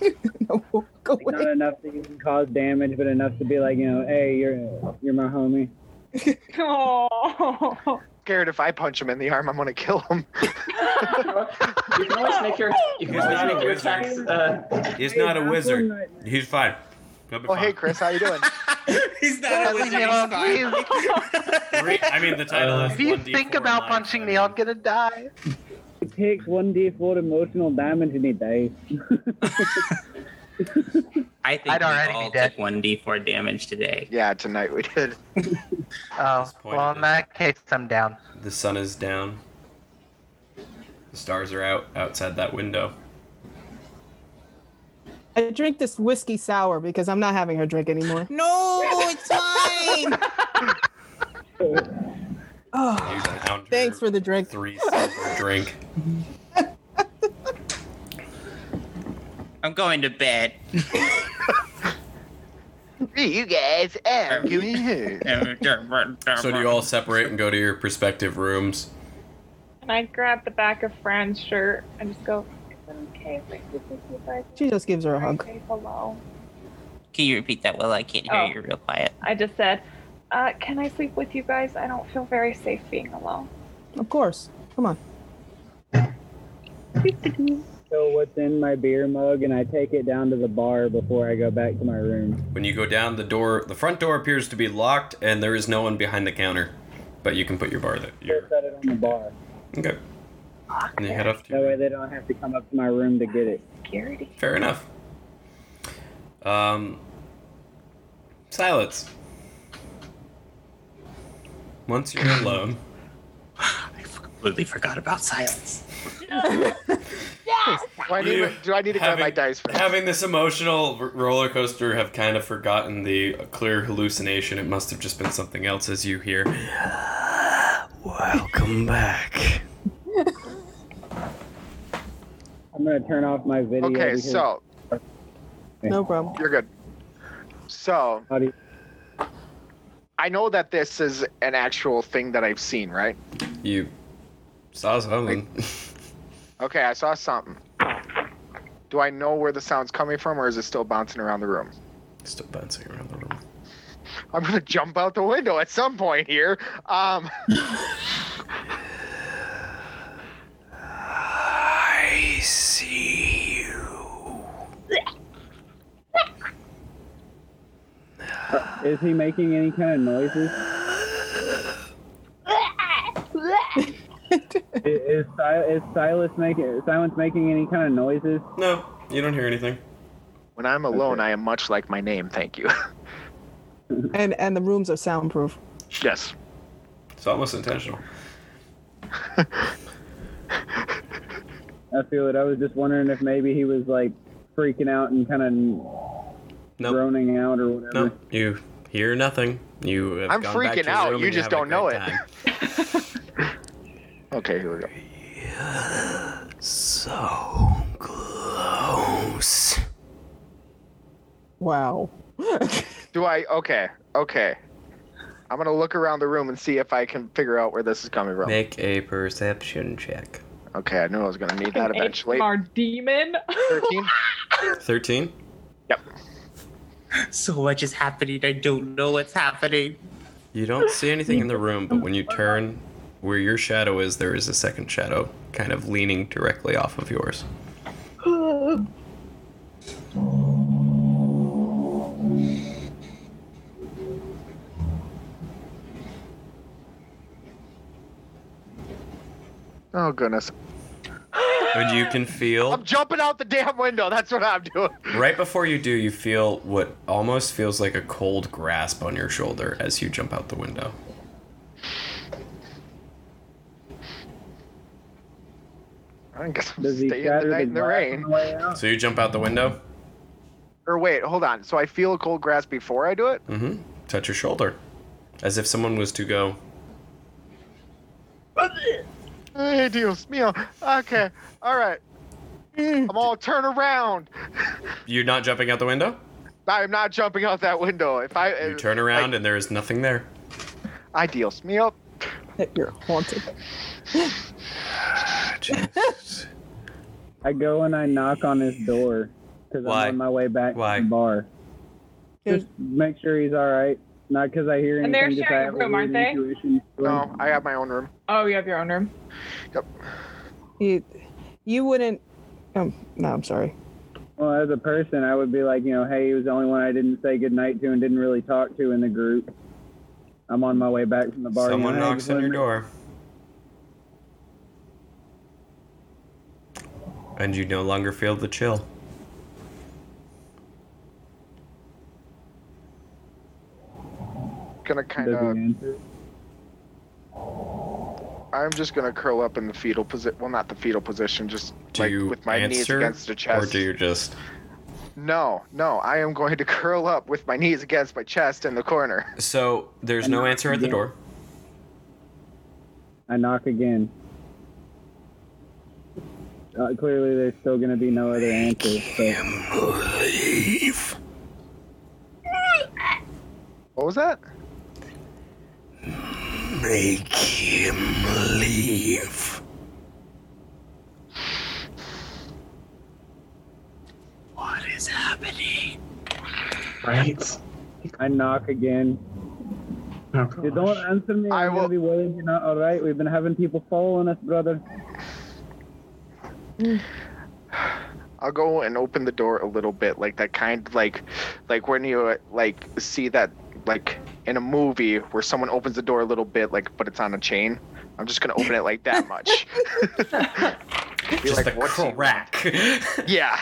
Speaker 11: Like, not enough that you can cause damage, but enough to be like, you know, hey, you're you're my homie.
Speaker 4: Oh.
Speaker 6: Scared if I punch him in the arm, I'm gonna kill
Speaker 7: [LAUGHS]
Speaker 6: him.
Speaker 7: You can always make your you can
Speaker 2: He's
Speaker 7: always
Speaker 2: not a
Speaker 7: make your
Speaker 2: wizard.
Speaker 7: attacks. Uh,
Speaker 2: He's not a wizard. He's fine. He'll be
Speaker 6: Oh,
Speaker 2: fine.
Speaker 6: hey, Chris, how you doing?
Speaker 3: He's
Speaker 14: Yeah, leave me alone, please. [LAUGHS]
Speaker 2: Re- I mean, the title is
Speaker 14: If you
Speaker 2: 1D4
Speaker 14: think about
Speaker 2: live.
Speaker 14: punching me, I'm gonna die.
Speaker 11: He takes one d four emotional damage and he dies.
Speaker 3: I think
Speaker 14: I'd
Speaker 3: we
Speaker 14: already be
Speaker 3: all
Speaker 14: dead.
Speaker 3: took one d4 damage today.
Speaker 6: Yeah, tonight [LAUGHS] we did.
Speaker 14: Oh, well, in that case, I'm down.
Speaker 2: The sun is down. The stars are out outside that window.
Speaker 5: I drink this whiskey sour because I'm not having her drink anymore.
Speaker 3: No, it's fine.
Speaker 5: Fifteen. [LAUGHS] oh, thanks for the drink.
Speaker 2: Three silver drink.
Speaker 3: I'm going to bed.
Speaker 20: You guys are doing here.
Speaker 2: So do you all separate and go to your respective rooms?
Speaker 10: And I grab the back of Fran's shirt and just go, Is it okay if I sleep with you guys?
Speaker 5: She just gives her a hug.
Speaker 10: Say hello.
Speaker 3: Can you repeat that? Well, I can't hear
Speaker 10: Oh.
Speaker 3: you real quiet.
Speaker 10: I just said, uh, Can I sleep with you guys? I don't feel very safe being alone.
Speaker 5: Of course. Come on.
Speaker 11: So what's in my beer mug, and I take it down to the bar before I go back to my room.
Speaker 2: When you go down the door, the front door appears to be locked, and there is no one behind the counter. But you can put your bar there. Your,
Speaker 11: Set it on the bar.
Speaker 2: okay. And you head off.
Speaker 11: That way they don't have to come up to my room to get it.
Speaker 10: Security.
Speaker 2: Fair enough. Um, silence. Once you're
Speaker 3: [LAUGHS]
Speaker 2: alone,
Speaker 3: Completely forgot about silence.
Speaker 6: Do I need,
Speaker 2: You-
Speaker 6: do I need to grab my dice first?
Speaker 2: having this emotional r- roller coaster, have kind of forgotten the clear hallucination. It must have just been something else, as you hear. [SIGHS] Welcome back.
Speaker 11: I'm gonna turn off my video.
Speaker 6: Okay,
Speaker 11: because-
Speaker 6: so
Speaker 5: No problem.
Speaker 6: You're good. So I know that this is an actual thing that I've seen, right?
Speaker 2: You saw something.
Speaker 6: Okay, I saw something. Do I know where the sound's coming from, or is it still bouncing around the room?
Speaker 2: Still bouncing around the room.
Speaker 6: I'm gonna jump out the window at some point here. Um,
Speaker 16: I see you.
Speaker 11: uh, Is he making any kind of noises?
Speaker 4: [LAUGHS]
Speaker 11: I- is, Si- is Silas making Silence making any kind of noises?
Speaker 2: [LAUGHS] No, you don't hear anything.
Speaker 6: when I'm alone, I am much like my name. Thank you. [LAUGHS]
Speaker 5: And and the rooms are soundproof.
Speaker 6: yes.
Speaker 2: It's almost intentional.
Speaker 11: I feel it. I was just wondering if maybe he was like freaking out and kind of groaning out or whatever.
Speaker 2: No, you hear nothing. You. Have
Speaker 11: I'm
Speaker 2: gone back
Speaker 11: freaking
Speaker 2: to your
Speaker 11: out.
Speaker 2: room
Speaker 11: You
Speaker 2: and
Speaker 11: just
Speaker 2: have a
Speaker 11: don't know
Speaker 2: great
Speaker 11: it.
Speaker 2: time.
Speaker 6: Okay, here we go.
Speaker 16: So close.
Speaker 5: [LAUGHS]
Speaker 10: [GASPS]
Speaker 5: Wow.
Speaker 6: Do I? Okay, okay. I'm gonna look around the room and see if I can figure out where this is coming from.
Speaker 2: Make a perception check.
Speaker 6: Okay, I knew I was gonna need that eventually.
Speaker 10: Our demon.
Speaker 4: [LAUGHS]
Speaker 6: 13?
Speaker 2: 13?
Speaker 6: Yep.
Speaker 3: So much is happening. I don't know what's happening.
Speaker 2: You don't see anything in the room, but when you turn where your shadow is, there is a second shadow kind of leaning directly off of yours.
Speaker 6: Oh goodness.
Speaker 2: And you can feel
Speaker 6: I'm jumping out the damn window. That's what I'm doing.
Speaker 2: right before you do, you feel what almost feels like a cold grasp on your shoulder as you jump out the window.
Speaker 6: I guess I'm
Speaker 11: Does he
Speaker 6: staying the
Speaker 11: shatter
Speaker 6: night
Speaker 11: the
Speaker 6: in the
Speaker 11: glass
Speaker 6: rain.
Speaker 11: on the way out?
Speaker 2: So you jump out the window,
Speaker 6: Or wait, hold on. So I feel a cold grasp before I do it?
Speaker 2: mm-hmm, touch your shoulder, as if someone was to go,
Speaker 6: Hey, Dios mío. Okay. All right. I'm all turn around.
Speaker 2: You're not jumping out the window?
Speaker 6: I'm not jumping out that window. If I
Speaker 2: You turn around and there is nothing there.
Speaker 6: I Dios mío.
Speaker 5: You're
Speaker 6: [SIGHS]
Speaker 5: haunted.
Speaker 11: I go and I knock on his door because I'm
Speaker 2: Why?
Speaker 11: on my way back
Speaker 2: Why?
Speaker 11: to the bar. Just make sure he's all right. Not because I hear anything.
Speaker 10: And they're
Speaker 11: just
Speaker 10: sharing
Speaker 11: I have
Speaker 10: a room,
Speaker 11: weird
Speaker 10: aren't they?
Speaker 11: intuition.
Speaker 6: No, I have my own room.
Speaker 10: Oh, you have your own room.
Speaker 5: You you wouldn't. Um, no, I'm
Speaker 10: [GASPS]
Speaker 5: sorry.
Speaker 11: Well, as a person, I would be like, you know, hey, he was the only one I didn't say goodnight to and didn't really talk to in the group. I'm on my way back from the bar. you
Speaker 2: Someone
Speaker 11: know, hey,
Speaker 2: knocks
Speaker 11: just
Speaker 2: on
Speaker 11: wanted
Speaker 2: your
Speaker 11: to-
Speaker 2: door. And you no longer feel the chill.
Speaker 6: Gonna kind
Speaker 11: of.
Speaker 6: I'm just gonna curl up in the fetal position. Well, not the fetal position, just
Speaker 2: Do
Speaker 6: like
Speaker 2: you
Speaker 6: with my knees
Speaker 2: answer,
Speaker 6: against the
Speaker 2: or
Speaker 6: chest.
Speaker 2: do you just
Speaker 6: No, no, I am going to [LAUGHS] curl up with my knees against my chest in the corner.
Speaker 2: So there's no answer at the door.
Speaker 11: I knock again. Uh, clearly, there's still going to be no other answer. So.
Speaker 6: What was that?
Speaker 16: Make him leave.
Speaker 12: What is happening?
Speaker 11: Right. I knock again. You don't answer me. I will be worried. You're not all right. We've been having people following us, brother.
Speaker 6: I'll go and open the door a little bit, like that kind, like, like when you uh, like see that, like in a movie where someone opens the door a little bit, like, but it's on a chain. I'm just gonna open it like that
Speaker 2: [LAUGHS]
Speaker 6: much. Be
Speaker 2: Just a
Speaker 6: do you want?"
Speaker 2: crack.
Speaker 6: yeah.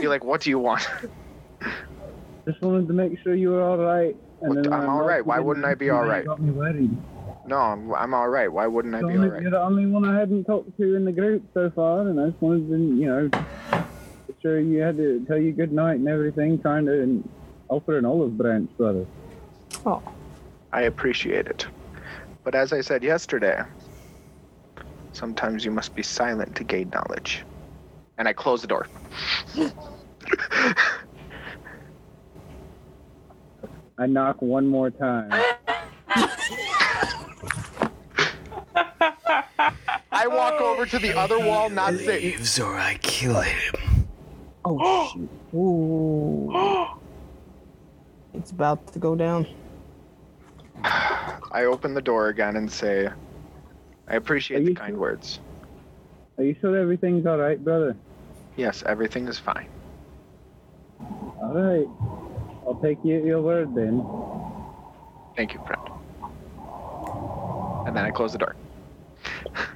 Speaker 6: Be like, what do you want?
Speaker 11: Just wanted to make sure you were all right. And
Speaker 6: I'm
Speaker 11: then I
Speaker 6: all
Speaker 11: knocked
Speaker 6: right. Why
Speaker 11: again,
Speaker 6: wouldn't I be
Speaker 11: and
Speaker 6: all
Speaker 11: you
Speaker 6: right?
Speaker 11: Got me worried.
Speaker 6: No, I'm, I'm all right. Why wouldn't I
Speaker 11: You're
Speaker 6: be
Speaker 11: the
Speaker 6: all
Speaker 11: only-
Speaker 6: right?
Speaker 11: You're the only one I hadn't talked to in the group so far, and I just wanted to, you know, make sure you had to tell you good night and everything, trying to and offer an olive branch, brother.
Speaker 6: Oh. [LAUGHS] I appreciate it. But as I said yesterday, sometimes you must be silent to gain knowledge. And I close the door.
Speaker 11: I knock one more time.
Speaker 6: I walk over to the other wall, not safe.
Speaker 16: Leaves or I kill him.
Speaker 6: [GASPS]
Speaker 5: Oh, shoot. Ooh. it's about to go down.
Speaker 6: I open the door again and say, I appreciate the kind words.
Speaker 11: Are you sure everything's all right, brother?
Speaker 6: Yes, everything is fine.
Speaker 11: All right. I'll take you at your word then.
Speaker 6: Thank you, friend. And then I close the door.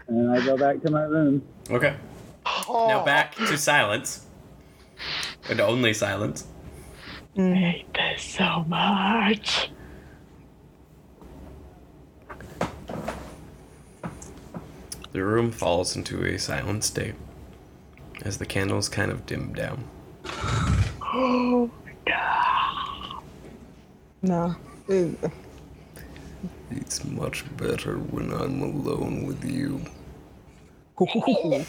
Speaker 11: And I go back to my room.
Speaker 2: Okay. Now back to silence. And only silence.
Speaker 10: hate this so
Speaker 5: [GASPS]
Speaker 10: much. [GASPS]
Speaker 2: The room falls into a silent state as the candles kind of dim down.
Speaker 5: Oh, No. It-
Speaker 16: It's much better when I'm alone with you.
Speaker 5: Ooh.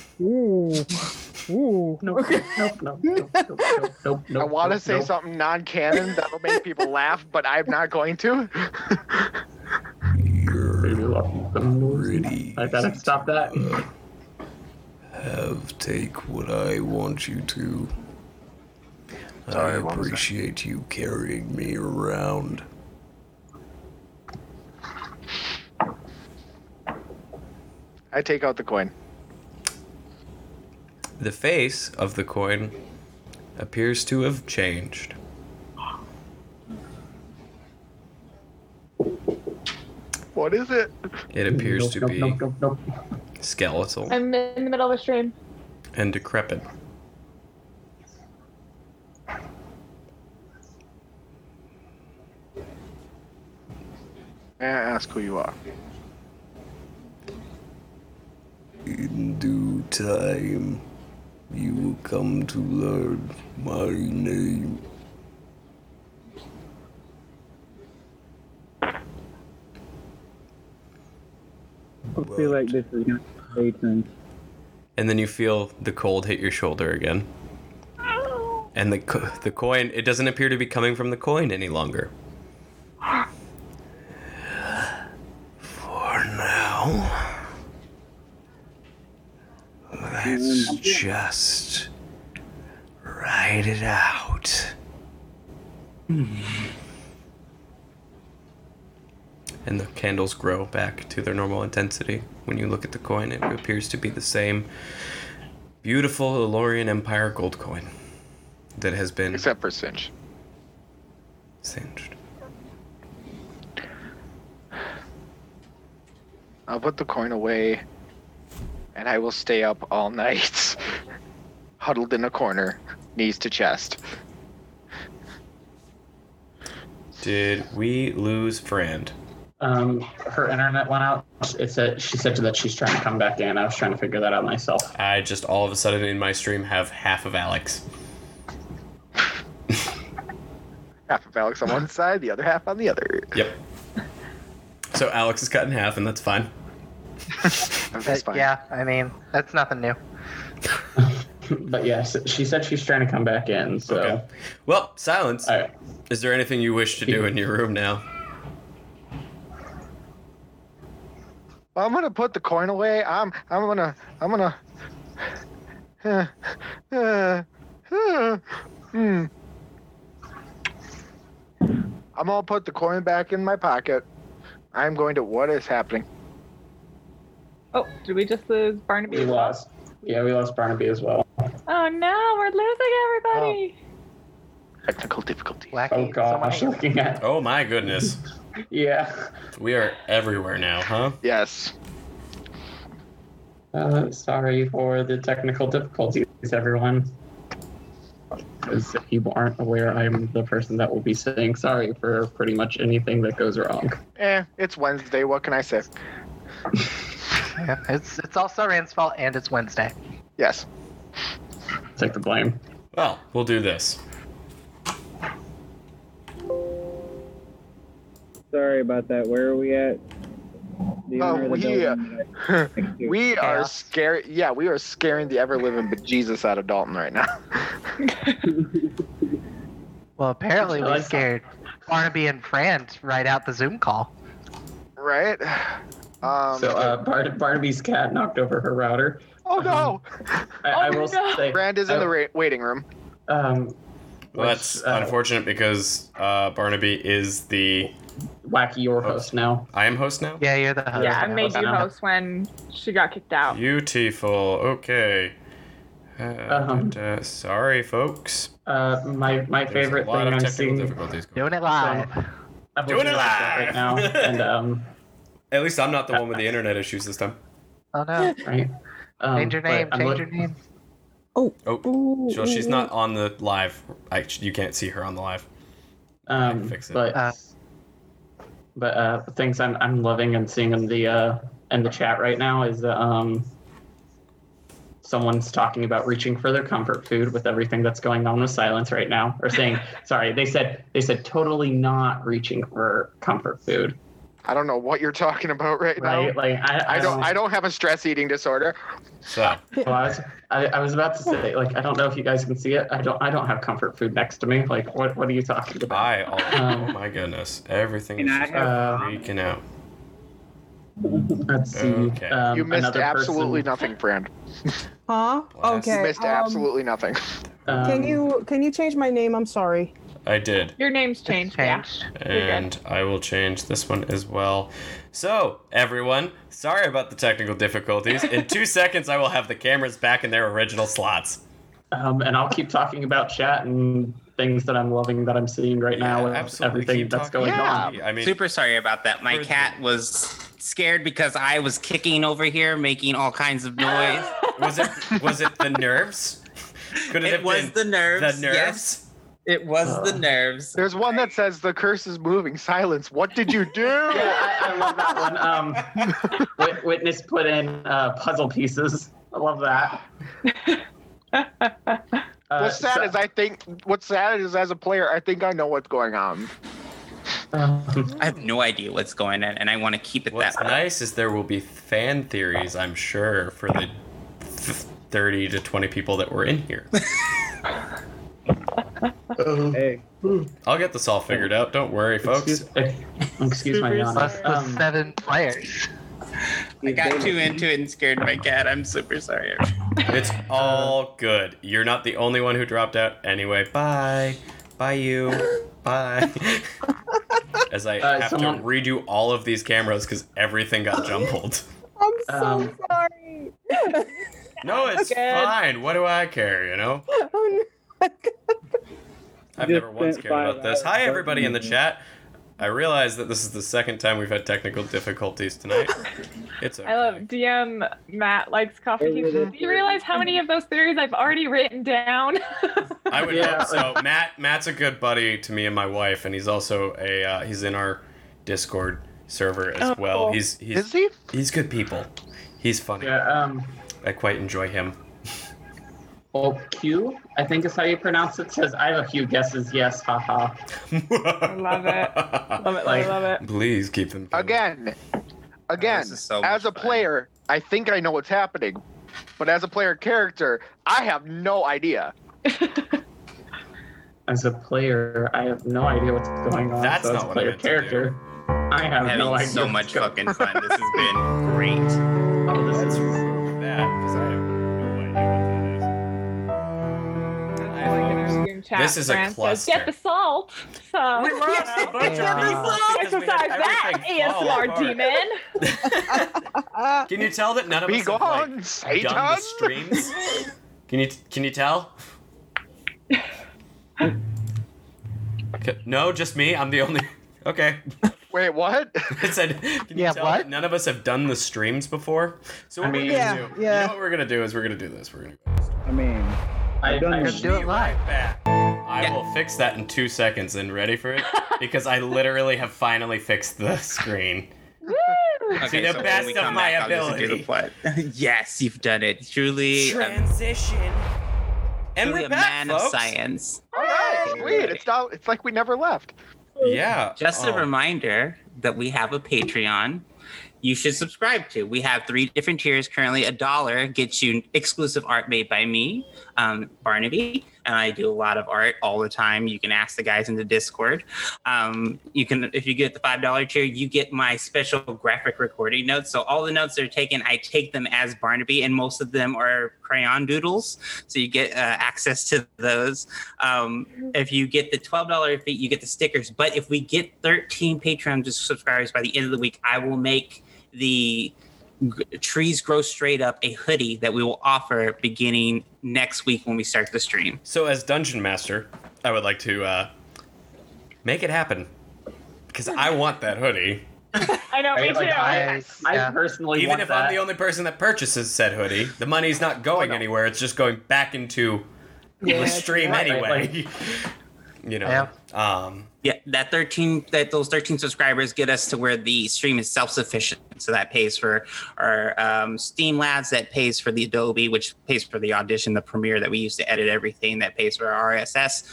Speaker 5: Ooh.
Speaker 9: No, no, no, no, no, no, no, no.
Speaker 6: I want to
Speaker 9: no,
Speaker 6: say
Speaker 9: no.
Speaker 6: something non canon that'll make
Speaker 9: [LAUGHS]
Speaker 6: people laugh, but I'm not going to.
Speaker 16: Pretty.
Speaker 9: I gotta stop that.
Speaker 16: Have take what I want you to. I
Speaker 6: Sorry, what was that?
Speaker 16: appreciate you carrying me around.
Speaker 6: I take out the coin.
Speaker 2: The face of the coin appears to have changed.
Speaker 6: What is it?
Speaker 2: It appears to
Speaker 9: Nope,
Speaker 2: be
Speaker 9: nope, nope, nope, nope.
Speaker 2: skeletal
Speaker 4: I'm in the middle of a stream.
Speaker 2: and decrepit.
Speaker 6: May I ask who you are?
Speaker 16: In due time, you will come to learn my name.
Speaker 11: I feel like this is going to be Satan.
Speaker 2: And then you feel the cold hit your shoulder again. And the, co- the coin, it doesn't appear to be coming from the coin any longer.
Speaker 16: For
Speaker 9: Oh.
Speaker 16: now, let's just ride it out.
Speaker 2: Hmm. And the candles grow back to their normal intensity. When you look at the coin, it appears to be the same beautiful Elorian Empire gold coin that has been.
Speaker 6: Except for Cinch.
Speaker 2: Singed.
Speaker 6: I'll put the coin away, and I will stay up all night, [LAUGHS] huddled in a corner, knees to chest.
Speaker 2: Did we lose Friend?
Speaker 7: Um, her internet went out. It said she said that she's trying to come back in. I was trying to figure that out myself.
Speaker 2: I just all of a sudden in my stream have half of Alex.
Speaker 6: half of Alex on one
Speaker 9: [LAUGHS]
Speaker 6: side, the other half on the other.
Speaker 2: Yep. So Alex is cut in half, and that's fine.
Speaker 14: But yeah, I mean, that's nothing new.
Speaker 7: But yes, she said she's trying to come back in. So
Speaker 2: Well, silence. Is there anything you wish to do in your room now?
Speaker 6: Well, I'm gonna put the coin away. I'm I'm gonna I'm gonna. Uh, uh, uh, hmm. I'm gonna put the coin back in my pocket. I'm going to. What is happening?
Speaker 10: Oh, did we just lose Barnaby?
Speaker 7: we lost. Yeah, we lost Barnaby as well.
Speaker 10: Oh no, we're losing everybody.
Speaker 2: Oh,
Speaker 6: Technical difficulty.
Speaker 7: Oh gosh, looking
Speaker 2: [LAUGHS]
Speaker 7: at.
Speaker 2: Oh my goodness.
Speaker 7: yeah.
Speaker 2: We are everywhere now, huh?
Speaker 6: Yes.
Speaker 7: Uh, sorry for the technical difficulties, everyone. As if you aren't aware, I'm the person that will be saying sorry for pretty much anything that goes wrong.
Speaker 6: Eh, it's Wednesday. What can I say?
Speaker 14: [LAUGHS] Yeah, it's it's also Rand's fault, and it's Wednesday.
Speaker 6: Yes.
Speaker 7: Take the blame.
Speaker 2: Well, we'll do this.
Speaker 11: Sorry about that. Where are we at? The
Speaker 6: Oh,
Speaker 11: owner of the
Speaker 6: we, uh,
Speaker 11: building.
Speaker 6: [LAUGHS] We are
Speaker 11: Chaos.
Speaker 6: scary. Yeah, we are scaring the ever living bejesus out of Dalton right now. [LAUGHS]
Speaker 14: Well, apparently
Speaker 6: Well,
Speaker 14: we
Speaker 6: it's-
Speaker 14: scared Barnaby and Fran right out the Zoom call.
Speaker 6: Right. Um,
Speaker 7: so uh, Bar- Barnaby's cat knocked over her router.
Speaker 6: Oh no!
Speaker 7: I, I will say
Speaker 6: Brand is in
Speaker 7: I-
Speaker 6: the ra- waiting room.
Speaker 7: Um, uh,
Speaker 2: Well, that's unfortunate because uh, Barnaby is the Oh,
Speaker 7: wacky your host now.
Speaker 2: I am host now.
Speaker 14: Yeah, you're the host.
Speaker 10: yeah, I made you host when she got kicked out.
Speaker 2: Beautiful. Okay. Uh,
Speaker 7: Um,
Speaker 2: da- da- sorry, folks.
Speaker 7: Uh, my my
Speaker 2: There's
Speaker 7: favorite
Speaker 2: a lot
Speaker 7: thing
Speaker 2: of
Speaker 7: I'm
Speaker 2: technical
Speaker 7: seeing.
Speaker 2: difficulties. going-
Speaker 14: Doing it live.
Speaker 7: I'm
Speaker 2: Doing it
Speaker 7: looking at
Speaker 2: live
Speaker 7: this right
Speaker 2: [LAUGHS]
Speaker 7: now, and um, Uh,
Speaker 2: At least I'm not the one with the internet issues this time.
Speaker 14: Oh no!
Speaker 7: right. Um,
Speaker 14: change your
Speaker 2: but
Speaker 14: name.
Speaker 2: I'm
Speaker 14: Change
Speaker 2: look-
Speaker 14: your name.
Speaker 2: Oh, so she's not on the live. I, you can't see her on the live.
Speaker 7: Um,
Speaker 2: fix it.
Speaker 7: But but uh, things I'm I'm loving and seeing in the uh, in the chat right now is that um, someone's talking about reaching for their comfort food with everything that's going on with silence right now, or saying sorry. They said they said totally not reaching for comfort food.
Speaker 6: I don't know what you're talking about right,
Speaker 7: Right,
Speaker 6: now.
Speaker 7: like, I- I
Speaker 6: don't.
Speaker 7: don't-
Speaker 6: I don't have a stress eating disorder.
Speaker 2: So
Speaker 7: Well, I was I, I was about to say like I don't know if you guys can see it. I don't I don't have comfort food next to me. Like what what are you talking about?
Speaker 2: I oh,
Speaker 7: Um,
Speaker 2: my goodness, everything is
Speaker 7: Can I
Speaker 2: just
Speaker 7: have-
Speaker 2: freaking out.
Speaker 7: Let's see.
Speaker 2: Oh, Okay.
Speaker 7: Um,
Speaker 6: you missed
Speaker 7: another person-
Speaker 6: absolutely nothing, Brand.
Speaker 5: Huh? Okay.
Speaker 6: You missed
Speaker 5: um,
Speaker 6: absolutely nothing.
Speaker 3: Um,
Speaker 5: Can you can you change my name? I'm sorry.
Speaker 2: I did,
Speaker 10: Your name's changed.
Speaker 2: and I will change this one as well. So everyone, sorry about the technical difficulties. In two seconds, I will have the cameras back in their original slots.
Speaker 7: Um, and I'll keep talking about chat and things that I'm loving that I'm seeing right now and everything that's going on.
Speaker 2: I mean,
Speaker 3: super sorry about that. My cat was scared because I was kicking over here, making all kinds of noise.
Speaker 2: [LAUGHS] was it was it the nerves? [LAUGHS] Could
Speaker 3: it, was the nerves.
Speaker 2: the nerves?
Speaker 3: yes. It was the
Speaker 7: Uh,
Speaker 3: nerves.
Speaker 6: There's one that says the curse is moving. Silence. What did you
Speaker 7: [LAUGHS]
Speaker 6: do?
Speaker 7: I love that one.
Speaker 2: [LAUGHS]
Speaker 7: Um, Wit- Witness put in uh, puzzle pieces. I love that. Uh,
Speaker 6: [LAUGHS] what's sad
Speaker 7: so-
Speaker 6: is I think. What's sad is as a player, I think I know what's going on.
Speaker 3: I have no idea what's going on, and I want to keep it
Speaker 2: What's
Speaker 3: that way.
Speaker 2: nice is there will be fan theories, I'm sure, for the th- 30 to 20 people that were in
Speaker 3: [LAUGHS]
Speaker 2: here.
Speaker 11: Hey.
Speaker 2: I'll get this all figured out. Don't worry, folks.
Speaker 7: Excuse my yawn.
Speaker 14: Plus the seven players.
Speaker 3: I got too into it and scared my cat. I'm super sorry.
Speaker 2: It's all good. You're not the only one who dropped out. Anyway, bye. Bye, you.
Speaker 6: [LAUGHS]
Speaker 2: Bye. As I
Speaker 7: Uh,
Speaker 2: have
Speaker 7: someone-
Speaker 2: to redo all of these cameras because everything got jumbled.
Speaker 5: I'm
Speaker 7: so Um,
Speaker 4: [LAUGHS]
Speaker 5: sorry.
Speaker 2: No, it's
Speaker 5: Again.
Speaker 2: fine. What do I care, you know?
Speaker 5: Oh,
Speaker 2: I've
Speaker 11: Just
Speaker 2: never once
Speaker 11: spent
Speaker 2: cared
Speaker 11: five
Speaker 2: about this. Hi,
Speaker 11: hours
Speaker 2: everybody in the chat. I realize that this is the second time we've had technical difficulties tonight. It's
Speaker 10: I
Speaker 2: a
Speaker 10: love DM Matt likes coffee.
Speaker 2: Hey,
Speaker 10: He says, Do you realize how many of those theories I've already written down?
Speaker 2: I would
Speaker 7: Yeah.
Speaker 2: hope so. Matt Matt's a good buddy to me and my wife, and he's also a uh, he's in our Discord server as
Speaker 6: Oh,
Speaker 2: well.
Speaker 6: cool.
Speaker 2: He's he's
Speaker 6: Is he?
Speaker 2: he's good people. He's funny.
Speaker 7: Yeah, um,
Speaker 2: I quite enjoy him.
Speaker 7: Oq, Uh, oh, I think is how you pronounce it, says, I have a few guesses, yes,
Speaker 2: [LAUGHS]
Speaker 7: haha.
Speaker 10: I love it. Love it,
Speaker 7: Like-
Speaker 10: love it.
Speaker 2: Please keep them.
Speaker 6: Again, again, as a player, I think I know what's happening, but as a player character, I have no idea.
Speaker 7: As a player, I have no idea what's going on.
Speaker 2: That's
Speaker 7: Uh, so
Speaker 2: not
Speaker 7: as a
Speaker 2: what I
Speaker 7: player
Speaker 2: meant to
Speaker 7: character, I have
Speaker 2: I'm having
Speaker 7: no idea.
Speaker 2: so
Speaker 7: what's
Speaker 2: much
Speaker 7: going-
Speaker 2: fucking fun.
Speaker 7: [LAUGHS]
Speaker 2: This has been great.
Speaker 7: Oh, this is
Speaker 2: This is a cluster.
Speaker 4: Get the salt. So we
Speaker 2: lost a bunch of people because we
Speaker 4: Exercise
Speaker 2: had
Speaker 4: that
Speaker 2: everything fall
Speaker 4: ASMR
Speaker 2: apart.
Speaker 4: demon.
Speaker 6: Uh,
Speaker 2: Can you tell that none of us have like, done the streams? Can you can you tell? Okay, No, just me. I'm the only. [LAUGHS] Okay.
Speaker 6: Wait,
Speaker 2: [LAUGHS]
Speaker 6: what?
Speaker 2: I said. Can
Speaker 14: Yeah,
Speaker 2: you tell
Speaker 14: what?
Speaker 2: that None of us have done the streams before. So what
Speaker 14: I mean-
Speaker 2: we're gonna
Speaker 14: Yeah,
Speaker 2: do? You know what we're gonna do is we're gonna do this. We're gonna.
Speaker 11: I mean,
Speaker 7: I-
Speaker 11: I've done
Speaker 7: I-
Speaker 11: this.
Speaker 7: Do
Speaker 14: it live.
Speaker 2: I will fix that in two seconds. And ready
Speaker 14: [LAUGHS]
Speaker 2: for it? Because I literally have finally fixed the screen.
Speaker 3: Okay,
Speaker 2: to the
Speaker 3: so when
Speaker 2: best
Speaker 3: we
Speaker 2: of
Speaker 3: come
Speaker 2: my
Speaker 3: back, I'll just do
Speaker 2: ability.
Speaker 3: [LAUGHS]
Speaker 2: [LAUGHS]
Speaker 3: yes, you've done it. Truly, um,
Speaker 2: Transition.
Speaker 3: truly a man of
Speaker 2: folks.
Speaker 3: science.
Speaker 6: All right, sweet. It's, not, it's like we never left.
Speaker 2: Yeah.
Speaker 3: Just
Speaker 6: um,
Speaker 2: Oh.
Speaker 3: a reminder that we have a Patreon you should subscribe to. We have three different tiers currently. A dollar gets you exclusive art made by me, um, Barnaby, and I do a lot of art all the time. You can ask the guys in the Discord. Um, you can, if you get the five dollar tier, you get my special graphic recording notes. So all the notes that are taken, I take them as Barnaby, and most of them are crayon doodles. So you get uh, access to those. Um, if you get the twelve dollar fee, you get the stickers. But if we get thirteen Patreon subscribers by the end of the week, I will make the g- trees grow straight up a hoodie that we will offer beginning next week when we start the stream.
Speaker 2: So as dungeon master, I would like to uh, make it happen because I want that hoodie.
Speaker 4: I know, me
Speaker 7: Right,
Speaker 4: too.
Speaker 7: like, I, I personally
Speaker 2: Even
Speaker 7: want
Speaker 2: if
Speaker 7: that.
Speaker 2: I'm the only person that purchases said hoodie, the money's not going anywhere. It's just going back into
Speaker 3: Yeah,
Speaker 2: the stream
Speaker 3: right,
Speaker 2: anyway. [LAUGHS] you know. Um,
Speaker 3: yeah, that thirteen that those thirteen subscribers get us to where the stream is self sufficient. So that pays for our um, Steam Labs, that pays for the Adobe, which pays for the audition, the premiere that we use to edit everything, that pays for our RSS.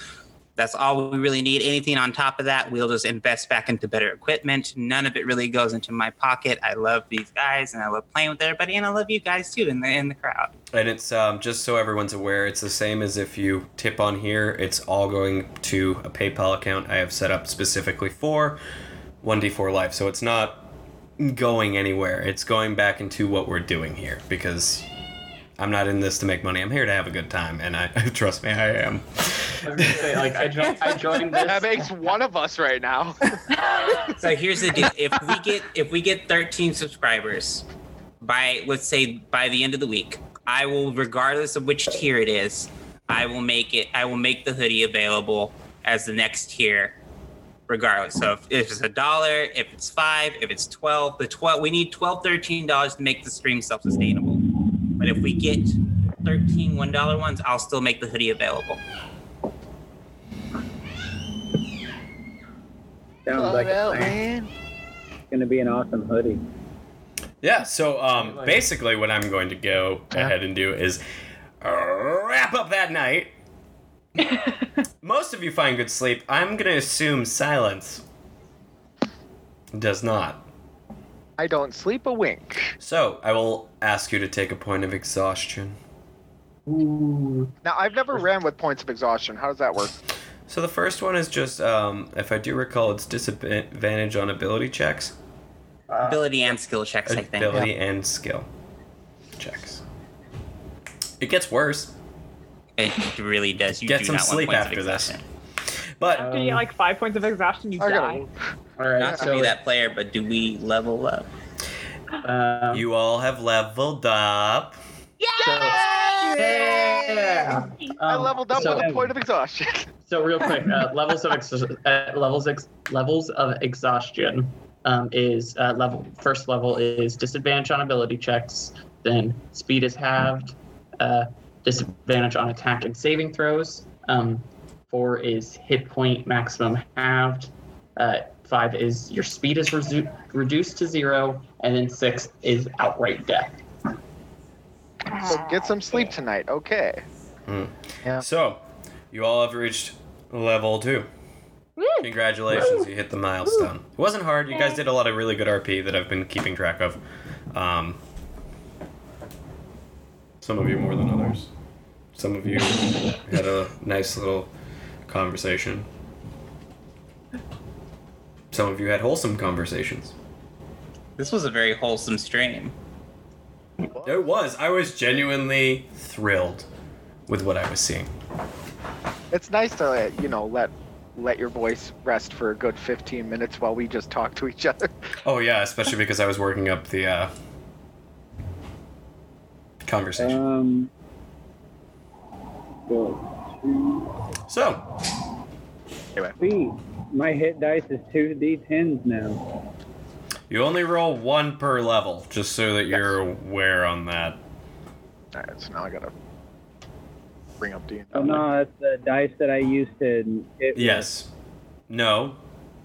Speaker 3: That's all we really need. Anything on top of that, we'll just invest back into better equipment. None of it really goes into my pocket. I love these guys and I love playing with everybody and I love you guys too in the in the crowd.
Speaker 2: And it's um, just so everyone's aware, it's the same as if you tip on here. It's all going to a PayPal account I have set up specifically for 1D4 Life. So it's not going anywhere. It's going back into what we're doing here because I'm not in this to make money. I'm here to have a good time. And I [LAUGHS] trust me, I am.
Speaker 7: I was gonna say, like, I, jo- I
Speaker 6: [LAUGHS]
Speaker 7: joined this.
Speaker 6: That makes one of us right
Speaker 7: [LAUGHS]
Speaker 6: now.
Speaker 3: So here's the deal: if we get if we get 13 subscribers by let's say by the end of the week, I will, regardless of which tier it is, I will make it. I will make the hoodie available as the next tier, regardless. So if, if it's a dollar, if it's five, if it's 12, the 12 we need 12, 13 dollars to make the stream self-sustainable. But if we get 13 one dollar ones, I'll still make the hoodie available.
Speaker 11: Sounds like a plan. It's gonna be an awesome hoodie.
Speaker 2: Yeah, so um, basically, what I'm going to go ahead and do is wrap up that
Speaker 3: [LAUGHS]
Speaker 2: night. Most of you find good sleep. I'm going to assume silence does not.
Speaker 6: I don't sleep a wink.
Speaker 2: So I will ask you to take a point of exhaustion.
Speaker 6: Now, I've never ran with points of exhaustion. How does that work?
Speaker 2: So the first one is just, um, if I do recall, it's disadvantage on ability checks,
Speaker 3: Ability and skill checks, I think.
Speaker 2: ability and skill checks. It gets worse.
Speaker 3: It really does. You
Speaker 2: Get
Speaker 3: do
Speaker 2: some
Speaker 3: not want
Speaker 2: sleep
Speaker 3: points of
Speaker 2: after this.
Speaker 3: exhaustion.
Speaker 2: But
Speaker 4: After you get like five points of exhaustion, you
Speaker 3: I
Speaker 4: die.
Speaker 3: gotta-
Speaker 7: All right,
Speaker 3: Not to
Speaker 7: so-
Speaker 3: be that player, but do we level up?
Speaker 7: Um,
Speaker 2: you all have leveled up.
Speaker 7: Yeah.
Speaker 6: I
Speaker 7: Um,
Speaker 6: leveled up
Speaker 7: so-
Speaker 6: with a point of exhaustion. [LAUGHS]
Speaker 7: So real quick, uh, levels of ex- uh, levels ex- levels of exhaustion um, is uh, level first level is disadvantage on ability checks. Then speed is halved, uh, disadvantage on attack and saving throws. Um, four is hit point maximum halved. Uh, five is your speed is resu- reduced to zero, and then six is outright death.
Speaker 6: So get some sleep tonight, okay?
Speaker 2: Mm. So, you all have reached level two. Congratulations, you hit the milestone. It wasn't hard. You guys did a lot of really good RP that I've been keeping track of. Um, some of you more than others. Some of you [LAUGHS] had a nice little conversation. Some of you had wholesome conversations.
Speaker 3: This was a very wholesome stream.
Speaker 2: It was. I was genuinely thrilled with what I was seeing.
Speaker 6: It's nice to uh, you know let let your voice rest for a good 15 minutes while we just talk to each other. [LAUGHS]
Speaker 2: Oh yeah, especially because I was working up the uh, conversation.
Speaker 11: Um, go.
Speaker 2: So.
Speaker 11: See, my hit dice is two d10s now.
Speaker 2: You only roll one per level, just so that you're aware on that.
Speaker 6: Alright, so now I gotta bring up the.
Speaker 11: Oh no, that's the dice that I used to. It,
Speaker 2: Yes. No.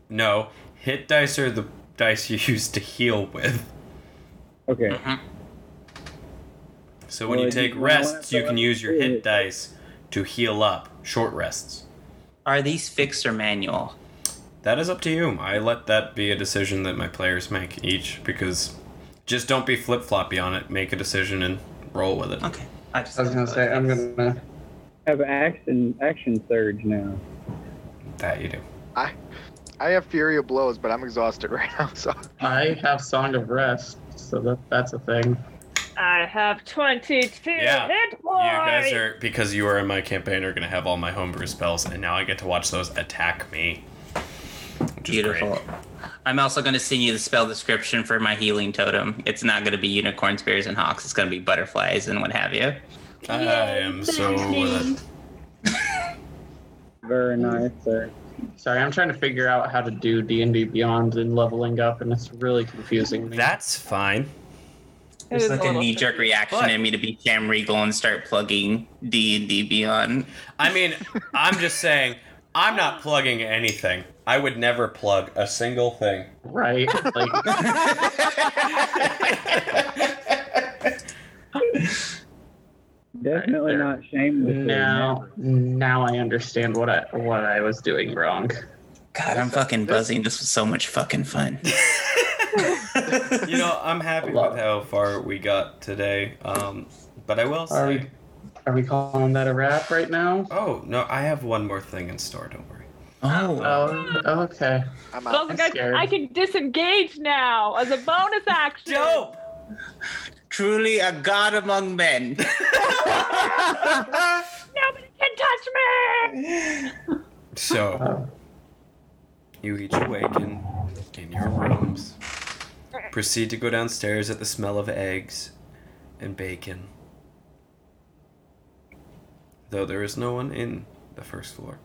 Speaker 2: No. Hit dice are the dice you [LAUGHS] use to heal with.
Speaker 11: Okay.
Speaker 3: Mm-hmm.
Speaker 2: So when
Speaker 11: Well,
Speaker 2: you
Speaker 11: I
Speaker 2: take
Speaker 11: just wanna-
Speaker 2: rests, you can use your hit dice to heal up. Short rests.
Speaker 3: Are these fixed or manual?
Speaker 2: That is up to you. I let that be a decision that my players make each because just don't be flip floppy on it. Make a decision and roll with it.
Speaker 3: Okay.
Speaker 7: I was gonna say I'm gonna.
Speaker 11: I have action action surge now.
Speaker 2: That you do.
Speaker 6: I I have Fury of Blows, but I'm exhausted right now, [LAUGHS] so.
Speaker 7: I have Song of Rest, so that that's a thing.
Speaker 4: I have 22
Speaker 2: Yeah.
Speaker 4: hit points.
Speaker 2: You guys are because you are in my campaign are gonna have all my homebrew spells, and now I get to watch those attack me.
Speaker 3: Beautiful. I'm also going to send you the spell description for my healing totem. It's not going to be unicorns, bears, and hawks. It's going to be butterflies and what have you.
Speaker 2: I am so uh, with
Speaker 11: Very nice. Sir.
Speaker 7: Sorry, I'm trying to figure out how to do D and D Beyond and leveling up, and it's really confusing me.
Speaker 2: That's fine.
Speaker 3: It's like a knee jerk reaction in me to be Cam Regal and start plugging D and D Beyond.
Speaker 2: I mean, I'm just saying, I'm not plugging anything. I would never plug a single thing.
Speaker 7: Right.
Speaker 5: [LAUGHS]
Speaker 7: Like,
Speaker 11: Definitely not shameless.
Speaker 7: now, now I understand what I what I was doing wrong.
Speaker 3: God, I'm fucking buzzing. This was so much fucking fun.
Speaker 2: you know, I'm happy with how far we got today. Um, but I will
Speaker 7: Are
Speaker 2: say,
Speaker 7: we are we calling that a wrap right now?
Speaker 2: Oh no, I have one more thing in store. Don't worry.
Speaker 7: Oh. okay.
Speaker 6: I'm
Speaker 4: But also, guys, I can disengage now as a bonus action.
Speaker 2: Dope.
Speaker 3: Truly a god among men.
Speaker 4: [LAUGHS] Nobody can touch me.
Speaker 2: So,
Speaker 7: Oh.
Speaker 2: you each awaken in your rooms, proceed to go downstairs at the smell of eggs and bacon, though there is no one in the first floor.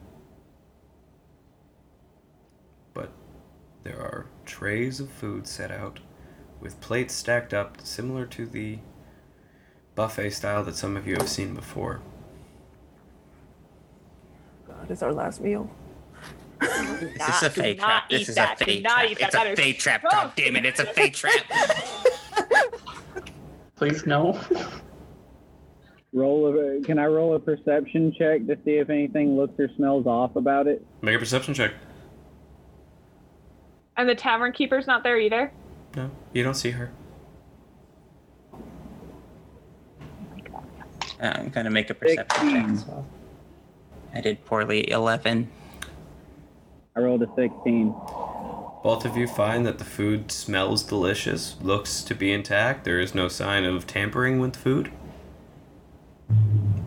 Speaker 2: But there are trays of food set out, with plates stacked up similar to the buffet style that some of you have seen before.
Speaker 5: That is our last meal.
Speaker 3: [LAUGHS] This is a
Speaker 4: Do
Speaker 3: fake
Speaker 4: not
Speaker 3: trap.
Speaker 4: eat
Speaker 3: This is a
Speaker 4: that. Do
Speaker 3: fake
Speaker 4: not
Speaker 3: trap.
Speaker 4: eat
Speaker 3: It's
Speaker 4: that.
Speaker 3: a
Speaker 4: That is
Speaker 3: fake trap.
Speaker 4: gross.
Speaker 3: God damn it! It's a fake
Speaker 4: [LAUGHS]
Speaker 3: trap.
Speaker 7: Please no.
Speaker 11: Roll a, can I roll a perception check to see if anything looks or smells off about it?
Speaker 2: Make a perception check.
Speaker 4: And the tavern keeper's not there either.
Speaker 2: No, you don't see her.
Speaker 3: I'm Um, gonna make a perception check as well. I did poorly. Eleven.
Speaker 11: I rolled a 16.
Speaker 2: Both of you find that the food smells delicious, looks to be intact. There is no sign of tampering with food.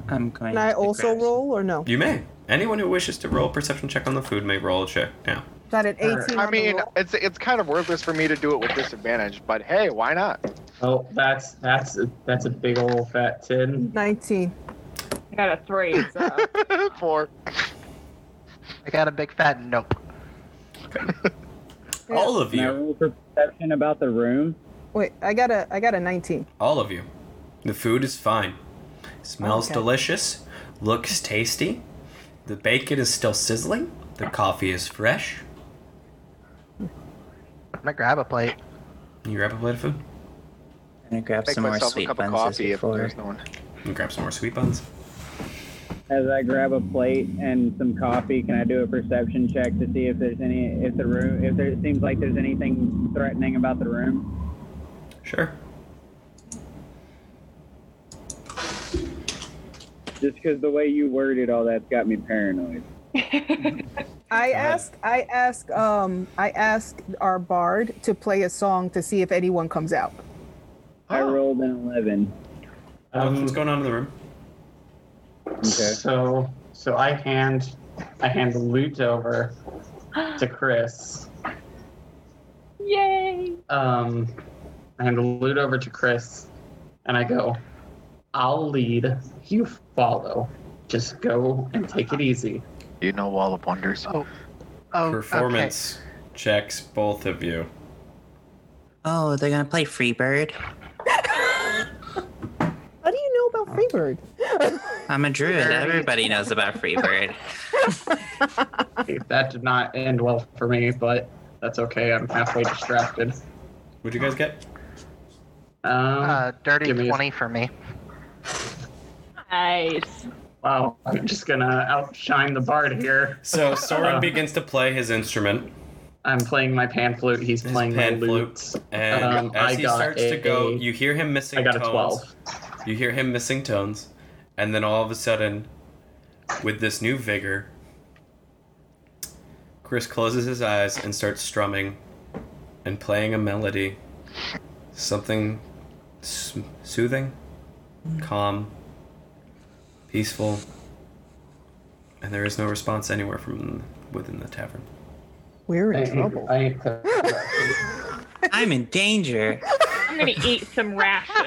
Speaker 3: I'm going.
Speaker 5: Can I also roll or no?
Speaker 2: You may. Anyone who wishes to roll a perception check on the food may roll a check now.
Speaker 5: Got an 18. on
Speaker 6: I
Speaker 5: the
Speaker 6: mean,
Speaker 5: roll.
Speaker 6: it's it's kind of worthless for me to do it with disadvantage, but hey, why not?
Speaker 7: Oh, that's that's a, that's a big old fat tin.
Speaker 5: 19.
Speaker 4: I got a three. So.
Speaker 6: [LAUGHS] Four.
Speaker 14: I got a big fat nope.
Speaker 2: All of
Speaker 11: Can I
Speaker 2: you,
Speaker 11: roll for perception about the room?
Speaker 5: Wait, I got a I got a 19.
Speaker 2: all of you. The food is fine. Smells
Speaker 5: Okay.
Speaker 2: delicious, looks tasty. The bacon is still sizzling. The coffee is fresh.
Speaker 14: I'm gonna grab a plate.
Speaker 2: You grab a plate of food.
Speaker 3: I'm gonna grab
Speaker 6: Make
Speaker 3: some more
Speaker 6: myself
Speaker 14: [LAUGHS]
Speaker 6: a
Speaker 2: [LAUGHS]
Speaker 3: sweet
Speaker 6: cup of
Speaker 3: buns as
Speaker 6: coffee if
Speaker 3: before.
Speaker 6: there's no one.
Speaker 2: You grab some more sweet buns.
Speaker 11: as I grab a plate and some coffee, can I do a perception check to see if there's any if the room if there it seems like there's anything threatening about the room?
Speaker 2: Sure.
Speaker 11: Just because the way you worded all that's got me paranoid.
Speaker 5: I ask, I ask, um, I ask our bard to play a song to see if anyone comes out.
Speaker 11: I
Speaker 6: Oh.
Speaker 11: rolled an eleven.
Speaker 7: Um,
Speaker 2: What's going on in the room?
Speaker 7: Okay. So so I hand I hand the loot over to Chris.
Speaker 4: Yay!
Speaker 7: Um I hand the loot over to Chris and I go, I'll lead, you follow. Just go and take it easy.
Speaker 6: You know Wall of Wonders.
Speaker 14: Oh. Oh,
Speaker 2: Performance checks, both of you.
Speaker 3: Oh, they're gonna play Freebird.
Speaker 5: How do you know about Freebird? [LAUGHS]
Speaker 3: I'm a druid. Everybody knows about Freebird.
Speaker 7: That did not end well for me, but that's okay. I'm halfway distracted.
Speaker 2: What'd you guys get?
Speaker 7: Um,
Speaker 14: uh, dirty
Speaker 7: give me a-
Speaker 14: 20 for me.
Speaker 10: Nice.
Speaker 7: Wow, I'm just gonna outshine the bard here. Uh,
Speaker 2: So Soren begins to play his instrument.
Speaker 7: I'm playing my pan flute. He's playing my
Speaker 2: pan
Speaker 7: lute.
Speaker 2: And
Speaker 7: Um,
Speaker 2: as
Speaker 7: I
Speaker 2: he
Speaker 7: got
Speaker 2: starts to
Speaker 7: a-
Speaker 2: go, you hear him missing
Speaker 7: I got a
Speaker 2: tones.
Speaker 7: 12.
Speaker 2: You hear him missing tones, and then all of a sudden, with this new vigor, Chris closes his eyes and starts strumming and playing a melody. Something s- soothing, calm, peaceful, and there is no response anywhere from within the tavern.
Speaker 5: We're
Speaker 7: in trouble. I,
Speaker 3: [LAUGHS] I'm in danger.
Speaker 10: I'm gonna eat some ration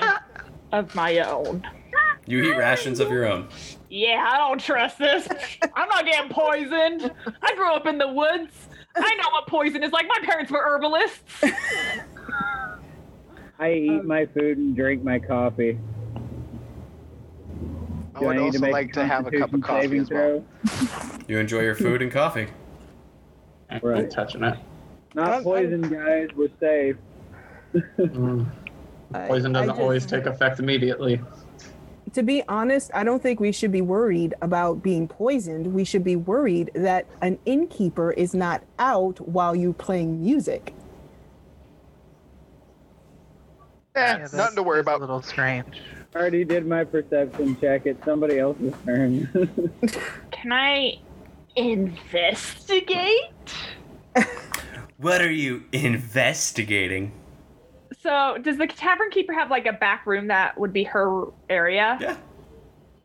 Speaker 4: of my own.
Speaker 2: You eat rations of your own.
Speaker 4: Yeah, I don't trust this. I'm not getting poisoned. I grew up in the woods. I know what poison is like. My parents were herbalists.
Speaker 11: I
Speaker 6: Um,
Speaker 11: eat my food and drink my coffee.
Speaker 6: I
Speaker 11: Do
Speaker 6: would
Speaker 11: need
Speaker 6: also
Speaker 11: make
Speaker 6: like to have a cup of
Speaker 11: constitution
Speaker 6: coffee
Speaker 11: saving
Speaker 6: as well.
Speaker 11: throw?
Speaker 2: You enjoy your food and coffee.
Speaker 7: Right. touching it.
Speaker 11: Not poison, guys. We're safe.
Speaker 7: mm, Poison
Speaker 5: I
Speaker 7: doesn't
Speaker 5: just-
Speaker 7: always take effect immediately.
Speaker 5: To be honest, I don't think we should be worried about being poisoned. We should be worried that an innkeeper is not out while you're playing music.
Speaker 14: Yeah,
Speaker 6: nothing to
Speaker 14: worry about. A little strange.
Speaker 11: I already did my perception check. It's somebody else's turn. [LAUGHS]
Speaker 4: Can I investigate?
Speaker 2: What are you investigating?
Speaker 4: So, does the tavern keeper have like a back room that would be her area?
Speaker 2: Yeah.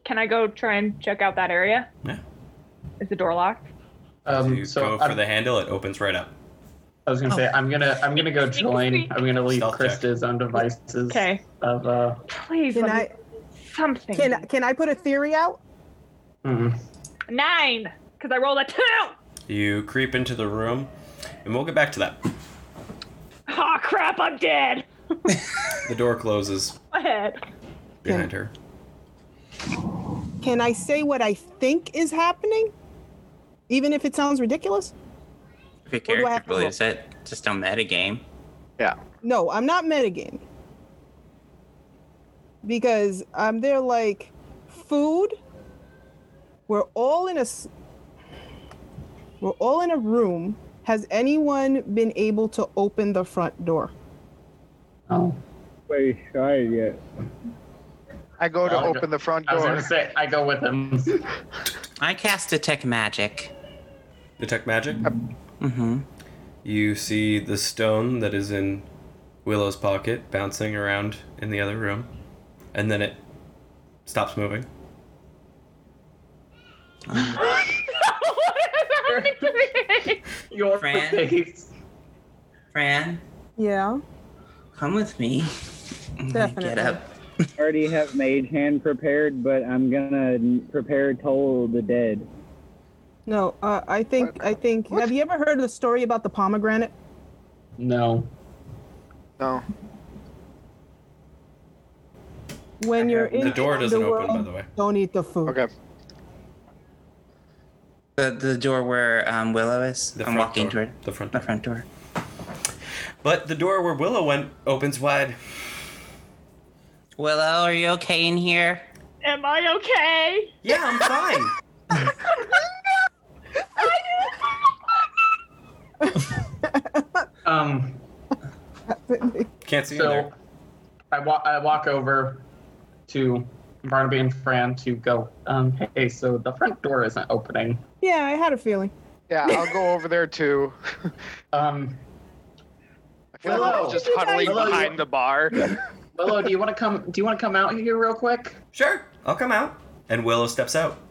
Speaker 4: Can I go try and check out that area?
Speaker 2: Yeah.
Speaker 4: Is the door locked?
Speaker 7: Um,
Speaker 2: you
Speaker 7: so
Speaker 2: go for
Speaker 7: I'm-
Speaker 2: the handle, it opens right up.
Speaker 7: I was gonna say I'm gonna I'm gonna go join. I'm gonna leave Chris to his own devices.
Speaker 4: Okay.
Speaker 7: Of uh,
Speaker 4: Please.
Speaker 5: Can
Speaker 4: let me-
Speaker 5: I?
Speaker 4: Something.
Speaker 5: Can can I put a theory out?
Speaker 7: hmm.
Speaker 4: Nine, because I rolled a two.
Speaker 2: You creep into the room, and we'll get back to that.
Speaker 4: Oh crap! I'm dead. [LAUGHS]
Speaker 2: The door closes
Speaker 4: My head.
Speaker 2: behind her.
Speaker 5: Can I say what I think is happening, even if it sounds ridiculous?
Speaker 3: If your
Speaker 5: do I have
Speaker 3: character
Speaker 5: to
Speaker 3: believes it, just don't metagame.
Speaker 5: No, I'm not metagaming. Because I'm there like food. We're all in a s- we're all in a room. Has anyone been able to open the front door?
Speaker 3: Oh.
Speaker 11: Wait, tried yet?
Speaker 6: I go to
Speaker 3: Oh,
Speaker 6: open the front
Speaker 3: I was
Speaker 6: door.
Speaker 3: gonna
Speaker 7: say I go with him.
Speaker 3: I cast detect magic.
Speaker 2: Detect magic.
Speaker 3: Mm-hmm.
Speaker 2: You see the stone that is in Willow's pocket bouncing around in the other room, and then it stops moving.
Speaker 7: Your
Speaker 3: Fran?
Speaker 7: face.
Speaker 3: Fran,
Speaker 5: Yeah.
Speaker 3: come with me. I'm gonna Get
Speaker 11: Definitely.
Speaker 3: up.
Speaker 11: already have mage hand prepared, but I'm gonna n- prepare toll of the dead.
Speaker 5: No, uh, I think I think. Have you ever heard the story about the pomegranate?
Speaker 7: No.
Speaker 6: No.
Speaker 5: When you're in
Speaker 2: The door doesn't open, by
Speaker 5: underworld,
Speaker 2: the way.
Speaker 5: Don't eat the food.
Speaker 6: Okay.
Speaker 3: The, the door where um, Willow is.
Speaker 2: The
Speaker 3: I'm
Speaker 2: front
Speaker 3: walking
Speaker 2: door.
Speaker 3: toward
Speaker 2: the front
Speaker 3: door. The front door.
Speaker 2: But the door where Willow went opens wide.
Speaker 3: Willow, are you okay in here?
Speaker 4: Am I okay?
Speaker 2: Yeah, I'm fine.
Speaker 7: Um,
Speaker 2: Can't see
Speaker 7: so I, wa- I walk over to Barnaby and Fran to go, um, hey, so the front door isn't opening.
Speaker 5: Yeah, I had a feeling.
Speaker 6: Yeah, I'll go over there too.
Speaker 7: um,
Speaker 6: I feel like
Speaker 7: Willow.
Speaker 6: I'm just huddling
Speaker 7: Willow, you-
Speaker 6: behind the bar.
Speaker 7: Willow, do you want to come? Do you want to come out here real quick?
Speaker 2: Sure, I'll come out. And Willow steps out.
Speaker 5: [LAUGHS]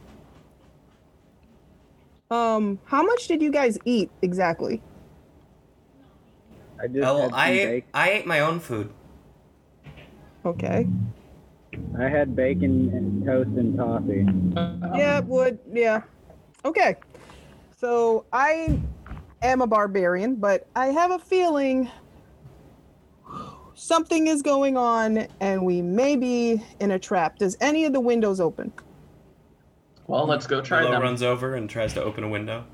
Speaker 5: Um, how much did you guys eat exactly?
Speaker 2: I just oh,
Speaker 11: had
Speaker 2: I
Speaker 11: some
Speaker 2: ate,
Speaker 11: bacon.
Speaker 2: I ate my own food.
Speaker 5: Okay.
Speaker 11: I had bacon and toast and coffee.
Speaker 6: Um,
Speaker 5: yeah, it would. Yeah. Okay. So I am a barbarian, but I have a feeling something is going on and we may be in a trap. Does any of the windows open?
Speaker 7: Well, let's go try
Speaker 2: Willow
Speaker 7: them.
Speaker 2: runs over and tries to open a window,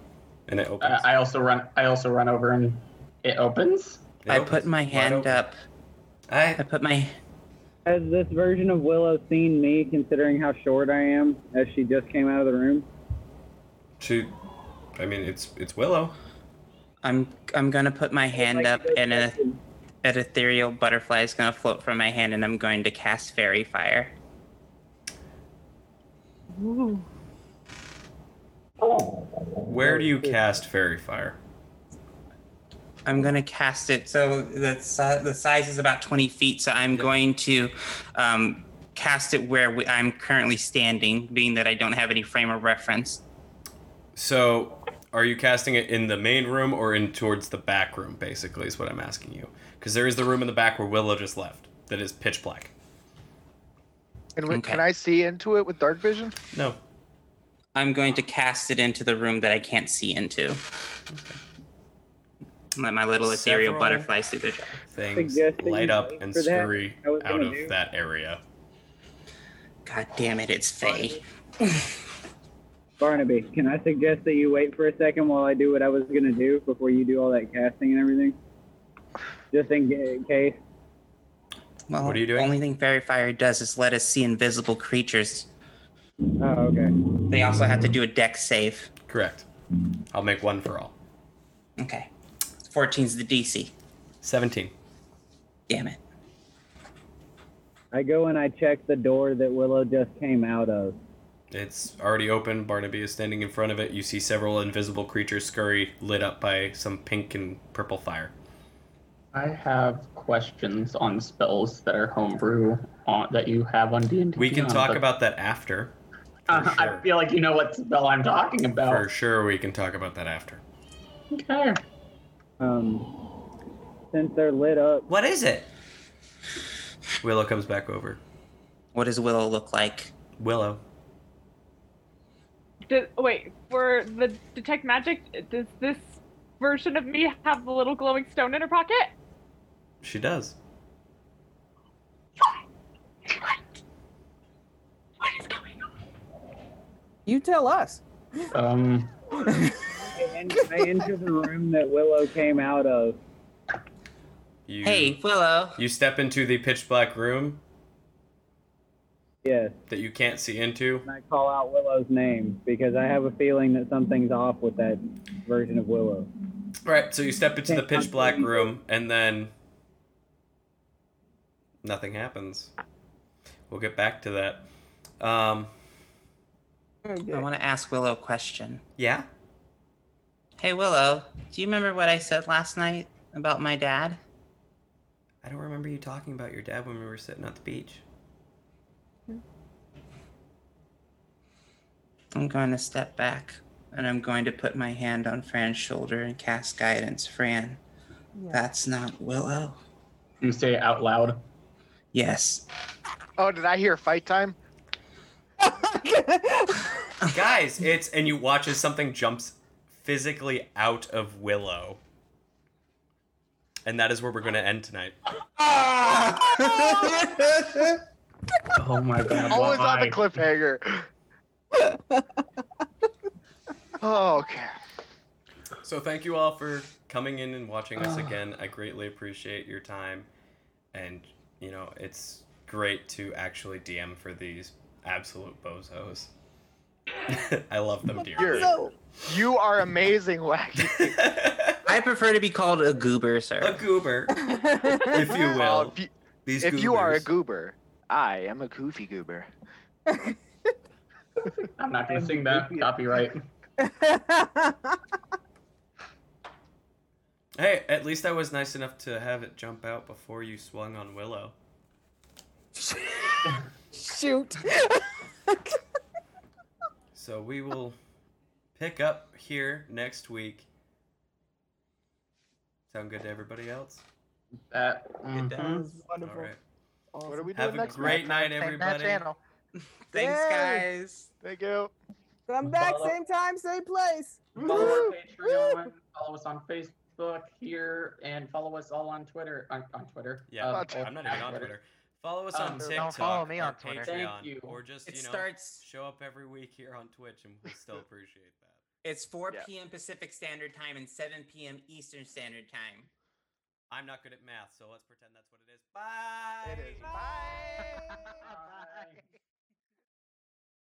Speaker 2: and it opens.
Speaker 7: Uh, I also run. I also run over and it opens.
Speaker 3: I put my hand up.
Speaker 2: I,
Speaker 3: I put my
Speaker 11: Has this version of Willow seen me, considering how short I am, as she just came out of the room?
Speaker 2: She, I mean, it's it's Willow.
Speaker 3: I'm I'm gonna put my hand up and a an ethereal butterfly is gonna float from my hand and I'm going to cast fairy fire.
Speaker 2: Where do you cast fairy fire?
Speaker 3: I'm gonna cast it. So the si- the size is about 20 feet. So I'm going to um, cast it where we, I'm currently standing, being that I don't have any frame of reference.
Speaker 2: So, are you casting it in the main room or in towards the back room? Basically, is what I'm asking you, because there is the room in the back where Willow just left that is pitch black.
Speaker 6: And we, [LAUGHS] can I see into it with dark vision?
Speaker 2: No.
Speaker 3: I'm going to cast it into the room that I can't see into. Let my little ethereal
Speaker 2: Several
Speaker 3: butterfly see the
Speaker 2: Things light up and scurry out of that area.
Speaker 3: God damn it, it's Faye.
Speaker 11: Barnaby, can I suggest that you wait for a second while I do what I was going to do before you do all that casting and everything? Just in ga- case.
Speaker 3: Well, what are you doing? Only thing fairy fire does is let us see invisible creatures.
Speaker 11: Oh, okay.
Speaker 3: They also have to do a deck save.
Speaker 2: Correct. I'll make one for all.
Speaker 3: Okay. 14's the DC.
Speaker 2: 17.
Speaker 3: Damn it.
Speaker 11: I go and I check the door that Willow just came out of.
Speaker 2: It's already open. Barnaby is standing in front of it. You see several invisible creatures scurry, lit up by some pink and purple fire.
Speaker 7: I have questions on spells that are homebrew on, that you have on D and D.
Speaker 2: We can talk about that after.
Speaker 7: [LAUGHS] I feel like you know what spell I'm talking about.
Speaker 2: For sure, we can talk about that after.
Speaker 7: [LAUGHS] Okay.
Speaker 11: Um, since they're lit up.
Speaker 2: What is it? Willow comes back over.
Speaker 3: What does Willow look like?
Speaker 2: Willow.
Speaker 4: [LAUGHS] Does, wait, for the detect magic, does this version of me have the little glowing stone in her pocket?
Speaker 2: She does.
Speaker 5: You tell us.
Speaker 7: Um,
Speaker 11: I en- I enter the room that Willow came out of.
Speaker 2: You,
Speaker 3: Hey, Willow.
Speaker 2: You step into the pitch black room
Speaker 11: Yes.
Speaker 2: that you can't see into.
Speaker 11: And I call out Willow's name because I have a feeling that something's off with that version of Willow.
Speaker 2: Right, so you step into the pitch black room, and then nothing happens. We'll get back to that. Um,
Speaker 11: Oh,
Speaker 3: I want to ask Willow a question.
Speaker 2: yeah.
Speaker 3: Hey, Willow, do you remember what I said last night about my dad?
Speaker 2: I don't remember you talking about your dad when we were sitting at the beach.
Speaker 3: I'm going to step back and I'm going to put my hand on Fran's shoulder and cast guidance. Fran, that's not Willow.
Speaker 7: You say it out loud.
Speaker 3: Yes.
Speaker 6: Oh, did I hear fight
Speaker 5: [LAUGHS]
Speaker 6: time?
Speaker 2: Guys,
Speaker 3: [LAUGHS]
Speaker 2: it's and you watch as something jumps physically out of Willow. And that is where we're going to end tonight.
Speaker 7: Oh my god.
Speaker 6: Always on the
Speaker 7: why?
Speaker 6: cliffhanger. oh, okay.
Speaker 2: So thank you all for coming in and watching us again. I greatly appreciate your time, and you know it's great to actually DM for these absolute bozos. [LAUGHS] I love them dearly.
Speaker 20: You're, you are amazing,
Speaker 5: [LAUGHS]
Speaker 20: Wacky.
Speaker 3: I prefer to be called a goober, sir. A
Speaker 2: goober, if
Speaker 6: [LAUGHS]
Speaker 2: you will.
Speaker 20: Well, if you,
Speaker 2: These
Speaker 20: if you are a
Speaker 2: goobers.
Speaker 20: goober, I am a goofy goober.
Speaker 7: I'm not gonna sing that. Copyright.
Speaker 2: Hey, at least I was nice enough to have it jump out before you swung on Willow.
Speaker 5: [LAUGHS]
Speaker 6: [LAUGHS]
Speaker 5: Shoot.
Speaker 2: So we will pick up here next week. Sound good to everybody else?
Speaker 7: That
Speaker 2: it does.
Speaker 5: Wonderful.
Speaker 2: All right.
Speaker 20: What are we doing
Speaker 2: Have a
Speaker 20: next
Speaker 2: great
Speaker 20: month?
Speaker 2: night, everybody. [LAUGHS]
Speaker 3: Thanks,
Speaker 5: Yay.
Speaker 3: guys.
Speaker 20: Thank you.
Speaker 5: Come back,
Speaker 7: Follow-
Speaker 5: same time, same place.
Speaker 7: Follow our
Speaker 5: Woo!
Speaker 7: Patreon. Follow us on Facebook here, and follow us all on Twitter. On, on Twitter.
Speaker 14: Uh,
Speaker 2: Yeah,
Speaker 7: Um,
Speaker 2: I'm not even on Twitter. Follow us
Speaker 7: Um,
Speaker 2: on
Speaker 7: don't
Speaker 2: TikTok.
Speaker 14: follow Uh, me
Speaker 2: or
Speaker 14: on Twitter.
Speaker 2: Patreon,
Speaker 7: Thank you.
Speaker 2: Or just,
Speaker 3: It
Speaker 2: you know,
Speaker 3: starts-
Speaker 2: show up every week here on Twitch and we'll
Speaker 3: [LAUGHS]
Speaker 2: still appreciate that.
Speaker 3: It's 4
Speaker 2: Yeah.
Speaker 3: p.m. Pacific Standard Time and 7 p.m. Eastern Standard Time.
Speaker 2: I'm not good at math, so let's pretend that's what it is. Bye.
Speaker 20: It is. Bye.